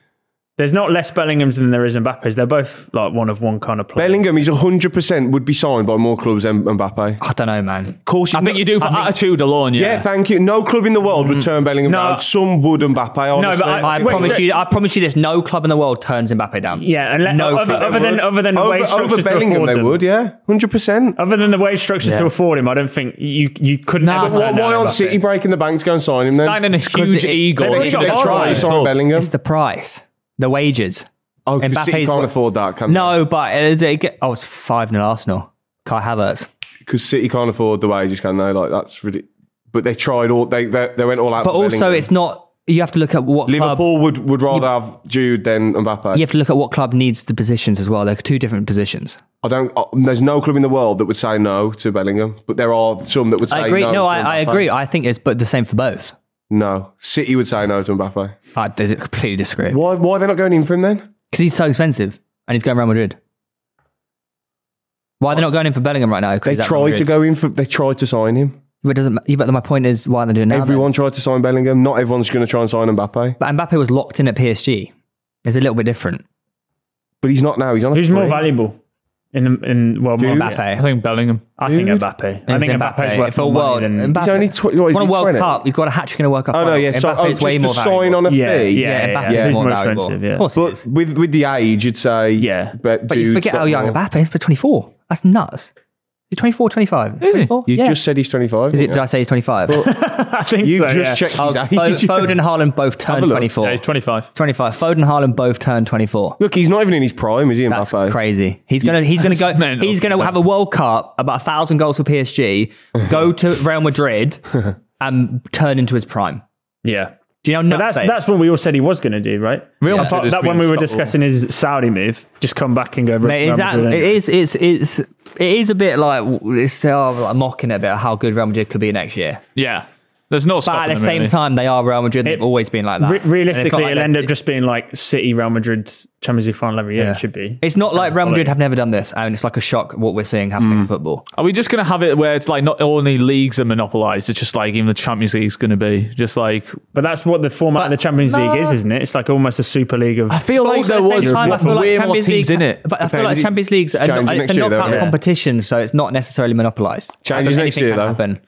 Speaker 2: There's not less Bellinghams than there is Mbappe's. They're both like one of one kind of player.
Speaker 4: Bellingham, he's hundred percent would be signed by more clubs than Mbappe. Of
Speaker 3: I don't know, man.
Speaker 4: course,
Speaker 6: I think you do for attitude alone. Yeah.
Speaker 4: Yeah, thank you. No club in the world would turn Bellingham
Speaker 2: No.
Speaker 4: down. Some would Mbappe. Honestly.
Speaker 2: I-
Speaker 3: I
Speaker 4: think-
Speaker 2: Wait,
Speaker 3: promise
Speaker 2: so-
Speaker 3: you. I promise you. There's no club in the world turns Mbappe down.
Speaker 2: Yeah, and let,
Speaker 3: No
Speaker 2: other,
Speaker 3: club.
Speaker 2: other than other than the
Speaker 4: over,
Speaker 2: wage structure
Speaker 4: over
Speaker 2: to
Speaker 4: Bellingham,
Speaker 2: afford
Speaker 4: they
Speaker 2: them.
Speaker 4: would. Yeah, hundred percent.
Speaker 2: Other than the wage structure to afford him, I don't think you you couldn't.
Speaker 3: Nah,
Speaker 2: ever
Speaker 3: but
Speaker 2: turn
Speaker 4: Why
Speaker 2: down
Speaker 4: why aren't
Speaker 2: Mbappe.
Speaker 4: City breaking the bank to go and sign him then?
Speaker 6: Signing a huge
Speaker 3: it-
Speaker 6: ego.
Speaker 3: They've
Speaker 4: if
Speaker 3: got
Speaker 4: they
Speaker 3: a
Speaker 4: try
Speaker 3: price.
Speaker 4: to sign Bellingham,
Speaker 3: It's the price, the wages.
Speaker 4: oh, 'cause
Speaker 3: Mbappe's
Speaker 4: City
Speaker 3: what-
Speaker 4: can't afford that. Can
Speaker 3: No,
Speaker 4: uh,
Speaker 3: but it, it get, I was Oh, five 0 Arsenal. Kai Havertz.
Speaker 4: because City can't afford the wages, can they? Like that's ridiculous. But they tried all. They they, they went all out.
Speaker 3: But
Speaker 4: for
Speaker 3: also,
Speaker 4: Bellingham.
Speaker 3: it's not. You have to look at what club.
Speaker 4: Liverpool would, would rather have Jude than Mbappe.
Speaker 3: You have to look at what club needs the positions as well. They're two different positions.
Speaker 4: I don't. I, there's no club in the world that would say no to Bellingham, but there are some that would say
Speaker 3: I agree.
Speaker 4: no.
Speaker 3: No,
Speaker 4: to
Speaker 3: I, I
Speaker 4: Mbappe.
Speaker 3: agree. I think it's but the same for both.
Speaker 4: No, City would say no to Mbappe.
Speaker 3: I dis- completely disagree
Speaker 4: Why? Why are they not going in for him then?
Speaker 3: because he's so expensive and he's going Real Madrid. Why are they not going in for Bellingham right now? 'Cause
Speaker 4: They
Speaker 3: he's at Real
Speaker 4: tried to
Speaker 3: Madrid.
Speaker 4: go in for. They tried to sign him.
Speaker 3: But it doesn't. ma- yeah, But my point is, why are they doing it now? then?
Speaker 4: Everyone tried to sign Bellingham. Not everyone's going to try and sign Mbappe,
Speaker 3: But Mbappe was locked in at PSG. It's a little bit different.
Speaker 4: but he's not now. He's on. A
Speaker 2: Who's more
Speaker 4: free.
Speaker 2: valuable? In the in well,
Speaker 3: Mbappe.
Speaker 2: Mbappe.
Speaker 3: I
Speaker 11: I think Bellingham.
Speaker 2: I think
Speaker 4: Dude.
Speaker 2: Mbappe. I think
Speaker 3: Mbappe.
Speaker 2: Mbappe's worth
Speaker 3: for a
Speaker 2: more
Speaker 3: world.
Speaker 2: money than
Speaker 3: Mbappe.
Speaker 4: He's only tw- what, is
Speaker 3: won a
Speaker 4: he
Speaker 3: World
Speaker 4: 20?
Speaker 3: Cup. He's got a hat trick in a World Cup.
Speaker 4: Oh no,
Speaker 3: final.
Speaker 4: yeah. So,
Speaker 3: Mbappe
Speaker 4: oh,
Speaker 3: is
Speaker 4: just
Speaker 3: way
Speaker 4: the
Speaker 3: more
Speaker 4: sign
Speaker 3: valuable.
Speaker 4: on a
Speaker 2: Yeah,
Speaker 4: fee.
Speaker 2: yeah,
Speaker 3: Yeah, Mbappe
Speaker 2: yeah.
Speaker 3: is
Speaker 2: He's
Speaker 3: more
Speaker 2: more
Speaker 3: valuable.
Speaker 2: expensive, yeah.
Speaker 3: Of course, he
Speaker 4: But
Speaker 3: is.
Speaker 4: with with the age, you'd say
Speaker 2: Yeah.
Speaker 4: But,
Speaker 3: But you
Speaker 4: dude's
Speaker 3: forget
Speaker 4: got
Speaker 3: how young
Speaker 4: more.
Speaker 3: Mbappe is, but 24. That's nuts. He's 24, 25. Is 24?
Speaker 4: You
Speaker 3: yeah.
Speaker 4: just said he's twenty five.
Speaker 3: Is it, did I say he's 25?
Speaker 4: <laughs>
Speaker 2: I think
Speaker 4: You
Speaker 2: so,
Speaker 4: just
Speaker 2: yeah.
Speaker 4: checked
Speaker 3: Oh,
Speaker 4: his
Speaker 3: Fo-
Speaker 4: age.
Speaker 3: Foden and Haaland both
Speaker 4: a
Speaker 3: turned
Speaker 4: look.
Speaker 3: 24.
Speaker 11: Yeah, he's 25.
Speaker 3: 25. Foden and Haaland both turned 24.
Speaker 4: <laughs> Look, he's not even in his prime, is he?
Speaker 3: That's
Speaker 4: Mbappe?
Speaker 3: crazy. He's gonna he's gonna
Speaker 2: <laughs>
Speaker 3: go.
Speaker 11: mental.
Speaker 3: He's gonna have a World Cup, about a thousand goals for PSG, go to Real
Speaker 4: <laughs>
Speaker 3: Madrid, and turn into his prime.
Speaker 2: yeah.
Speaker 3: Do you know?
Speaker 2: But that's that's what we all said he was going to do, right?
Speaker 11: Real
Speaker 2: Apart-
Speaker 11: Madrid is
Speaker 2: that when we were
Speaker 11: unstoppable.
Speaker 2: discussing his Saudi move, just come back and go.
Speaker 3: Mate,
Speaker 2: Real
Speaker 3: is that,
Speaker 2: Madrid
Speaker 3: it
Speaker 2: anyway.
Speaker 3: is it's it's it is a bit like it's they are like mocking it a bit how good Real Madrid could be next year.
Speaker 11: Yeah. There's no
Speaker 3: But
Speaker 11: stopping
Speaker 3: at the
Speaker 11: him,
Speaker 3: same
Speaker 11: really.
Speaker 3: time, they are Real Madrid. They've
Speaker 2: It-
Speaker 3: always been like that. And
Speaker 2: Re-
Speaker 3: it's not
Speaker 2: realistically,
Speaker 3: like
Speaker 2: it'll
Speaker 3: they-
Speaker 2: end up just being like City, Real Madrid, Champions League final every year.
Speaker 3: Yeah.
Speaker 2: It should be.
Speaker 3: It's not like Real Madrid have never done this, and it's like a shock what we're seeing happening
Speaker 4: Mm.
Speaker 3: in football.
Speaker 11: Are we just going to have it where it's like not only leagues are monopolised, it's just like even the Champions League's going to be just like.
Speaker 2: But that's what the format of the Champions League is, isn't it? It's like almost a Super League of.
Speaker 6: I feel
Speaker 3: But
Speaker 6: like
Speaker 3: also
Speaker 6: there
Speaker 3: at the
Speaker 6: was
Speaker 3: same time, I feel
Speaker 6: way
Speaker 3: like
Speaker 6: more
Speaker 3: Champions League,
Speaker 6: teams in it.
Speaker 3: But I feel
Speaker 4: Okay,
Speaker 3: like
Speaker 4: it's
Speaker 3: Champions League's a,
Speaker 4: changing
Speaker 3: not, it's
Speaker 4: next
Speaker 3: a
Speaker 4: year, though,
Speaker 3: knockout
Speaker 4: yeah.
Speaker 3: competition, so it's not necessarily monopolised.
Speaker 4: Changes
Speaker 3: Anything
Speaker 4: next year,
Speaker 3: can
Speaker 4: though.
Speaker 3: happen.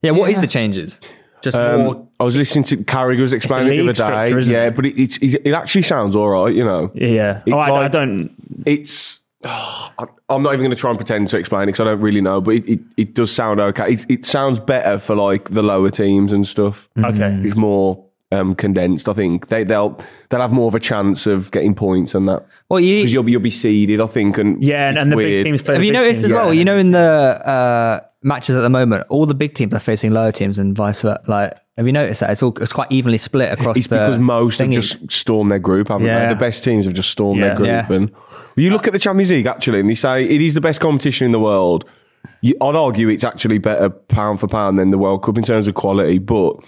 Speaker 3: Yeah, what is the changes? Just more.
Speaker 4: Um, I was listening to Carragher was explaining the
Speaker 2: league
Speaker 4: other
Speaker 2: structure,
Speaker 4: day.
Speaker 2: isn't
Speaker 4: Yeah,
Speaker 2: it?
Speaker 4: but it, it's it, it actually sounds all right, you know.
Speaker 2: yeah.
Speaker 4: It's
Speaker 2: Oh, I, I
Speaker 4: like-
Speaker 2: don't.
Speaker 4: It's. oh, I- I'm not even going to try and pretend to explain it because I don't really know, but it, it, it does sound okay. It, it sounds better for like the lower teams and stuff.
Speaker 2: Okay.
Speaker 4: It's more um, condensed. I think they they'll they'll have more of a chance of getting points and that
Speaker 3: Well, you,
Speaker 4: because you'll be you'll be seeded, I think. And
Speaker 2: Yeah, and,
Speaker 4: it's
Speaker 2: and the
Speaker 4: weird.
Speaker 2: big teams play.
Speaker 3: Have
Speaker 2: the
Speaker 3: you
Speaker 2: big
Speaker 3: noticed as
Speaker 2: teams,
Speaker 3: well?
Speaker 2: yeah.
Speaker 3: You know, in the uh, matches at the moment, all the big teams are facing lower teams and vice versa. Like, have you noticed that it's all it's quite evenly split across?
Speaker 4: It's
Speaker 3: the
Speaker 4: because most have
Speaker 3: thingy.
Speaker 4: just stormed their group, haven't
Speaker 3: Yeah.
Speaker 4: they? The best teams have just stormed
Speaker 2: Yeah.
Speaker 4: their group.
Speaker 3: Yeah.
Speaker 4: And you look at the Champions League actually, and they say it is the best competition in the world. You, I'd argue it's actually better pound for pound than the World Cup in terms of quality, but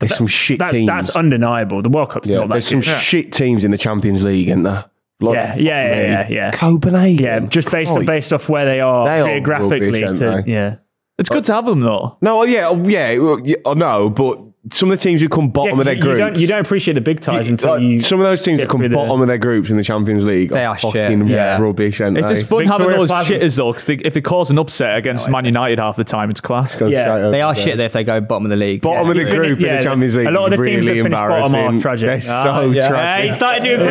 Speaker 4: there's some shit
Speaker 2: that's
Speaker 4: teams.
Speaker 2: that's undeniable. The World Cup's
Speaker 4: yeah,
Speaker 2: not that
Speaker 4: there's some
Speaker 2: good. Yeah.
Speaker 4: shit teams in the Champions League, and there? Like,
Speaker 2: Yeah, yeah,
Speaker 4: fuck
Speaker 2: yeah,
Speaker 4: me.
Speaker 2: yeah, yeah.
Speaker 4: Copenhagen.
Speaker 2: Yeah, just based on,
Speaker 4: Christ.
Speaker 2: based off where they are
Speaker 4: They are
Speaker 2: geographically.
Speaker 4: rubbish,
Speaker 2: to,
Speaker 4: aren't they?
Speaker 2: yeah,
Speaker 11: It's good to have them, though.
Speaker 4: No, well, yeah, oh, yeah, well, yeah, I know, but some of the teams who come bottom
Speaker 2: Yeah,
Speaker 4: of their
Speaker 2: you,
Speaker 4: group.
Speaker 2: you don't you don't appreciate the big ties until you.
Speaker 4: some of those teams
Speaker 2: get
Speaker 4: that come
Speaker 2: through the-
Speaker 4: bottom of their groups in the Champions League
Speaker 3: They are shit,
Speaker 4: fucking
Speaker 3: yeah.
Speaker 4: rubbish. Aren't
Speaker 11: It's
Speaker 4: they?
Speaker 11: just fun having
Speaker 2: Victoria
Speaker 11: those
Speaker 2: Plaza.
Speaker 11: shitters, though, because if they cause an upset against Man United half the time, it's class.
Speaker 4: Goes
Speaker 2: Yeah,
Speaker 4: straight over
Speaker 3: They are
Speaker 4: there.
Speaker 3: shit there if they go bottom of the league.
Speaker 4: Bottom of the
Speaker 2: you finish-
Speaker 4: group in
Speaker 2: yeah,
Speaker 4: the Champions
Speaker 2: a
Speaker 4: League.
Speaker 2: lot of
Speaker 4: is
Speaker 2: the teams that
Speaker 4: really
Speaker 2: finish bottom are
Speaker 4: embarrassing.
Speaker 2: tragic.
Speaker 4: They're
Speaker 2: Ah,
Speaker 4: so tragic.
Speaker 2: started to agree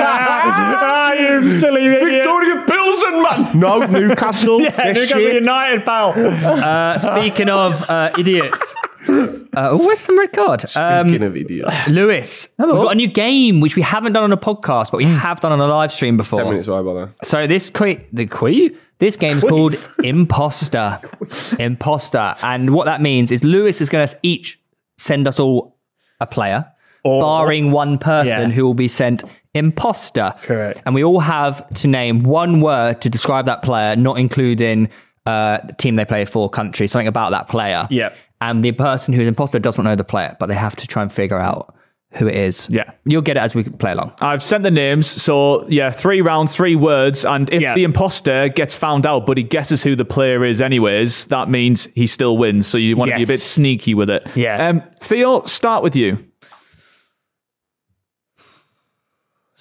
Speaker 2: with it. <laughs> Ah, you silly idiot.
Speaker 4: Victoria Pilsen, man. No, Newcastle.
Speaker 2: <laughs> Yeah,
Speaker 4: They're
Speaker 2: Newcastle
Speaker 4: shit.
Speaker 2: United, pal.
Speaker 3: Uh, speaking of uh, idiots, <laughs> uh, oh, where's the red card?
Speaker 4: Speaking
Speaker 3: Um,
Speaker 4: of
Speaker 2: <laughs>
Speaker 4: idiots.
Speaker 3: Lewis, we've got a new game which we haven't done on a podcast, but we have done on a live stream before.
Speaker 4: Ten minutes away by there.
Speaker 3: So this que- the que this game's called Imposter.
Speaker 2: <laughs>
Speaker 3: Imposter. And what that means is Lewis is going to each send us all a player, barring one person
Speaker 2: Yeah.
Speaker 3: who will be sent Imposter.
Speaker 2: Correct.
Speaker 3: And we all have to name one word to describe that player, not including uh, the team they play for, country, something about that player.
Speaker 2: Yep.
Speaker 3: And the person who's imposter doesn't know the player, but they have to try and figure out who it is.
Speaker 11: Yeah.
Speaker 3: You'll get it as we play along.
Speaker 11: I've sent the names, so yeah, three rounds, three words, and if
Speaker 2: Yeah.
Speaker 11: the imposter gets found out, but he guesses who the player is, anyways, that means he still wins. So you want to be a bit
Speaker 2: Yes.
Speaker 11: sneaky with it.
Speaker 2: Yeah.
Speaker 11: Um, Theo, start with you.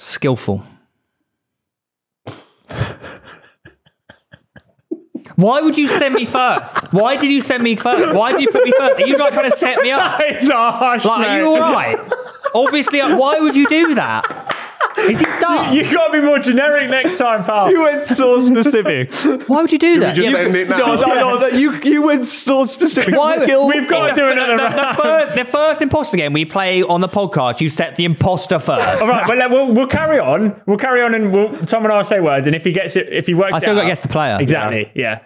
Speaker 3: Skillful. Why would you send me first? Why did you send me first? Why did you put me first? Are you guys trying to set me up?
Speaker 2: It's harsh.
Speaker 3: Like, are
Speaker 2: mate.
Speaker 3: you all right? Obviously, like, why would you do that? Is he dumb?
Speaker 2: You gotta be more generic next time, pal.
Speaker 11: You went <laughs> so specific.
Speaker 3: Why would you do that?
Speaker 4: Just end it now.
Speaker 11: no, no, no, that you you went so specific.
Speaker 3: Why would-
Speaker 11: Skillful.
Speaker 2: We've got to do another
Speaker 3: the,
Speaker 2: round.
Speaker 3: the first, the first imposter game we play on the podcast, you set the imposter first.
Speaker 2: All right, well, let- we'll, we'll carry on. We'll carry on, and we'll, Tom and I will say words. And if he gets it, if he works,
Speaker 3: I still
Speaker 2: it
Speaker 3: got
Speaker 2: out-
Speaker 3: guess the player.
Speaker 2: Exactly. Yeah.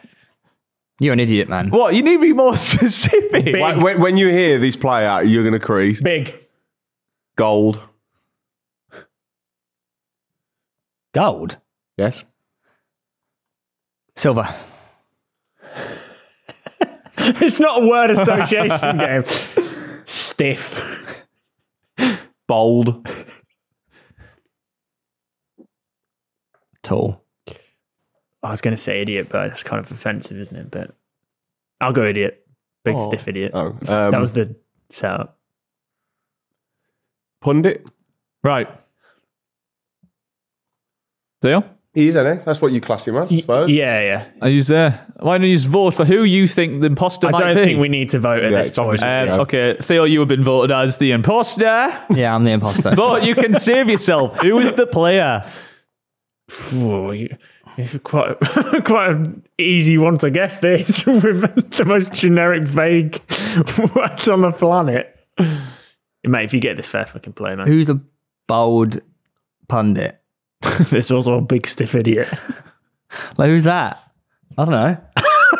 Speaker 3: You're an idiot, man.
Speaker 11: What? You need to be more <laughs> specific.
Speaker 4: Like, when, when you hear this player, you're going to crease.
Speaker 2: Big. <laughs>
Speaker 4: Gold.
Speaker 3: Gold.
Speaker 4: Yes.
Speaker 3: Silver.
Speaker 2: It's not a word association game. Stiff.
Speaker 4: Bold.
Speaker 3: Tall.
Speaker 2: I was going to say idiot, but it's kind of offensive, isn't it? But I'll go idiot. Big stiff idiot.
Speaker 4: Oh, um,
Speaker 2: that was the setup.
Speaker 4: pundit.
Speaker 11: Right. Theo?
Speaker 4: He is, isn't he? That's what you class him as, I suppose.
Speaker 2: Yeah, yeah.
Speaker 6: Are you there? Why don't you just vote for who you think the imposter
Speaker 2: I
Speaker 6: might
Speaker 2: don't
Speaker 6: be?
Speaker 2: think we need to vote at
Speaker 4: Yeah,
Speaker 2: this
Speaker 4: it's fine.
Speaker 2: point.
Speaker 6: Um,
Speaker 4: Yeah.
Speaker 6: Okay, Theo, you have been voted as the imposter,
Speaker 3: Yeah, I'm the <laughs> imposter.
Speaker 6: but you can
Speaker 3: <laughs>
Speaker 6: save yourself. Who is the player?
Speaker 2: Ooh, you, it's quite <laughs> quite an easy one to guess this <laughs> with the most generic vague <laughs> words on the planet. Mate, if you get this fair fucking play, man.
Speaker 3: Who's a bold pundit?
Speaker 2: <laughs> this was a big stiff idiot.
Speaker 3: Like, who's that? I don't know.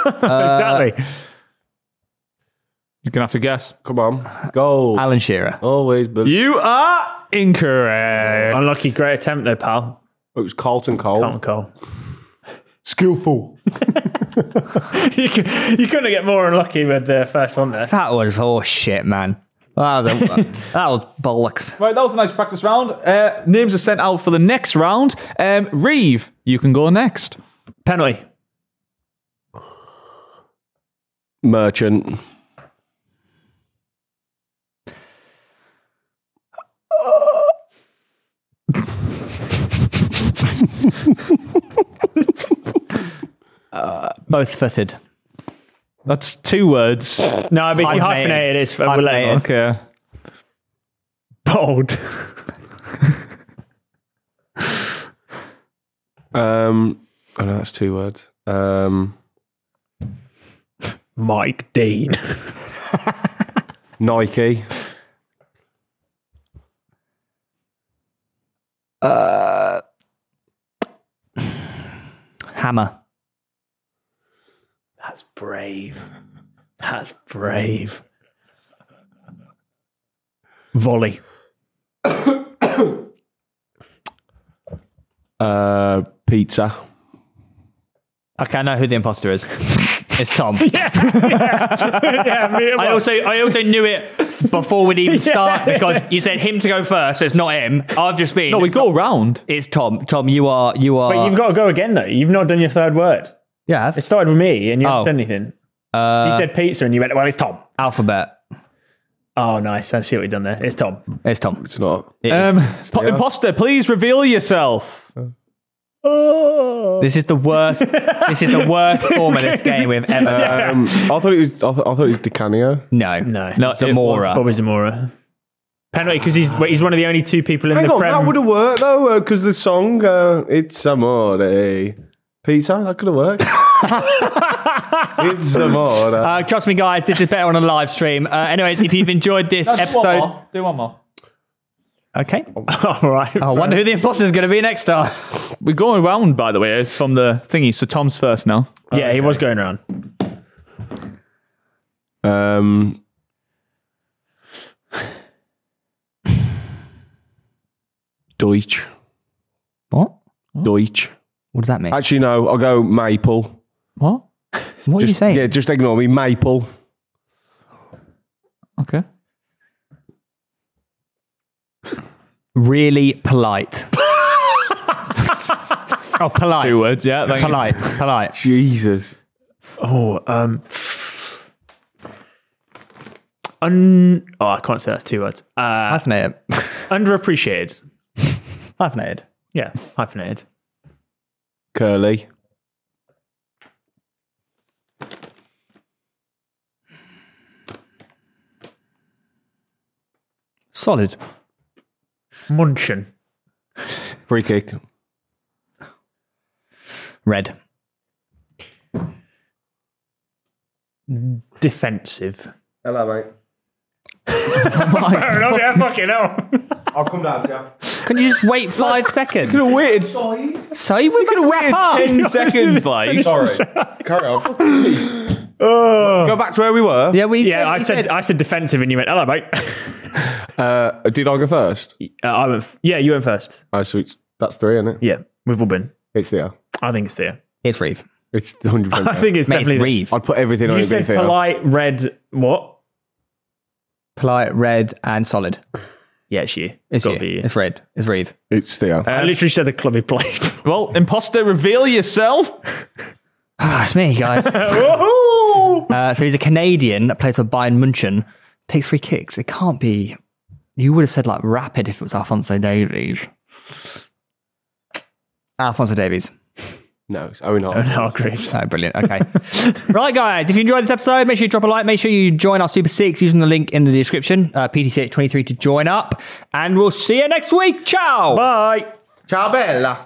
Speaker 4: Uh,
Speaker 2: exactly.
Speaker 6: You're going to have to guess.
Speaker 4: Come on. Gold.
Speaker 3: Alan Shearer.
Speaker 4: Always, but
Speaker 6: You are incorrect.
Speaker 2: Unlucky great attempt though, pal.
Speaker 4: it was Carlton Cole.
Speaker 2: Can't call.
Speaker 4: Skillful.
Speaker 2: <laughs> you, c- you couldn't get more unlucky with the first one there.
Speaker 3: That was oh shit, man. That was a, <laughs> that was bollocks.
Speaker 6: Right, that was a nice practice round. Uh, names are sent out for the next round. Um, Reeve, you can go next.
Speaker 2: Penalty.
Speaker 4: Merchant.
Speaker 3: Both footed.
Speaker 6: That's
Speaker 3: <laughs>
Speaker 6: two words.
Speaker 2: No, I mean you
Speaker 3: Hyphenated.
Speaker 2: hyphenated it's we're related.
Speaker 6: Okay.
Speaker 2: Bold. <laughs>
Speaker 4: Um, I know that's two words. Um,
Speaker 2: Mike Dean.
Speaker 4: Nike.
Speaker 3: Hammer.
Speaker 2: That's brave.
Speaker 4: <laughs>
Speaker 2: That's brave. Volley.
Speaker 4: Uh, pizza.
Speaker 3: Okay, I know who the imposter is. It's Tom.
Speaker 2: <laughs> yeah, me and
Speaker 3: I
Speaker 2: Will.
Speaker 3: also I also knew it before we'd <laughs> even start because you said him to go first, so it's not him. I've just been
Speaker 6: No, we
Speaker 3: it's,
Speaker 6: go round.
Speaker 3: it's Tom. Tom, you are you are
Speaker 2: But you've got to go again though. You've not done your third word.
Speaker 3: Yeah.
Speaker 2: It started with me and you haven't
Speaker 3: Oh.
Speaker 2: said anything.
Speaker 3: Uh,
Speaker 2: You said pizza and you went, well, it's Tom.
Speaker 3: alphabet.
Speaker 2: Oh, nice. I see what you've done there. It's Tom.
Speaker 3: It's Tom.
Speaker 4: It's not.
Speaker 3: It is.
Speaker 6: Um, po- <laughs> Imposter, please reveal yourself.
Speaker 3: this is the worst this is the worst form of this game we've ever
Speaker 4: Um, I thought it was. I, th- I thought it was DiCanio.
Speaker 3: No.
Speaker 2: No.
Speaker 3: Not Zamora.
Speaker 2: Bobby Zamora. Penalty because he's he's one of the only two people in
Speaker 4: Hang
Speaker 2: the
Speaker 4: on, that
Speaker 2: Prem.
Speaker 4: would have worked though, because the song uh, "It's Amore." Pizza. That could have worked. it's Amore.
Speaker 3: Uh, trust me, guys, this is better on a live stream. Uh, anyways, if you've enjoyed this
Speaker 6: One
Speaker 3: episode,
Speaker 6: more. Do one more.
Speaker 3: okay.
Speaker 2: <laughs> All right.
Speaker 3: I wonder who the imposter's going to be next time.
Speaker 6: <laughs> We're going round, by the way, from the thingy. So Tom's first now.
Speaker 2: yeah, he was going around.
Speaker 4: Um, Deutsch.
Speaker 3: What?
Speaker 4: Deutsch.
Speaker 3: What does that mean?
Speaker 4: Actually, no. I'll go maple.
Speaker 6: What?
Speaker 3: what are you
Speaker 4: Just,
Speaker 3: saying?
Speaker 4: yeah, just ignore me. Maple.
Speaker 6: Okay.
Speaker 3: Really polite. oh, polite.
Speaker 6: Two words. Yeah. Thank
Speaker 5: <laughs>
Speaker 6: you.
Speaker 3: Polite. Polite.
Speaker 4: Jesus.
Speaker 2: Oh, um, un. Oh, I can't say that's two words. Uh,
Speaker 3: Hyphenated.
Speaker 2: underappreciated.
Speaker 3: <laughs> Hyphenated.
Speaker 2: Yeah, hyphenated.
Speaker 4: Curly.
Speaker 3: Solid.
Speaker 2: Munchen.
Speaker 4: Free kick.
Speaker 3: Red.
Speaker 2: Defensive.
Speaker 4: Hello, mate.
Speaker 2: Fair enough, yeah, fucking hell.
Speaker 4: I'll come down to you.
Speaker 3: Can you just wait five seconds?
Speaker 6: Could have waited.
Speaker 3: So we could wrap up.
Speaker 6: <laughs> ten seconds. Like <laughs>
Speaker 4: Sorry. Carry on. Go back to where we were.
Speaker 3: Yeah, we.
Speaker 2: <laughs> Yeah, I said I said defensive, and you went hello, mate.
Speaker 4: Uh, did I go first?
Speaker 2: Uh, I went. F- yeah, you went first.
Speaker 4: Oh, so it's, that's three, isn't it?
Speaker 2: Yeah, we've all been.
Speaker 4: It's Theo.
Speaker 2: I think it's Theo.
Speaker 3: it's Reeve.
Speaker 4: It's 100%.
Speaker 2: I
Speaker 4: Theo.
Speaker 2: think it's
Speaker 3: Mate, it's
Speaker 2: definitely.
Speaker 3: Reeve.
Speaker 4: I'd put everything on
Speaker 2: you
Speaker 4: it being
Speaker 2: said
Speaker 4: Theo.
Speaker 2: polite, red, what?
Speaker 3: Polite, red, and solid.
Speaker 2: Yeah, it's you.
Speaker 3: It's
Speaker 2: Gotta
Speaker 3: you.
Speaker 2: be you.
Speaker 3: It's um, red. It's Reeve.
Speaker 4: It's Theo.
Speaker 2: I literally said the club he played. <laughs>
Speaker 6: well, imposter, reveal yourself.
Speaker 3: Ah, it's me, guys. uh, so he's a Canadian that plays for Bayern Munchen. Takes free kicks. It can't be. You would have said like rapid if it was Alfonso Davies.
Speaker 5: Alfonso Davies.
Speaker 4: No, it's oh, Owen Hart.
Speaker 5: Hargreaves. Oh, brilliant. Okay. right, guys. If you enjoyed this episode, make sure you drop a like. Make sure you join our Super Six using the link in the description, uh, PTCH23 to join up. And we'll see you next week. Ciao.
Speaker 2: Bye.
Speaker 12: Ciao, bella.